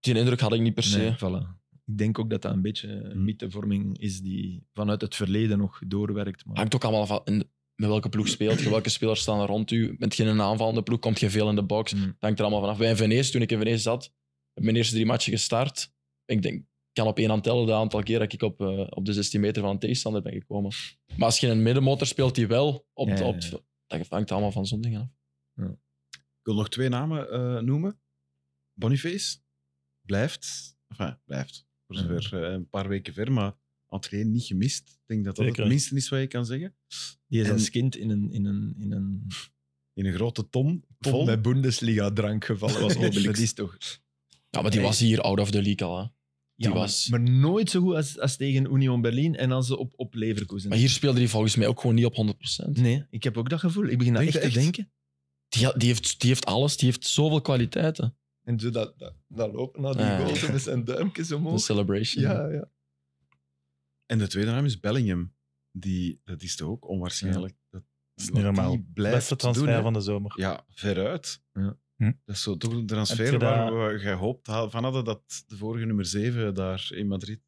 S2: Die indruk had ik niet per se.
S3: nee, voilà. Ik denk ook dat dat een beetje
S2: Mhm.
S3: een mythevorming is die vanuit het verleden nog doorwerkt. Maar...
S2: Hangt ook allemaal van in- met welke ploeg speelt je, welke spelers staan er rond u. Bent je in een aanvallende ploeg, komt je veel in de box.
S3: Mm.
S2: Het hangt er allemaal vanaf. Bij Venetië, E toen ik in Venetië zat, heb mijn eerste drie matchen gestart. Ik denk, ik kan op één hand tellen de aantal keer dat ik op, eh, op de 16 meter van een tegenstander ben gekomen. Maar als je een middenmotor speelt die wel, op,
S3: Ja, ja, ja.
S2: op, dat hangt allemaal van zo'n dingen af.
S1: Ik wil nog twee namen eh, noemen. Boniface blijft. Enfin, blijft. Voor
S3: Ja.
S1: zover eh, een paar weken ver, maar entree niet gemist. Ik denk dat dat
S4: Zeker.
S1: het minste is wat je kan zeggen.
S3: Die is
S1: En-
S3: als kind in een, in een, in een
S1: In een grote ton.
S3: pot
S1: vol.
S3: met Bundesliga-drank gevallen.
S5: Dat was Obelix.
S3: Dat is toch...
S2: Ja, maar die
S3: Nee.
S2: was hier out of the league al. Hè.
S3: Ja, maar-
S2: was-
S3: maar, nooit zo goed als, als tegen Union Berlin en als ze op, op Leverkusen.
S2: Maar hier speelde hij volgens mij ook gewoon niet op 100%.
S3: Nee, ik heb ook dat gevoel. Ik begin dat
S1: Denk
S3: echt,
S1: je
S3: te
S1: echt?
S3: denken.
S2: Die, ha- die, heeft, die heeft alles, die heeft zoveel kwaliteiten.
S3: En zo dat, dat, dat lopen naar die
S2: Ah.
S3: goals en met zijn duimpjes
S2: De
S3: omhoog.
S2: celebration.
S3: Ja, ja.
S1: En de tweede naam is Bellingham. Die, dat is toch ook onwaarschijnlijk. Dat,
S4: is
S1: wat
S4: niet normaal.
S1: Die blijft
S4: Beste transfer
S1: doen, hè.
S4: van de zomer.
S1: Ja, veruit.
S3: Ja.
S4: Hm.
S1: Dat is zo toch een
S4: Heb
S1: transfer
S4: je
S1: waar
S4: dat-
S1: we gehoopt ha- van hadden dat de vorige nummer 7 daar in Madrid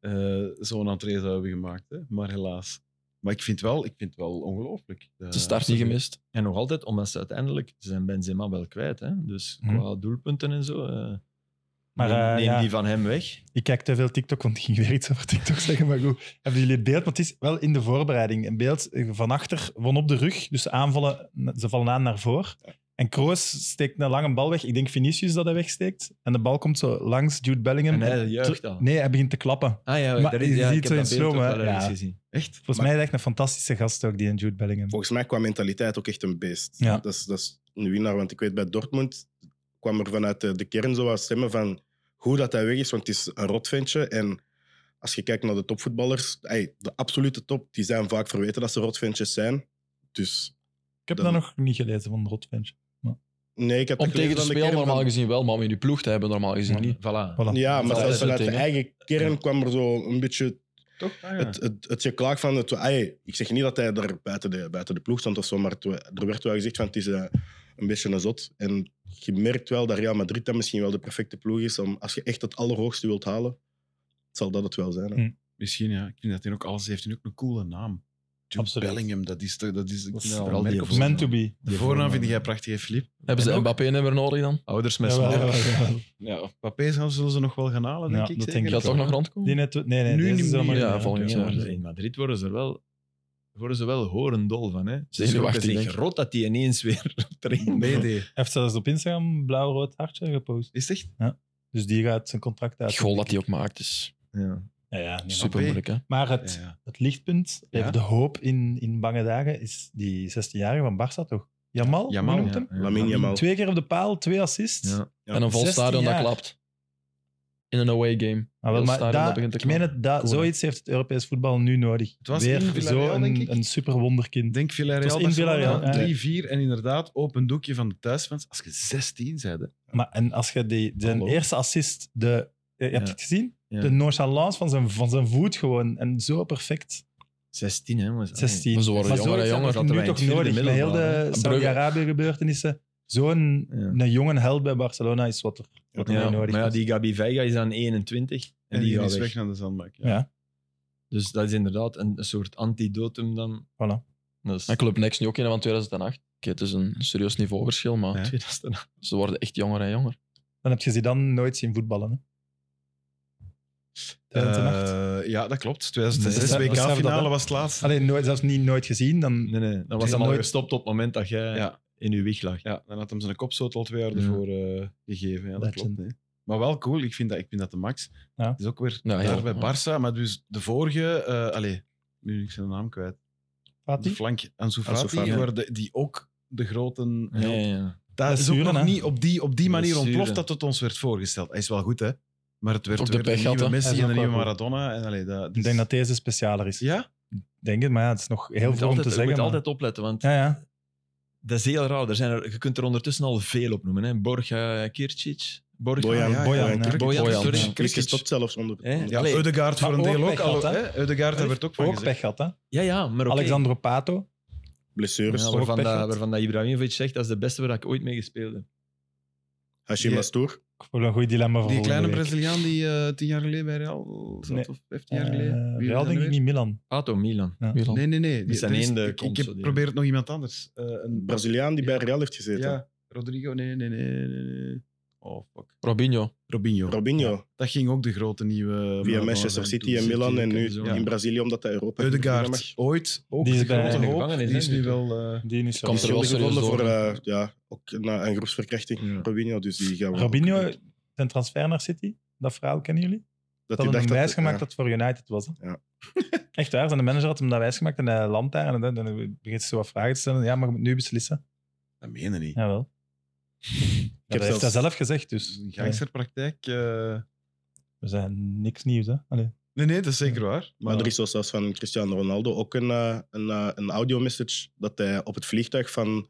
S1: eh, zo'n entree zou hebben gemaakt. Hè? Maar helaas. Maar ik vind wel, ik vind het wel ongelooflijk. Eh,
S2: De start niet gemist.
S3: En nog altijd, omdat ze uiteindelijk... Ze zijn Benzema wel kwijt, hè. Dus
S4: Hm.
S3: qua doelpunten en zo... eh,
S4: Maar,
S3: neem
S4: eh,
S3: neem
S4: ja.
S3: die van hem weg.
S4: Ik kijk te veel TikTok, want ik ging weer iets over TikTok zeggen. Maar goed, hebben jullie het beeld? Want het is wel in de voorbereiding. Een beeld eh, van achter, van op de rug. Dus ze aanvallen, ze vallen aan naar voor. En Kroos steekt een lange bal weg. Ik denk Vinicius dat hij wegsteekt. En de bal komt zo langs Jude Bellingham.
S3: En hij juicht
S4: Ter-
S3: al.
S4: Nee, hij begint te klappen.
S3: Ah ja,
S4: Maar
S3: daar
S4: je
S3: ja,
S4: ziet
S3: ik
S4: zo
S3: heb
S4: in
S3: dat beeld ook
S4: slow, hè.
S3: wel ergens
S4: Ja.
S3: gezien.
S1: Echt?
S4: Volgens mij is hij echt een fantastische gast ook, die in Jude Bellingham.
S5: Volgens mij qua mentaliteit ook echt een beest.
S4: Ja.
S5: Dat, is, dat is een winnaar, want ik weet bij Dortmund kwam er vanuit de, de kern zo wat stemmen van hoe dat hij weg is, want het is een rotventje. En als je kijkt naar de topvoetballers, ey, de absolute top, die zijn vaak verweten dat ze rotventjes zijn. Dus
S4: Ik heb
S5: Dan-
S4: dat nog niet gelezen van Rotvench.
S5: nee, ik heb
S2: Om
S5: dat
S2: tegen
S5: gelezen
S2: te
S5: aan de
S2: spelen
S5: kern
S2: normaal
S5: van-
S2: gezien wel, maar om in je ploeg te hebben normaal gezien
S4: Ja.
S2: niet.
S3: Voilà.
S4: Voilà.
S5: Ja,
S2: Dat
S5: maar
S2: is
S5: zelfs
S2: het
S5: vanuit de
S2: ding, hè.
S5: eigen kern
S2: Ja.
S5: kwam er zo een beetje
S1: Toch? Ah, ja.
S5: het, het, het geklaag van het. ey, ik zeg niet dat hij er buiten de, buiten de ploeg stond of zo, maar het we- er werd wel gezegd van het is eh, een beetje een zot. En je merkt wel dat Real Madrid dan misschien wel de perfecte ploeg is. Om, als je echt het allerhoogste wilt halen, zal dat het wel zijn. hè.
S4: Hm.
S1: Misschien, ja. Ik vind dat hij ook alles heeft. En ook een coole naam. Jude
S4: Absoluut.
S1: Bellingham, dat is toch... Dat is, ik
S3: Dat
S1: vind
S3: is
S1: dat wel
S3: wel
S1: merk
S3: die
S1: op-
S4: Meant to be.
S1: De voornaam vind jij prachtig, Filip.
S2: Hebben ze Mbappé-nummer nodig dan?
S3: Ouders met
S4: Jawel,
S3: smaak.
S4: jawel, jawel.
S1: Ja, Papé zelf zullen ze nog wel gaan halen, denk
S4: Ja,
S1: ik.
S4: dat
S1: zeker?
S4: denk ik
S2: Gaat
S4: wel.
S2: toch nog rondkomen?
S4: Die net, nee, nee,
S1: Nu
S4: deze
S1: niet meer.
S4: zomer.
S2: Ja, volgend
S3: Ja,
S2: jaar.
S3: maar in Madrid worden ze er wel, worden ze wel horendol van. Hè? Ze
S2: Zeker
S3: zijn
S2: wachten, denk ik.
S3: rot dat die ineens weer traint.
S1: BD.
S4: Hij heeft zelfs op Instagram blauw-rood hartje gepost.
S1: Is het echt?
S4: Dus die gaat zijn contract uit.
S2: Die goal dat hij ook maakt is
S3: Ja.
S4: Ja, ja, nee,
S2: super moeilijk. Hè?
S4: Maar het,
S1: Ja, ja.
S4: het lichtpunt,
S1: Ja?
S4: even de hoop in, in bange dagen, is die 16-jarige van Barça toch?
S1: Jamal,
S4: Jamal, Jamal noemt
S3: Ja,
S4: hem?
S3: ja.
S5: Lamine Jamal.
S4: Twee keer op de paal, twee assists.
S3: Ja.
S5: Ja.
S2: En een vol
S4: 16
S2: stadion dat
S4: jaar.
S2: klapt. in een away game.
S4: Maar, Ah, wel,
S2: Heel
S4: maar
S2: stadion
S4: dat-
S2: dat begint te
S4: ik meen
S2: komen.
S4: het, dat,
S2: Cool, hè?
S4: zoiets heeft het Europees voetbal nu nodig.
S1: Het was
S4: Weer
S1: in Villarreal,
S4: zo
S1: denk
S4: een,
S1: ik.
S4: een super wonderkind.
S1: Ik denk Villarreal.
S4: Het was in
S1: Barcelona,
S4: Villarreal, ja.
S1: 3-4 en inderdaad open doekje van de thuisfans. Als je 16 zei, hè.
S4: Maar en als je die, zijn
S1: Hallo.
S4: eerste assist, de, eh, je hebt
S1: Ja.
S4: het gezien?
S1: Ja.
S4: De nonchalance van zijn, van zijn voet gewoon. En zo perfect.
S3: 16, hè, jongens. Allee.
S4: 16.
S2: Maar ze worden
S4: Maar
S2: jonger en
S4: zoiets
S2: jonger.
S4: hebben we
S3: dat
S4: nu
S3: wij in
S4: toch
S3: het
S4: nodig.
S3: vierde
S4: Met heel de
S3: middelbaar
S4: Saudi-Arabië gebeurtenissen. Zo'n
S3: Ja.
S4: een jonge held bij Barcelona is wat er, wat er
S3: Ja,
S4: mee nodig
S3: maar ja,
S4: was.
S3: die Gabi Veiga is dan 21 en,
S1: En
S3: die,
S1: die
S3: gaat
S1: is
S3: weg.
S1: weg naar de zandbak. Ja.
S4: Ja.
S3: Dus dat is inderdaad een, een soort antidotum dan.
S4: Voilà.
S3: Dat is
S2: En Club Next nu ook in van 2008. Oké, het is een serieus niveauverschil, maar
S1: Ja.
S3: tweede is daarna.
S2: ze worden echt jonger en jonger.
S4: Dan heb je ze dan nooit zien voetballen. Hè? Tijdens de nacht.
S1: Eh, ja, dat klopt. 2006
S4: Nee, dat- dat- dat-
S1: WK-finale
S4: dat-
S1: was het laatste.
S4: Alleen nooit, zelfs niet nooit gezien. Dan,
S3: Nee, nee, dat
S4: is
S3: was
S4: dat
S3: al
S4: nooit-
S3: gestopt op het moment dat jij
S1: Ja.
S3: in je wieg lag.
S1: Ja, dan had hem zijn kopstoot al twee jaar
S3: Ja.
S1: ervoor eh, gegeven. Ja, dat
S4: Legend.
S1: klopt. hè. Maar wel cool, ik vind dat, ik vind dat de max.
S4: Ja.
S1: Het is ook weer
S2: Ja,
S1: daar
S2: heel
S1: bij
S2: cool.
S1: Barça, maar dus de vorige, eh allee, nu ben ik zijn naam kwijt. De
S4: Fati?
S1: flank Ansu Fati,
S5: Ansu Fati,
S1: die
S5: ja.
S1: worden- die ook de grote
S3: Ja, ja, ja.
S1: Dat, is ook
S4: Blessuren,
S1: nog
S4: hè?
S1: niet op die, op die manier
S3: Blessuren.
S1: ontploft dat het ons werd voorgesteld. Hij is wel goed, hè? Maar het werd
S2: Ook de
S1: weer
S2: pech
S1: een
S2: gehad,
S1: nieuwe
S2: hè?
S4: Hij
S1: Messi
S4: is
S1: en
S4: ook
S1: een nieuwe
S4: wel goed.
S1: Maradona. En, allee, dat,
S4: Ik
S1: dus-
S4: denk dat deze specialer is.
S1: Ja?
S4: Denk het, maar ja, het is nog heel
S3: Je moet
S4: veel om
S3: altijd,
S4: te
S3: je
S4: zeggen.
S3: moet
S4: maar-
S3: altijd opletten, want
S4: Ja, ja.
S3: dat is heel raar. Er zijn er, je kunt er ondertussen al veel op noemen. Hè. eh, Borja Kircic. Borja
S5: Bojan,
S1: ja, ja,
S5: Bojan,
S4: ja.
S5: Kirkic.
S3: Bojan,
S4: Bojan,
S2: Bojan,
S3: sorry.
S2: ja.
S5: Kirkic
S3: Kirkic.
S5: stopt zelfs onder.
S3: Hè?
S1: Ja,
S3: Allee,
S1: Ødegaard voor
S4: Maar
S1: een deel
S4: ook
S1: ook.
S4: pech
S1: al,
S4: gehad, hè?
S1: hè? Ødegaard, daar werd ook van
S4: Ook
S1: gezegd.
S4: pech gehad, hè?
S3: ja, ja, maar oké.
S4: Alexandro Pato.
S5: Blessures.
S3: Ja,
S4: ook
S3: waarvan,
S4: pech
S3: dat,
S4: gehad.
S3: waarvan dat Ibrahimovic zegt, dat is de beste waar ik ooit mee gespeeld heb.
S5: Hashim
S1: Ja.
S5: Astour.
S4: Ik voel een goed dilemma voor
S1: Die
S4: volgende
S1: kleine
S4: week.
S1: Braziliaan die eh, tien jaar geleden bij Real zat,
S4: Nee.
S1: of 15 jaar geleden.
S4: Eh,
S1: Wie was
S4: Real
S1: dat
S4: denk
S1: nu
S4: ik
S1: weer?
S4: niet, Milan.
S3: Pato, Milan.
S2: Milan.
S1: Nee, nee, nee. Die,
S3: zijn
S1: er is-
S3: één de
S1: ik, ik
S3: console, die-
S1: probeer het nog iemand anders. Eh, een
S5: Braziliaan die bij Real heeft gezeten.
S1: Ja, Rodrigo. Nee, nee, nee, nee, nee. Oh, fuck.
S2: Robinho.
S1: Robinho.
S5: Robinho.
S1: Dat ging ook de grote nieuwe.
S5: Via
S1: Maradona
S5: Manchester
S1: zijn
S5: City
S1: toen.
S5: en Milan en nu
S3: en zo.
S5: in Brazilië omdat hij Europa
S1: Eudegaard, ooit ook
S4: Die is
S1: de
S4: bij-
S1: grote
S4: in de
S1: hoop.
S3: gevangenis,
S1: Die
S3: hè,
S1: is
S3: nu
S1: nu
S3: toch?
S1: wel... eh,
S4: Die nu zo.
S2: Komt er wel
S5: Schuldig
S2: serieus
S5: gevonden voor
S2: door.
S5: eh, ja, ook na een groepsverkrachting.
S3: Ja.
S5: Robinho, dus die gaan we ook-
S4: Robinho, zijn transfer naar City. Dat verhaal kennen jullie? Dat
S5: hij
S4: hadden hem
S5: dacht
S4: wijsgemaakt
S5: ja.
S4: dat het voor United was. Hè?
S5: Ja.
S4: Echt waar, zijn de manager had hem dat wijsgemaakt en hij landt daar. En dan, dan begint ze zo wat vragen te stellen. Ja, maar je moet nu beslissen.
S1: Dat meen je niet.
S4: Jawel. Ja, dat
S5: zelfs-
S4: heeft hij zelf gezegd,
S1: Dat is
S4: dus.
S1: een
S4: Allee,
S1: gangsterpraktijk. eh.
S4: we zijn niks nieuws, hè. Allee.
S1: Nee, nee, dat is zeker waar. Maar,
S5: Maar er is zo zelfs van Cristiano Ronaldo ook een, eh, een, eh, een audio-message dat hij op het vliegtuig van,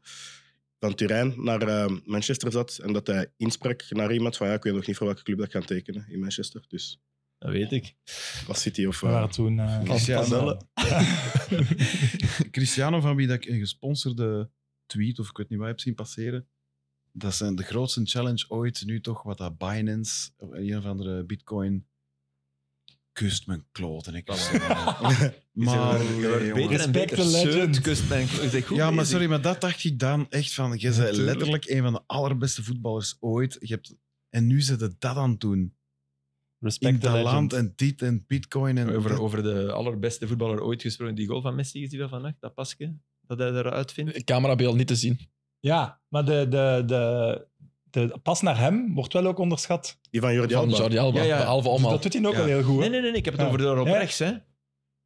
S5: van Turijn naar eh, Manchester zat en dat hij insprak naar iemand van ja, ik weet nog niet voor welke club dat ik ga tekenen in Manchester. Dus
S3: Dat weet ik.
S5: als City of...
S4: We
S5: eh,
S4: waren toen... eh,
S1: Cristiano.
S4: Pascal.
S1: Cristiano, van wie dat ik een gesponsorde tweet of ik weet niet wat heb zien passeren, dat zijn de grootste challenge ooit nu toch, wat dat Binance, of een of andere bitcoin, kust mijn kloot en ik was Maar...
S3: Je
S1: nee,
S3: wordt beter
S1: jongen.
S3: en
S4: Respect
S3: beter.
S4: the legend.
S3: Zeut, kust mijn klo- Ik zeg, goed
S1: Ja, maar
S3: bezig.
S1: sorry, maar dat dacht ik dan echt van, je bent
S3: Natuurlijk.
S1: letterlijk een van de allerbeste voetballers ooit. Je hebt, en nu zit het dat aan het doen. In
S4: Respect the
S1: dat land
S4: legend.
S1: en dit en bitcoin en...
S3: Over, over de allerbeste voetballer ooit gesproken. Die goal van Messi is die wel vannacht, dat pasje, dat hij eruit vindt.
S2: Camerabeeld niet te zien.
S4: Ja, maar de, de, de, de pas naar hem wordt wel ook onderschat.
S5: die van Jordi
S2: Van
S5: Alba.
S2: Jordi Alba.
S3: Ja, ja.
S2: Behalve
S4: Dus
S2: allemaal.
S4: dat doet hij ook
S1: Ja.
S4: wel heel goed. hè.
S3: Nee, nee, nee, nee, ik heb het
S4: Ja.
S3: over de op
S4: Ja.
S3: rechts, hè.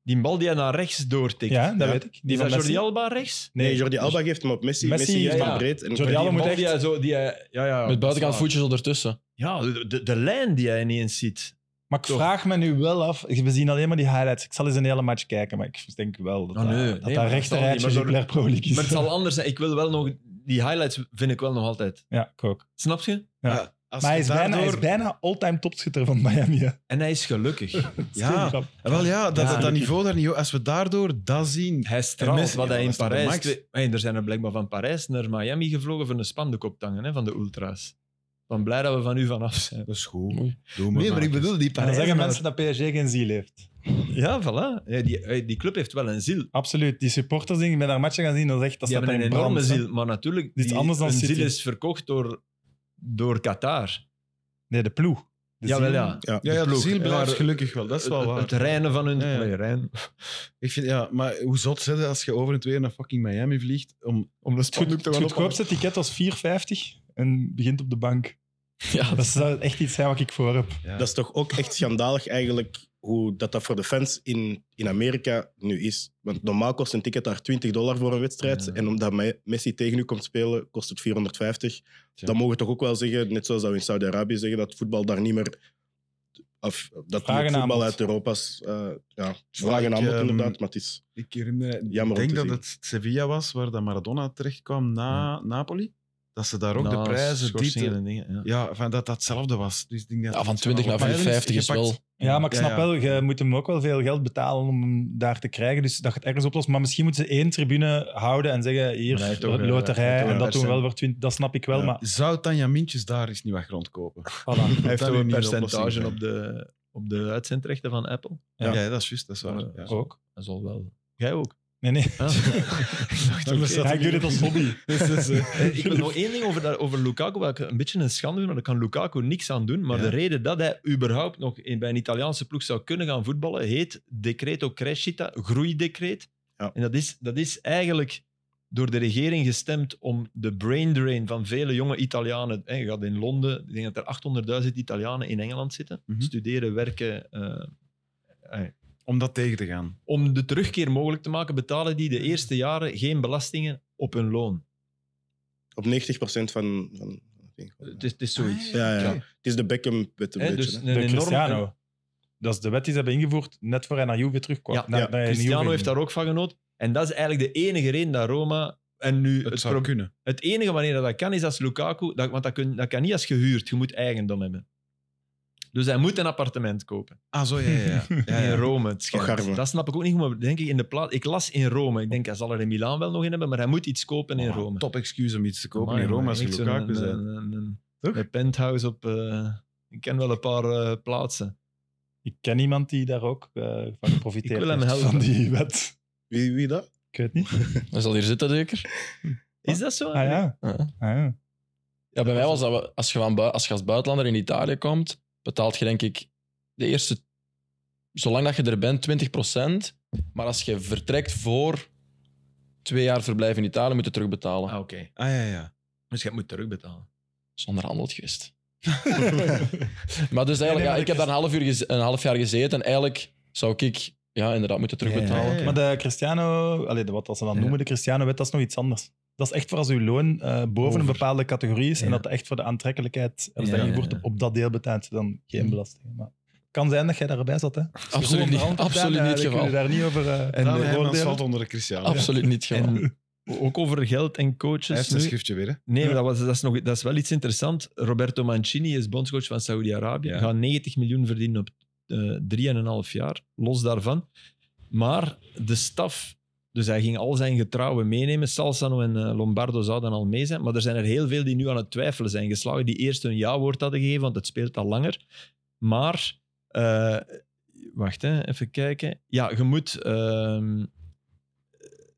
S3: Die bal die hij naar rechts doortikt.
S4: Ja, dat weet ik.
S3: Die is dat
S4: van
S3: Jordi
S4: Messi.
S3: Alba rechts?
S5: Nee, Jordi Alba geeft hem op Messi. Messi,
S4: dus Messi,
S5: heeft
S3: ja,
S5: hem
S3: ja.
S5: breed. En
S4: Jordi
S3: Die
S4: Alba moet
S3: bal
S4: echt-
S3: die hij zo... Die hij, ja, ja,
S2: Met buitenkant
S3: dat is
S2: voetjes ondertussen.
S3: waar. Ja, de- de, de lijn die hij ineens ziet.
S4: Maar ik
S3: Toch.
S4: vraag me nu wel af. We zien alleen maar die highlights. Ik zal eens een hele match kijken, maar ik denk wel dat
S3: Oh, nee.
S4: dat-
S3: Nee,
S4: dat,
S3: maar
S4: dat
S3: dat
S4: rechterrijtje
S3: zal niet, maar
S4: Jupiler Pro League is.
S3: Maar het zal anders zijn. Ik wil wel nog... Die highlights vind ik wel nog altijd.
S4: Ja, ik ook.
S3: Snap je?
S4: Maar hij is, bijna, hij is bijna all-time topschutter van Miami. hè.
S3: En hij is gelukkig.
S1: Ja,
S4: Grap.
S1: wel ja, dat,
S3: Ja.
S1: dat, dat niveau daar niet... Als we daardoor dat zien...
S3: Hij straalt
S1: Messi,
S3: wat
S1: ja,
S3: hij
S1: dat
S3: in
S1: is toch de
S3: Parijs...
S1: max?
S3: twee- Hey, er zijn er blijkbaar van Parijs naar Miami gevlogen voor een spandenkoptangen hè, van de ultras. Van blij dat we van u vanaf zijn.
S1: Dat is goed.
S2: Oei.
S1: Doe maar maar.
S3: die
S4: En dan zeggen mensen dat PSG geen ziel heeft.
S3: Ja, voilà. Ja, die, hey, die club heeft wel een ziel.
S4: Absoluut. Die supporters die met haar matchen gaan zien, dat is echt dat
S3: die
S4: staat
S3: hebben
S4: daar
S3: een
S4: in
S3: enorme
S4: brand. hè.
S3: ziel. Maar natuurlijk,
S4: Dit is
S3: die,
S4: anders dan
S3: hun
S4: City.
S3: ziel is verkocht door, door Qatar.
S4: Nee, de ploeg. De
S3: Jawel,
S4: ziel.
S3: ja.
S5: Ja.
S1: Ja, ja, de
S3: ploeg.
S1: ziel blijft
S3: Maar-
S1: gelukkig wel. Dat is wel
S3: Het-
S1: waar.
S3: Het, reinen van hun...
S1: Ja, ja.
S3: Allee, rein.
S1: Ik vind, ja, maar hoe zot zit het als je over en twee naar fucking Miami vliegt om...
S3: Om de
S4: Het goed- Het goedkoopste ticket was 4,50 en begint op de bank.
S2: Ja,
S4: Dat zou echt iets zijn wat ik voor heb.
S1: Ja.
S5: Dat is toch ook echt schandalig eigenlijk hoe dat, dat voor de fans in, in Amerika nu is. Want normaal kost een ticket daar 20 dollar voor een wedstrijd.
S3: Ja.
S5: En omdat Me- Messi tegen u komt spelen, kost het 450. Dan mogen we toch ook wel zeggen, net zoals dat we in Saudi-Arabië zeggen, dat voetbal daar niet meer Of dat
S4: Vragen
S5: het
S4: aan
S5: voetbal
S4: bod.
S5: uit Europa's. eh ja,
S1: ik,
S5: vragen aan bod,
S1: ehm,
S5: inderdaad. Maar het is
S1: Ik herinner
S5: Jammer
S1: ik
S5: om
S1: denk
S5: te
S1: dat
S5: zien.
S1: het Sevilla was waar dat Maradona terechtkwam na Napoli. Dat ze daar ook
S3: Nou,
S1: de prijzen... Die
S3: schorsingen en dingen. Ja.
S1: ja, van dat dat hetzelfde was. Dus ik denk dat
S2: Ja,
S1: het
S2: van 20 naar
S1: hetzelfde
S2: 50 is
S1: gepakt.
S2: wel...
S4: Ja, maar ik
S1: Ja,
S4: snap
S1: ja.
S4: wel, je moet hem ook wel veel geld betalen om hem daar te krijgen. Dus dat je het ergens oplost. Maar misschien moeten ze één tribune houden en zeggen: hier,
S3: Nee, toch, eh,
S4: loterij.
S5: toch
S4: en dat doen
S5: wel
S4: we wel
S5: percent.
S4: voor 20. Dat snap ik wel.
S5: Ja.
S4: Maar
S1: Zou Tanja Mintjes daar eens niet wat grond kopen?
S4: voilà.
S3: Hij heeft
S1: Dat
S3: ook
S1: nu
S3: een
S1: niet de oplossing
S3: percentage
S1: zijn.
S3: op de, op de uitzendrechten van Apple.
S1: Ja,
S4: Ja.
S1: dat is juist. Dat is waar.
S3: Ja.
S1: Ja.
S4: Eh, ook.
S3: Dat zal wel. Jij ook.
S4: Nee, nee.
S1: Dan was dat
S4: Ja, ik doe dit als hobby.
S1: Dus, dus, eh,
S3: Eh, ik wil nog één ding over, daar, over Lukaku, wat ik een beetje een schande vind, maar daar kan Lukaku niks aan doen. Maar
S1: Ja.
S3: de reden dat hij überhaupt nog in, bij een Italiaanse ploeg zou kunnen gaan voetballen, heet Decreto Crescita, groeidecreet.
S5: Ja.
S3: En dat is, dat is eigenlijk door de regering gestemd om de brain drain van vele jonge Italianen. Hè, je gaat in Londen, ik denk dat er 800.000 Italianen in Engeland zitten,
S1: Mhm.
S3: studeren, werken, eh,
S1: om dat tegen te gaan.
S3: om de terugkeer mogelijk te maken, betalen die de eerste jaren geen belastingen op hun loon.
S5: op 90% van. van, van
S1: Eh,
S3: Het is, het is zoiets.
S5: ja, ja. Het is de Beckham-wet een
S3: Hè,
S5: beetje.
S3: dus
S5: hè.
S3: een
S4: De
S3: enorm-
S4: Cristiano. Dat is de wet die ze hebben ingevoerd net voor hij naar Juve terugkwam.
S3: Ja.
S4: Naar-
S5: Ja.
S4: naar hij in
S3: Cristiano
S4: Juve
S3: heeft
S4: ging.
S3: daar ook van genoten. En dat is eigenlijk de enige reden dat Roma. En nu,
S1: Het,
S3: het,
S1: zou
S3: pro-
S1: kunnen.
S3: het enige wanneer dat kan is als Lukaku. Dat, want dat, kun, dat kan niet als gehuurd. Je moet eigendom hebben. Dus hij moet een appartement kopen.
S1: Ah, zo, ja, ja. ja. ja, ja. Oh,
S3: In Rome. Het schijnt.
S5: Och, arme.
S3: dat snap ik ook niet goed. Maar denk ik, in de plaats, ik las in Rome. Ik denk, hij zal er in Milaan wel nog in hebben. Maar hij moet iets kopen in
S1: Oh,
S3: Rome.
S1: Top excuus om iets te kopen
S3: Amai,
S1: in Rome
S3: maar
S1: als je
S3: echt zo'n-
S1: Lukaku
S3: een,
S1: bent.
S3: een, een, een-
S1: Toch?
S3: een penthouse op. eh, ik ken wel een paar eh, plaatsen.
S4: Ik ken iemand die daar ook eh, van geprofiteerd
S3: Ik wil hem
S4: heeft,
S3: helpen.
S4: Van die wet.
S5: Wie, wie dat?
S4: Ik weet niet.
S2: Hij zal hier zitten, zeker?
S3: Is dat zo?
S4: Ah ja.
S2: Ja.
S4: Ah, ja.
S2: Ja, bij mij was dat wel- als je, van bui- als je als buitenlander in Italië komt, betaalt je denk ik de eerste, zolang dat je er bent, 20%. Maar als je vertrekt voor twee jaar verblijf in Italië, moet je terugbetalen.
S3: Ah, Oké.
S1: Ah, ja, ja.
S3: Dus je moet terugbetalen.
S2: Zonder handeld geweest. maar dus eigenlijk,
S4: maar
S2: ja,
S4: dat
S2: ik heb
S4: is-
S2: daar een half, uur gez- een half jaar gezeten en eigenlijk zou ik ja, inderdaad moeten terugbetalen.
S1: Ja, ja.
S4: Maar de Cristiano, allee, de, wat dat ze dan
S3: Ja.
S4: noemen, de Cristiano-wet, dat is nog iets anders. Dat is echt voor als uw loon eh, boven een bepaalde categorie is en
S3: Ja.
S4: dat echt voor de aantrekkelijkheid, als
S3: Ja,
S4: dat
S3: ja,
S4: ingevoerd
S3: ja.
S4: op, op dat deel betaalt, je dan geen
S3: Hm.
S4: belasting. Maar het kan zijn dat jij daarbij zat, hè?
S2: Absoluut niet, absoluut niet het
S4: kunnen
S2: geval.
S4: daar niet over eh,
S1: En
S4: eh,
S1: Hermans
S4: oordelen.
S1: valt onder de Cristiano.
S2: Absoluut niet het geval.
S3: En ook over geld en coaches.
S1: Hij heeft dus zijn
S3: nu.
S1: schriftje weer, hè.
S3: Nee, maar dat, was, dat, is nog, dat is wel iets interessants. Roberto Mancini is bondscoach van Saudi-Arabië.
S1: Ja.
S3: Gaat 90 miljoen verdienen op eh 3,5 jaar, los daarvan. Maar de staf, dus hij ging al zijn getrouwen meenemen. Salsano en eh, Lombardo zouden al mee zijn. Maar er zijn er heel veel die nu aan het twijfelen zijn geslagen, die eerst hun ja-woord hadden gegeven, want het speelt al langer. Maar, eh, wacht hè, even kijken. Ja, je moet ehm,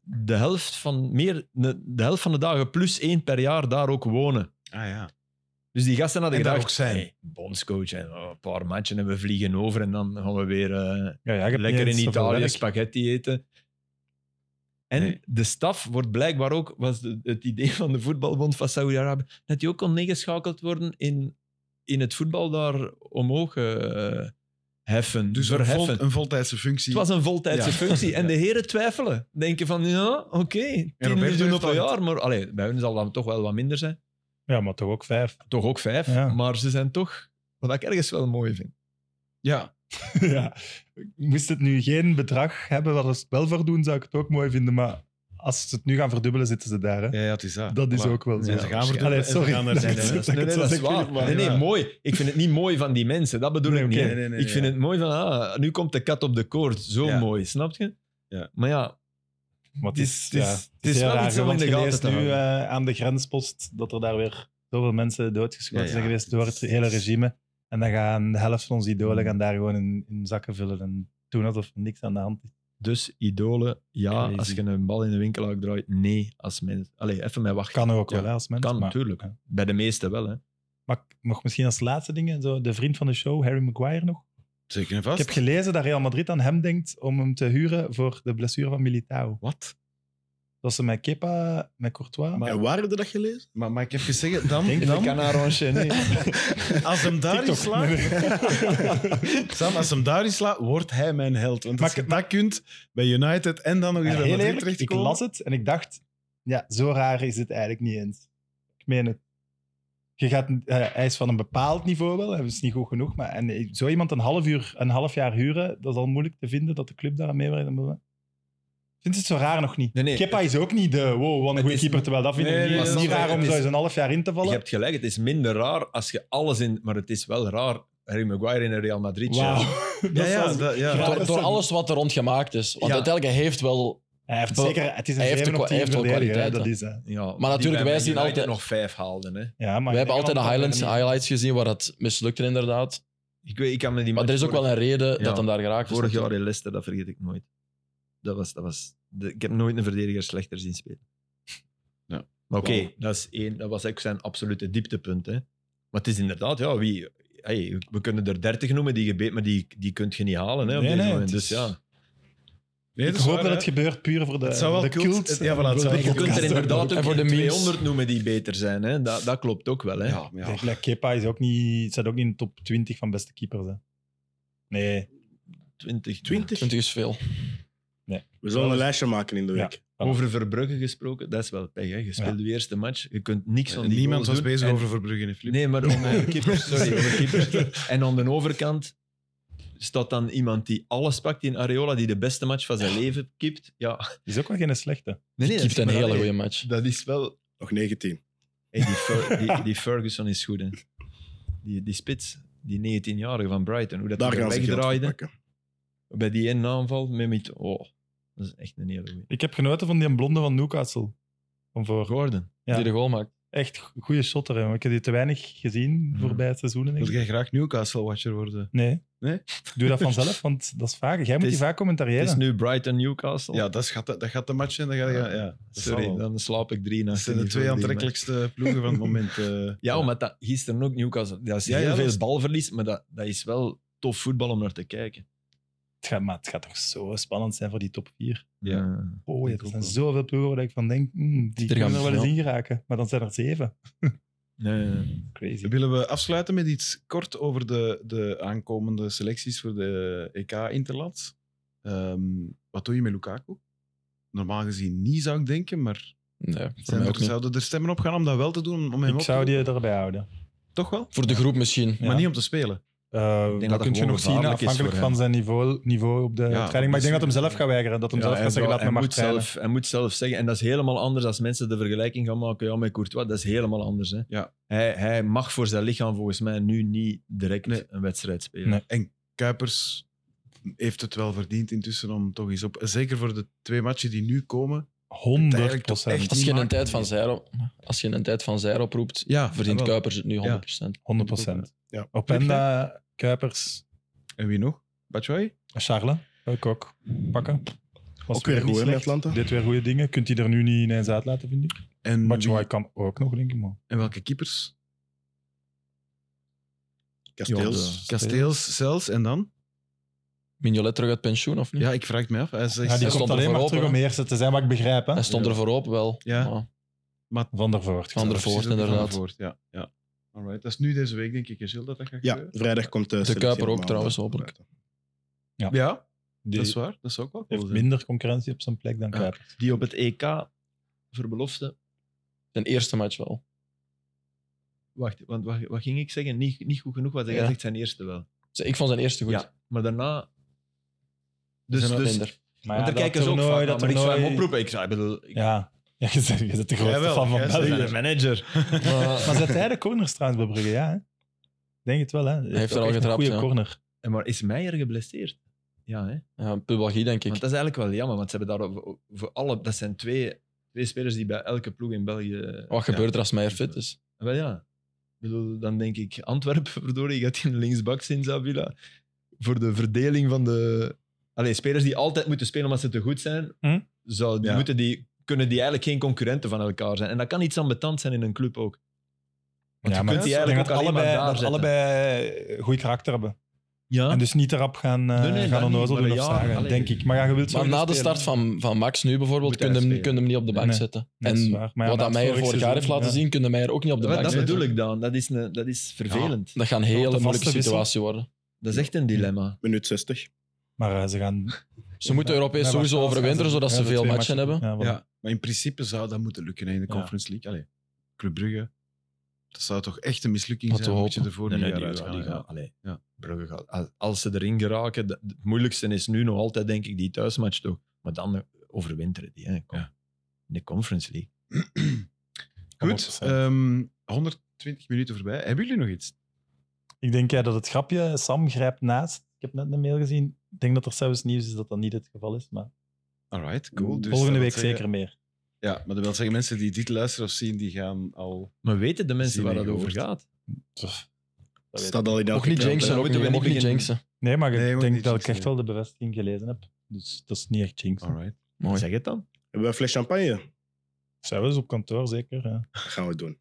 S3: de, helft van meer, de, de helft van de dagen plus één per jaar daar ook wonen.
S1: Ah, ja.
S3: Dus die gasten hadden
S1: En daar
S3: gedacht,
S1: ook zijn.
S3: hey, bondscoach en oh, een paar matchen en we vliegen over en dan gaan we weer eh,
S4: Ja, ja, je
S3: lekker
S4: hebt niet
S3: in
S4: eens zoveel
S3: Italië
S4: werk.
S3: spaghetti eten. En
S1: Nee.
S3: de staf wordt blijkbaar ook, was de- het idee van de voetbalbond van Saudi-Arabië, dat die ook kon meegeschakeld worden in, in het voetbal daar omhoog eh, heffen.
S1: Dus een, vol,
S3: verheffen.
S1: een voltijdse functie.
S3: Het was een voltijdse
S1: Ja.
S3: functie. En de heren twijfelen. Denken van, ja, oké, 10
S1: Roberto
S3: miljoen
S1: heeft
S3: op een
S1: dat-
S3: jaar. Maar allee, bij hun zal dat toch wel wat minder zijn.
S4: Ja, maar toch ook vijf.
S3: Toch ook vijf.
S4: Ja.
S3: Maar ze zijn toch, wat ik ergens wel mooi vind.
S1: Ja,
S4: ja. Moest het nu geen bedrag hebben waar ze het wel voor doen, zou ik het ook mooi vinden. Maar als ze het nu gaan verdubbelen, zitten ze daar. Hè?
S1: ja, ja, het is dat.
S4: Dat is
S1: Voilà.
S4: ook wel zo.
S1: Ja, ze gaan
S4: Allee,
S1: verdubbelen. en ze
S4: sorry.
S1: gaan daar
S4: dat
S1: zijn.
S4: ik het
S1: hè.
S4: zo- dat ik het
S3: nee,
S4: zo
S3: dat is
S4: zeg,
S3: waar.
S4: maar-
S3: Nee, nee,
S4: Ja.
S3: mooi. Ik vind het niet mooi van die mensen. Dat bedoel
S4: Nee,
S3: ik
S4: oké.
S3: niet.
S1: Nee, nee, nee,
S3: ik vind
S1: ja.
S3: het mooi van, ah, nu komt de kat op de koord. Zo
S1: Ja.
S3: mooi, snap je?
S1: Ja.
S3: Maar ja,
S4: Maar het
S3: Het
S4: is,
S3: is-
S4: ja,
S3: het is-
S4: het
S3: het is
S4: is heel
S3: wel
S4: raar,
S3: iets om
S4: want
S3: in de
S4: je
S3: gaten
S4: leest
S3: te
S4: nu
S3: houden.
S4: eh, aan de grenspost dat er daar weer zoveel mensen doodgeschoten
S1: Ja, ja,
S4: zijn geweest
S1: het
S4: door
S1: is-
S4: het hele regime. En dan gaan de helft van onze idolen
S3: Mm.
S4: gaan daar gewoon in, in zakken vullen en doen alsof er niks aan de hand is.
S3: dus idolen, ja.
S4: Crazy.
S3: Als je een bal in de winkel uitdraait, nee. Als mens. Allee, even mij wachten.
S4: Kan ook
S3: Ja,
S4: wel, hè, als mensen.
S3: kan,
S4: maar,
S3: tuurlijk.
S4: ja.
S3: Bij de meesten wel, hè.
S4: Maar ik mag misschien als laatste dingen, zo de vriend van de show, Harry Maguire nog.
S1: Zeker en
S4: Ik
S1: vast.
S4: heb gelezen dat Real Madrid aan hem denkt om hem te huren voor de blessure van Militao.
S1: Wat?
S4: Dat ze met Kepa, met Courtois...
S1: Maar-
S5: En waar heb je dat gelezen?
S1: Maar, maar ik heb gezegd, dan,
S4: Denk
S1: dan
S3: Canaronche, nee.
S1: als hem daarin
S4: TikTok.
S1: slaat... Sam, als hem daarin slaat, wordt hij mijn held. Want als
S4: Maar
S1: je dat kunt bij United en dan nog eens
S4: Ja,
S1: bij
S4: heel
S1: Madrid
S4: eerlijk, ik
S1: terechtkomen...
S4: las het en ik dacht, ja, zo raar is het eigenlijk niet eens. Ik meen het. Je gaat, eh, hij is van een bepaald niveau wel, hij is niet goed genoeg. Maar en eh, zo iemand een half, uur, een half jaar huren, dat is al moeilijk te vinden dat de club daar aan meewerkt. Ik vind het zo raar nog niet.
S3: Nee, nee.
S4: Kepa is ook niet de wow, wat een
S3: Het
S4: goede
S3: is-
S4: keeper. Terwijl dat vind ik
S3: Nee,
S4: niet,
S3: nee,
S4: is
S3: dat
S4: niet
S3: is waar.
S4: raar om
S3: Het
S4: zo
S3: is-
S4: eens een half jaar in te vallen.
S3: Je hebt gelijk, het is minder raar als je alles in... Maar het is wel raar, Harry Maguire in een Real Madrid.
S4: Wauw.
S3: shirt.
S1: Ja, ja, dat- ja.
S4: Ja,
S1: Dat-
S4: dat
S2: Door,
S4: is
S2: door
S4: een-
S2: alles wat er rond gemaakt is. Want
S3: Ja.
S2: uiteindelijk hij heeft wel...
S4: Hij heeft
S2: Wel,
S4: zeker, het is een
S2: hij heeft
S4: 7
S2: de
S4: op
S2: kwa- hij
S4: 10
S2: heeft wel
S4: verdediger, hè,
S2: kwaliteiten.
S4: dat is hij.
S3: Ja,
S2: Maar
S3: die
S2: natuurlijk,
S3: bij
S2: wij zien
S3: Man United
S2: altijd-
S3: nog vijf haalden. Hè.
S4: Ja, maar
S2: We hebben altijd
S4: Engeland
S2: de
S4: had dat
S2: highlights,
S4: niet.
S2: highlights gezien waar dat mislukte inderdaad.
S3: Ik, weet, ik kan me die
S2: Maar er
S3: match
S2: is ook wel
S3: vorig-
S2: een reden dat
S3: Ja.
S2: hem daar geraakt is.
S3: Vorig jaar
S2: natuurlijk.
S3: in Leicester, dat vergeet ik nooit. Dat was... Dat was de- ik heb nooit een verdediger slechter zien spelen.
S1: Ja.
S3: Maar oké, dat is één. dat was ook zijn absolute dieptepunt. Hè. Maar het is inderdaad, ja, wie... hey, we kunnen er 30 noemen die je beet, maar die, die kun je niet halen. Hè, op
S4: Nee,
S3: dit
S4: nee,
S3: moment.
S4: het
S3: Dus
S4: is-
S3: ja.
S1: Nee,
S4: Ik
S1: dat is
S4: hoop
S1: waar,
S4: dat
S1: hè.
S4: het gebeurt puur voor de,
S1: Het zou wel
S4: de
S1: cult-
S4: cult.
S1: het- ja, voilà, het zou
S4: voor
S1: wel
S4: de
S3: Je kunt er
S4: podcast.
S3: inderdaad
S2: En
S3: ook
S2: voor
S3: geen
S2: de memes.
S3: 200 noemen die beter zijn. Hè. Dat, dat klopt ook wel. Hè.
S1: Ja, maar ja.
S4: Ik denk, Kepa is ook niet, staat ook niet in de top 20 van beste keepers. Hè. Nee,
S3: 20.
S5: 20?
S2: 20 is veel.
S5: We zullen
S1: dus-
S5: een lijstje maken in de
S4: Ja.
S5: week.
S3: Over Verbrugge gesproken, dat is wel pech. Hè. Je speelt de eerste match, je kunt niks aan die
S1: Niemand
S3: goals
S1: was
S3: doen.
S1: bezig
S3: En-
S1: over Verbrugge en Filip.
S3: Nee, maar om, eh, keepers, sorry, over keepers. En aan de overkant staat dan iemand die alles pakt in Areola, die de beste match van zijn leven kipt. Ja.
S4: is ook wel geen slechte.
S3: Nee, nee, dat-
S2: Kiept een
S3: maar dat-
S2: hele goede match.
S3: Dat is wel...
S5: Nog 19.
S3: Hey, die, Fer- die, die Ferguson is goed, hè. Die, die spits, die 19-jarige van Brighton, hoe dat
S5: Daar
S3: hij
S5: gaan ze geld voor
S3: wegdraaide
S5: pakken.
S3: bij die ene aanval. Met, met, oh, dat is echt een hele goede.
S4: Ik heb genoten van die blonde van Newcastle. Van voor.
S3: Gordon.
S4: Ja.
S2: Die de goal maakt.
S4: Echt goede shotter. hè. Ik heb die te weinig gezien
S1: Hmm.
S3: Mhm.
S4: voorbij het seizoen. denk
S1: Wil
S4: ik.
S1: jij graag Newcastle-watcher worden?
S4: Nee.
S1: Nee?
S4: Doe dat vanzelf, want dat is vaak. Jij moet
S3: is-
S4: die vaak
S3: Het is
S4: commentariëren.
S3: nu Brighton-Newcastle.
S1: Ja, dat gaat, dat gaat de match in. Dat gaat, ja, ja. Dat zal
S3: Sorry,
S1: wel.
S3: dan slaap ik drie
S1: Dat
S3: nachten.
S1: zijn de
S3: niet
S1: twee
S3: voor die
S1: aantrekkelijkste ploegen van het moment. eh.
S3: match. Ja, maar dat, gisteren ook Newcastle. Dat is
S1: Ja,
S3: heel
S1: ja, dat
S3: veel
S1: was-
S3: balverlies, maar dat, dat is wel tof voetbal om naar te kijken.
S4: Het gaat, maar het gaat toch zo spannend zijn voor die top 4.
S1: Ja.
S4: Oh, ja,
S1: denk
S4: er
S1: ook
S4: zijn
S1: wel.
S4: zoveel ploegen waar ik van denk, hmm, die
S2: Er
S4: kunnen
S2: gaan
S4: er wel eens
S2: veel.
S4: in geraken. Maar dan zijn er zeven.
S3: Nee, nee, nee.
S4: Crazy.
S1: Willen we afsluiten met iets kort over de, de aankomende selecties voor de EK Interlands? Ehm, wat doe je met Lukaku? Normaal gezien niet, zou ik denken, maar
S2: Nee, voor
S1: zijn
S2: mij
S1: er-
S2: ook niet.
S1: zouden er stemmen op gaan om dat wel te doen? Om hem
S4: Ik
S1: op te
S4: zou die
S1: roepen?
S4: erbij houden. Eh,
S1: Toch wel?
S2: Voor de groep misschien.
S4: Ja.
S1: Maar niet om te spelen.
S4: Eh,
S3: denk dat
S4: dat
S3: dat
S4: kun je
S3: gewoon
S4: nog zien,
S3: gevaarlijk is
S4: afhankelijk
S3: voor
S4: van zijn niveau, niveau op de
S1: dat
S4: training. Maar ik denk dat
S1: is-
S4: hem zelf gaat weigeren. Dat hem
S3: Ja,
S4: zelf
S3: hij
S4: gaat zeggen,
S3: wou-
S4: laat me
S3: hij
S4: maar
S3: moet
S4: trainen.
S3: zelf, Hij moet zelf zeggen. En dat is helemaal anders als mensen de vergelijking gaan maken ja, met Courtois. Dat is helemaal anders. Hè.
S1: Ja.
S3: Hij, hij mag voor zijn lichaam volgens mij nu niet direct
S1: Nee.
S3: een wedstrijd spelen.
S4: Nee.
S1: En Kuipers heeft het wel verdiend intussen om toch eens op... Zeker voor de twee matchen die nu komen.
S4: 100
S1: Eigenlijk toch echt-
S4: procent.
S2: Als je,
S1: Die
S2: een
S1: maakt-
S2: tijd van zij, als je een tijd van zij oproept,
S1: Ja,
S2: verdient Kuipers het nu 100%.
S4: 100 procent.
S5: Ja.
S4: Openda, Kuipers,
S1: En wie nog? Batshuayi?
S4: Charles, wil ik ook pakken. Was
S5: Ook weer goed,
S4: niet
S5: hè, met
S4: slecht.
S5: Atlanta.
S4: Dit weer goede dingen. Kunt hij er nu niet ineens uitlaten, vind ik.
S1: En,
S4: Batshuayi
S1: wie-
S4: kan ook nog, denk ik. Maar.
S1: en welke keepers?
S5: Kasteels.
S4: Ja,
S1: Kasteels, zelfs en dan?
S2: Mignolet terug uit pensioen, of niet?
S1: Ja, ik vraag het me af. Hij zegt,
S4: Ja, die
S2: stond
S4: komt
S2: er
S4: alleen maar
S2: voorop,
S4: terug
S2: hè.
S4: om eerste te zijn, wat ik begrijp. Hè.
S2: Hij stond er voorop wel.
S1: Ja.
S2: Maar
S4: Van der Voort.
S2: Van der Voort,
S1: Precies, ook
S2: inderdaad.
S1: Van der Voort, ja. ja. Alright. Dat is nu deze week, denk ik, hè, Gilles, dat dat gaat
S5: Ja,
S1: gebeuren.
S5: vrijdag komt eh, de selectie
S2: Kuiper ook
S5: maandag.
S2: trouwens, hopelijk.
S1: Ja,
S4: Die
S1: dat is waar. Dat is ook wel cool.
S4: heeft
S1: zijn.
S4: minder concurrentie op zijn plek dan
S1: Ja.
S4: Kuipers.
S3: Die op het EK voor belofte.
S2: zijn eerste match wel.
S3: Wacht, want wat, wat ging ik zeggen? Niet, niet goed genoeg, want hij
S2: Ja.
S3: zegt zijn eerste wel.
S2: Dus Ik vond zijn eerste goed.
S3: Ja, maar daarna.
S2: dus,
S3: Dus, dus,
S2: minder.
S4: Maar
S3: Want
S4: ja,
S3: er kijken
S4: dat
S3: ze ook vaak naar,
S4: toernooi, dat
S3: maar ik zou hem
S4: toernooi-
S3: oproepen. Ik zou, ik bedoel, ik
S4: Ja, ja je, bent, je bent de grootste
S1: Jawel,
S4: fan van
S1: jij bent
S4: België.
S1: de
S3: manager.
S2: Maar,
S4: Maar zet hij de corners trouwens bij Brugge? Ja, hè? Denk het wel, hè? Hij
S2: heeft er al getrapt,
S4: Een
S2: ja.
S4: goede corner.
S3: En maar is Meijer geblesseerd? Ja, hè?
S2: ja, Pubalgie, denk ik.
S3: want dat is eigenlijk wel jammer, want ze hebben daar voor- voor alle... Dat zijn twee, twee spelers die bij elke ploeg in België... Ah,
S2: Wat gebeurt er als Meijer fit is?
S3: Wel ja. Ik bedoel, dan denk ik Antwerpen, verdorie, je gaat in linksbak in Zavilla. Voor de verdeling van de... Allee, spelers die altijd moeten spelen omdat ze te goed zijn,
S4: Hm?
S3: zou,
S1: Ja.
S3: moeten die, kunnen die eigenlijk geen concurrenten van elkaar zijn. En dat kan iets ambetant zijn in een club ook. Want
S4: ja,
S3: je
S4: maar
S3: kunt die
S4: ik denk
S3: eigenlijk
S4: dat
S3: ook alleen maar
S4: allebei,
S3: daar
S4: dat
S3: zetten.
S4: allebei eh, goed karakter hebben.
S3: Ja.
S4: En dus niet erop gaan, eh
S3: Nee, nee,
S4: gaan
S3: dat niet,
S4: onnozel
S3: maar
S4: doen
S3: een
S4: of
S3: jaar,
S4: zagen,
S3: allee.
S4: denk ik. Maar ja, je wilt zo
S2: Maar na de
S4: spelen.
S2: start van, van Max nu bijvoorbeeld,
S3: Moet
S2: kun
S3: hij
S2: je, hem,
S3: spelen.
S2: kun je hem niet op de bank
S4: Nee.
S2: zetten.
S4: Dat is
S2: en
S4: waar. Maar
S2: wat
S4: ja, na
S2: dat
S4: het
S2: Meijer
S4: vorig
S2: vorig jaar heeft
S4: seizoen,
S2: laten
S4: ja.
S2: zien, kun je Meijer ook niet op de
S3: Dat,
S2: bank
S3: dat
S2: zetten.
S3: bedoel ik dan. Dat is, een, dat is vervelend.
S2: Dat gaat een
S4: Grote
S2: hele
S4: vaste
S2: moeilijke
S4: wissel.
S2: situatie worden.
S3: Dat is echt een dilemma.
S5: Minuut 60.
S4: Maar eh, ze gaan...
S2: Ze moeten Europees
S4: Ja,
S2: sowieso
S4: maar-
S2: overwinteren, zodat
S4: Ja,
S2: ze
S4: de
S2: veel
S4: twee
S2: matchen hebben.
S4: Ja, voilà.
S1: Ja, maar in principe zou dat moeten lukken hè, in de
S4: Ja.
S1: Conference League. Allee, Club Brugge. Dat zou toch echt een mislukking
S2: Wat te
S1: zijn mocht je
S2: hopen.
S1: ervoor
S3: Nee,
S1: niet
S3: nee,
S1: meer
S3: die-
S1: uitgaan.
S3: die
S1: ja.
S3: gaan- allee,
S1: Ja.
S3: Brugge gaat- als- Als ze erin geraken, dat- het moeilijkste is nu nog altijd, denk ik, die thuismatch toch. Maar dan overwinteren die. Hè. Kom. In de Conference League.
S1: Goed,
S4: 100%.
S1: ehm, 120 minuten voorbij. Hebben jullie nog iets?
S4: Ik denk ja, dat het grapje Sam grijpt naast. Ik heb net een mail gezien. Ik denk dat er zelfs nieuws is dat dat niet het geval is. Maar
S1: Alright, cool. Dus
S4: volgende
S1: dat
S4: week
S1: wil zeggen-
S4: zeker meer.
S1: Ja, maar dat wil zeggen, mensen die dit luisteren of zien, die gaan al...
S3: Maar weten de mensen
S1: Zien
S3: waar
S1: en
S3: dat over
S1: gehoord.
S3: gaat?
S5: Het staat al in
S2: Ook
S5: elke
S2: niet
S5: krant, hè.
S2: jinxen,
S3: dan
S2: ook niet,
S3: moeten we
S2: ook
S3: niet
S2: niet
S3: beginnen.
S2: jinxen.
S4: Nee, maar ik
S1: Nee, we moeten
S4: denk
S1: niet
S4: dat ik
S1: jinxen,
S4: echt wel de bevestiging gelezen heb. Dus dat is niet echt jinx.
S1: Alright.
S2: Mooi.
S3: Zeg het dan.
S5: Hebben we een fles champagne?
S4: Zijn we dus op kantoor, zeker. Ja.
S5: Dat gaan we doen.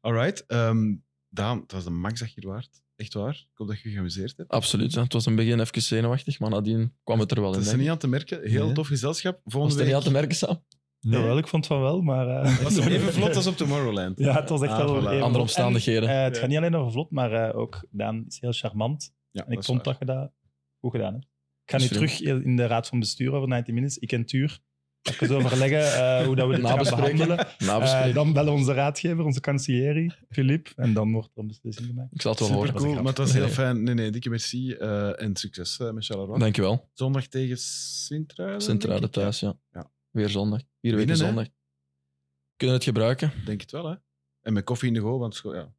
S1: Alright. ehm, Daan, het was de max dat je hier waard. Echt waar. Ik hoop dat je je geamuseerd hebt.
S2: Absoluut. hè. Het was een begin even zenuwachtig, maar nadien kwam het er wel
S1: Dat
S2: in.
S1: is er
S2: denk
S1: niet
S2: ik.
S1: aan te merken. Heel
S3: Nee.
S1: tof gezelschap.
S2: Was
S1: Volgende
S2: het er
S1: week...
S2: niet aan te merken, Sam?
S4: Jawel, ik vond van wel, maar... eh,
S1: was het even vlot als op Tomorrowland.
S4: Ja, het was echt
S1: Ah,
S4: wel...
S1: voilà.
S4: even-
S2: Andere
S4: en,
S2: omstandigheden.
S4: eh, het gaat niet alleen over vlot, maar eh, ook Daan is heel charmant.
S1: Ja,
S4: En ik
S1: is
S4: vond
S1: waar.
S4: dat je dat goed gedaan hebt. Ik
S2: Dat
S4: ga nu
S2: is vreemd.
S4: terug in de raad van bestuur over 90 Minutes. Ik en Tuur. Even overleggen eh, hoe dat we dit gaan
S2: Nabespreken.
S4: behandelen.
S2: Nabespreken.
S4: Eh, dan bellen onze raadgever, onze kanselieri, Filip. En dan wordt er een beslissing gemaakt.
S2: Ik zal het wel
S1: Super
S2: horen.
S1: cool,
S4: grap.
S1: maar het was heel
S2: Nee.
S1: fijn. Nee, nee, dikke merci eh, en succes eh, met Charleroi.
S2: Dankjewel.
S1: Zondag tegen Sint-Truiden. denk
S2: Centrale
S1: ik, ja.
S2: thuis, ja.
S1: Ja.
S2: Weer zondag. Vier weken
S1: Winnen, hè?
S2: zondag. Kunnen we het gebruiken?
S1: Denk het wel, hè? En met koffie in de go, want scho- ja.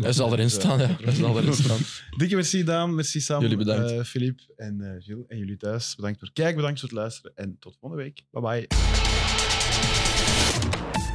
S2: Hij zal erin
S1: Dus, eh,
S2: staan, ja. Hij zal erin staan.
S1: Dikke merci, Daan. Merci, Sam.
S2: Jullie bedankt.
S1: eh, Filip en eh Gilles. En jullie thuis. Bedankt voor het kijken, bedankt voor het luisteren. En tot volgende week. Bye bye.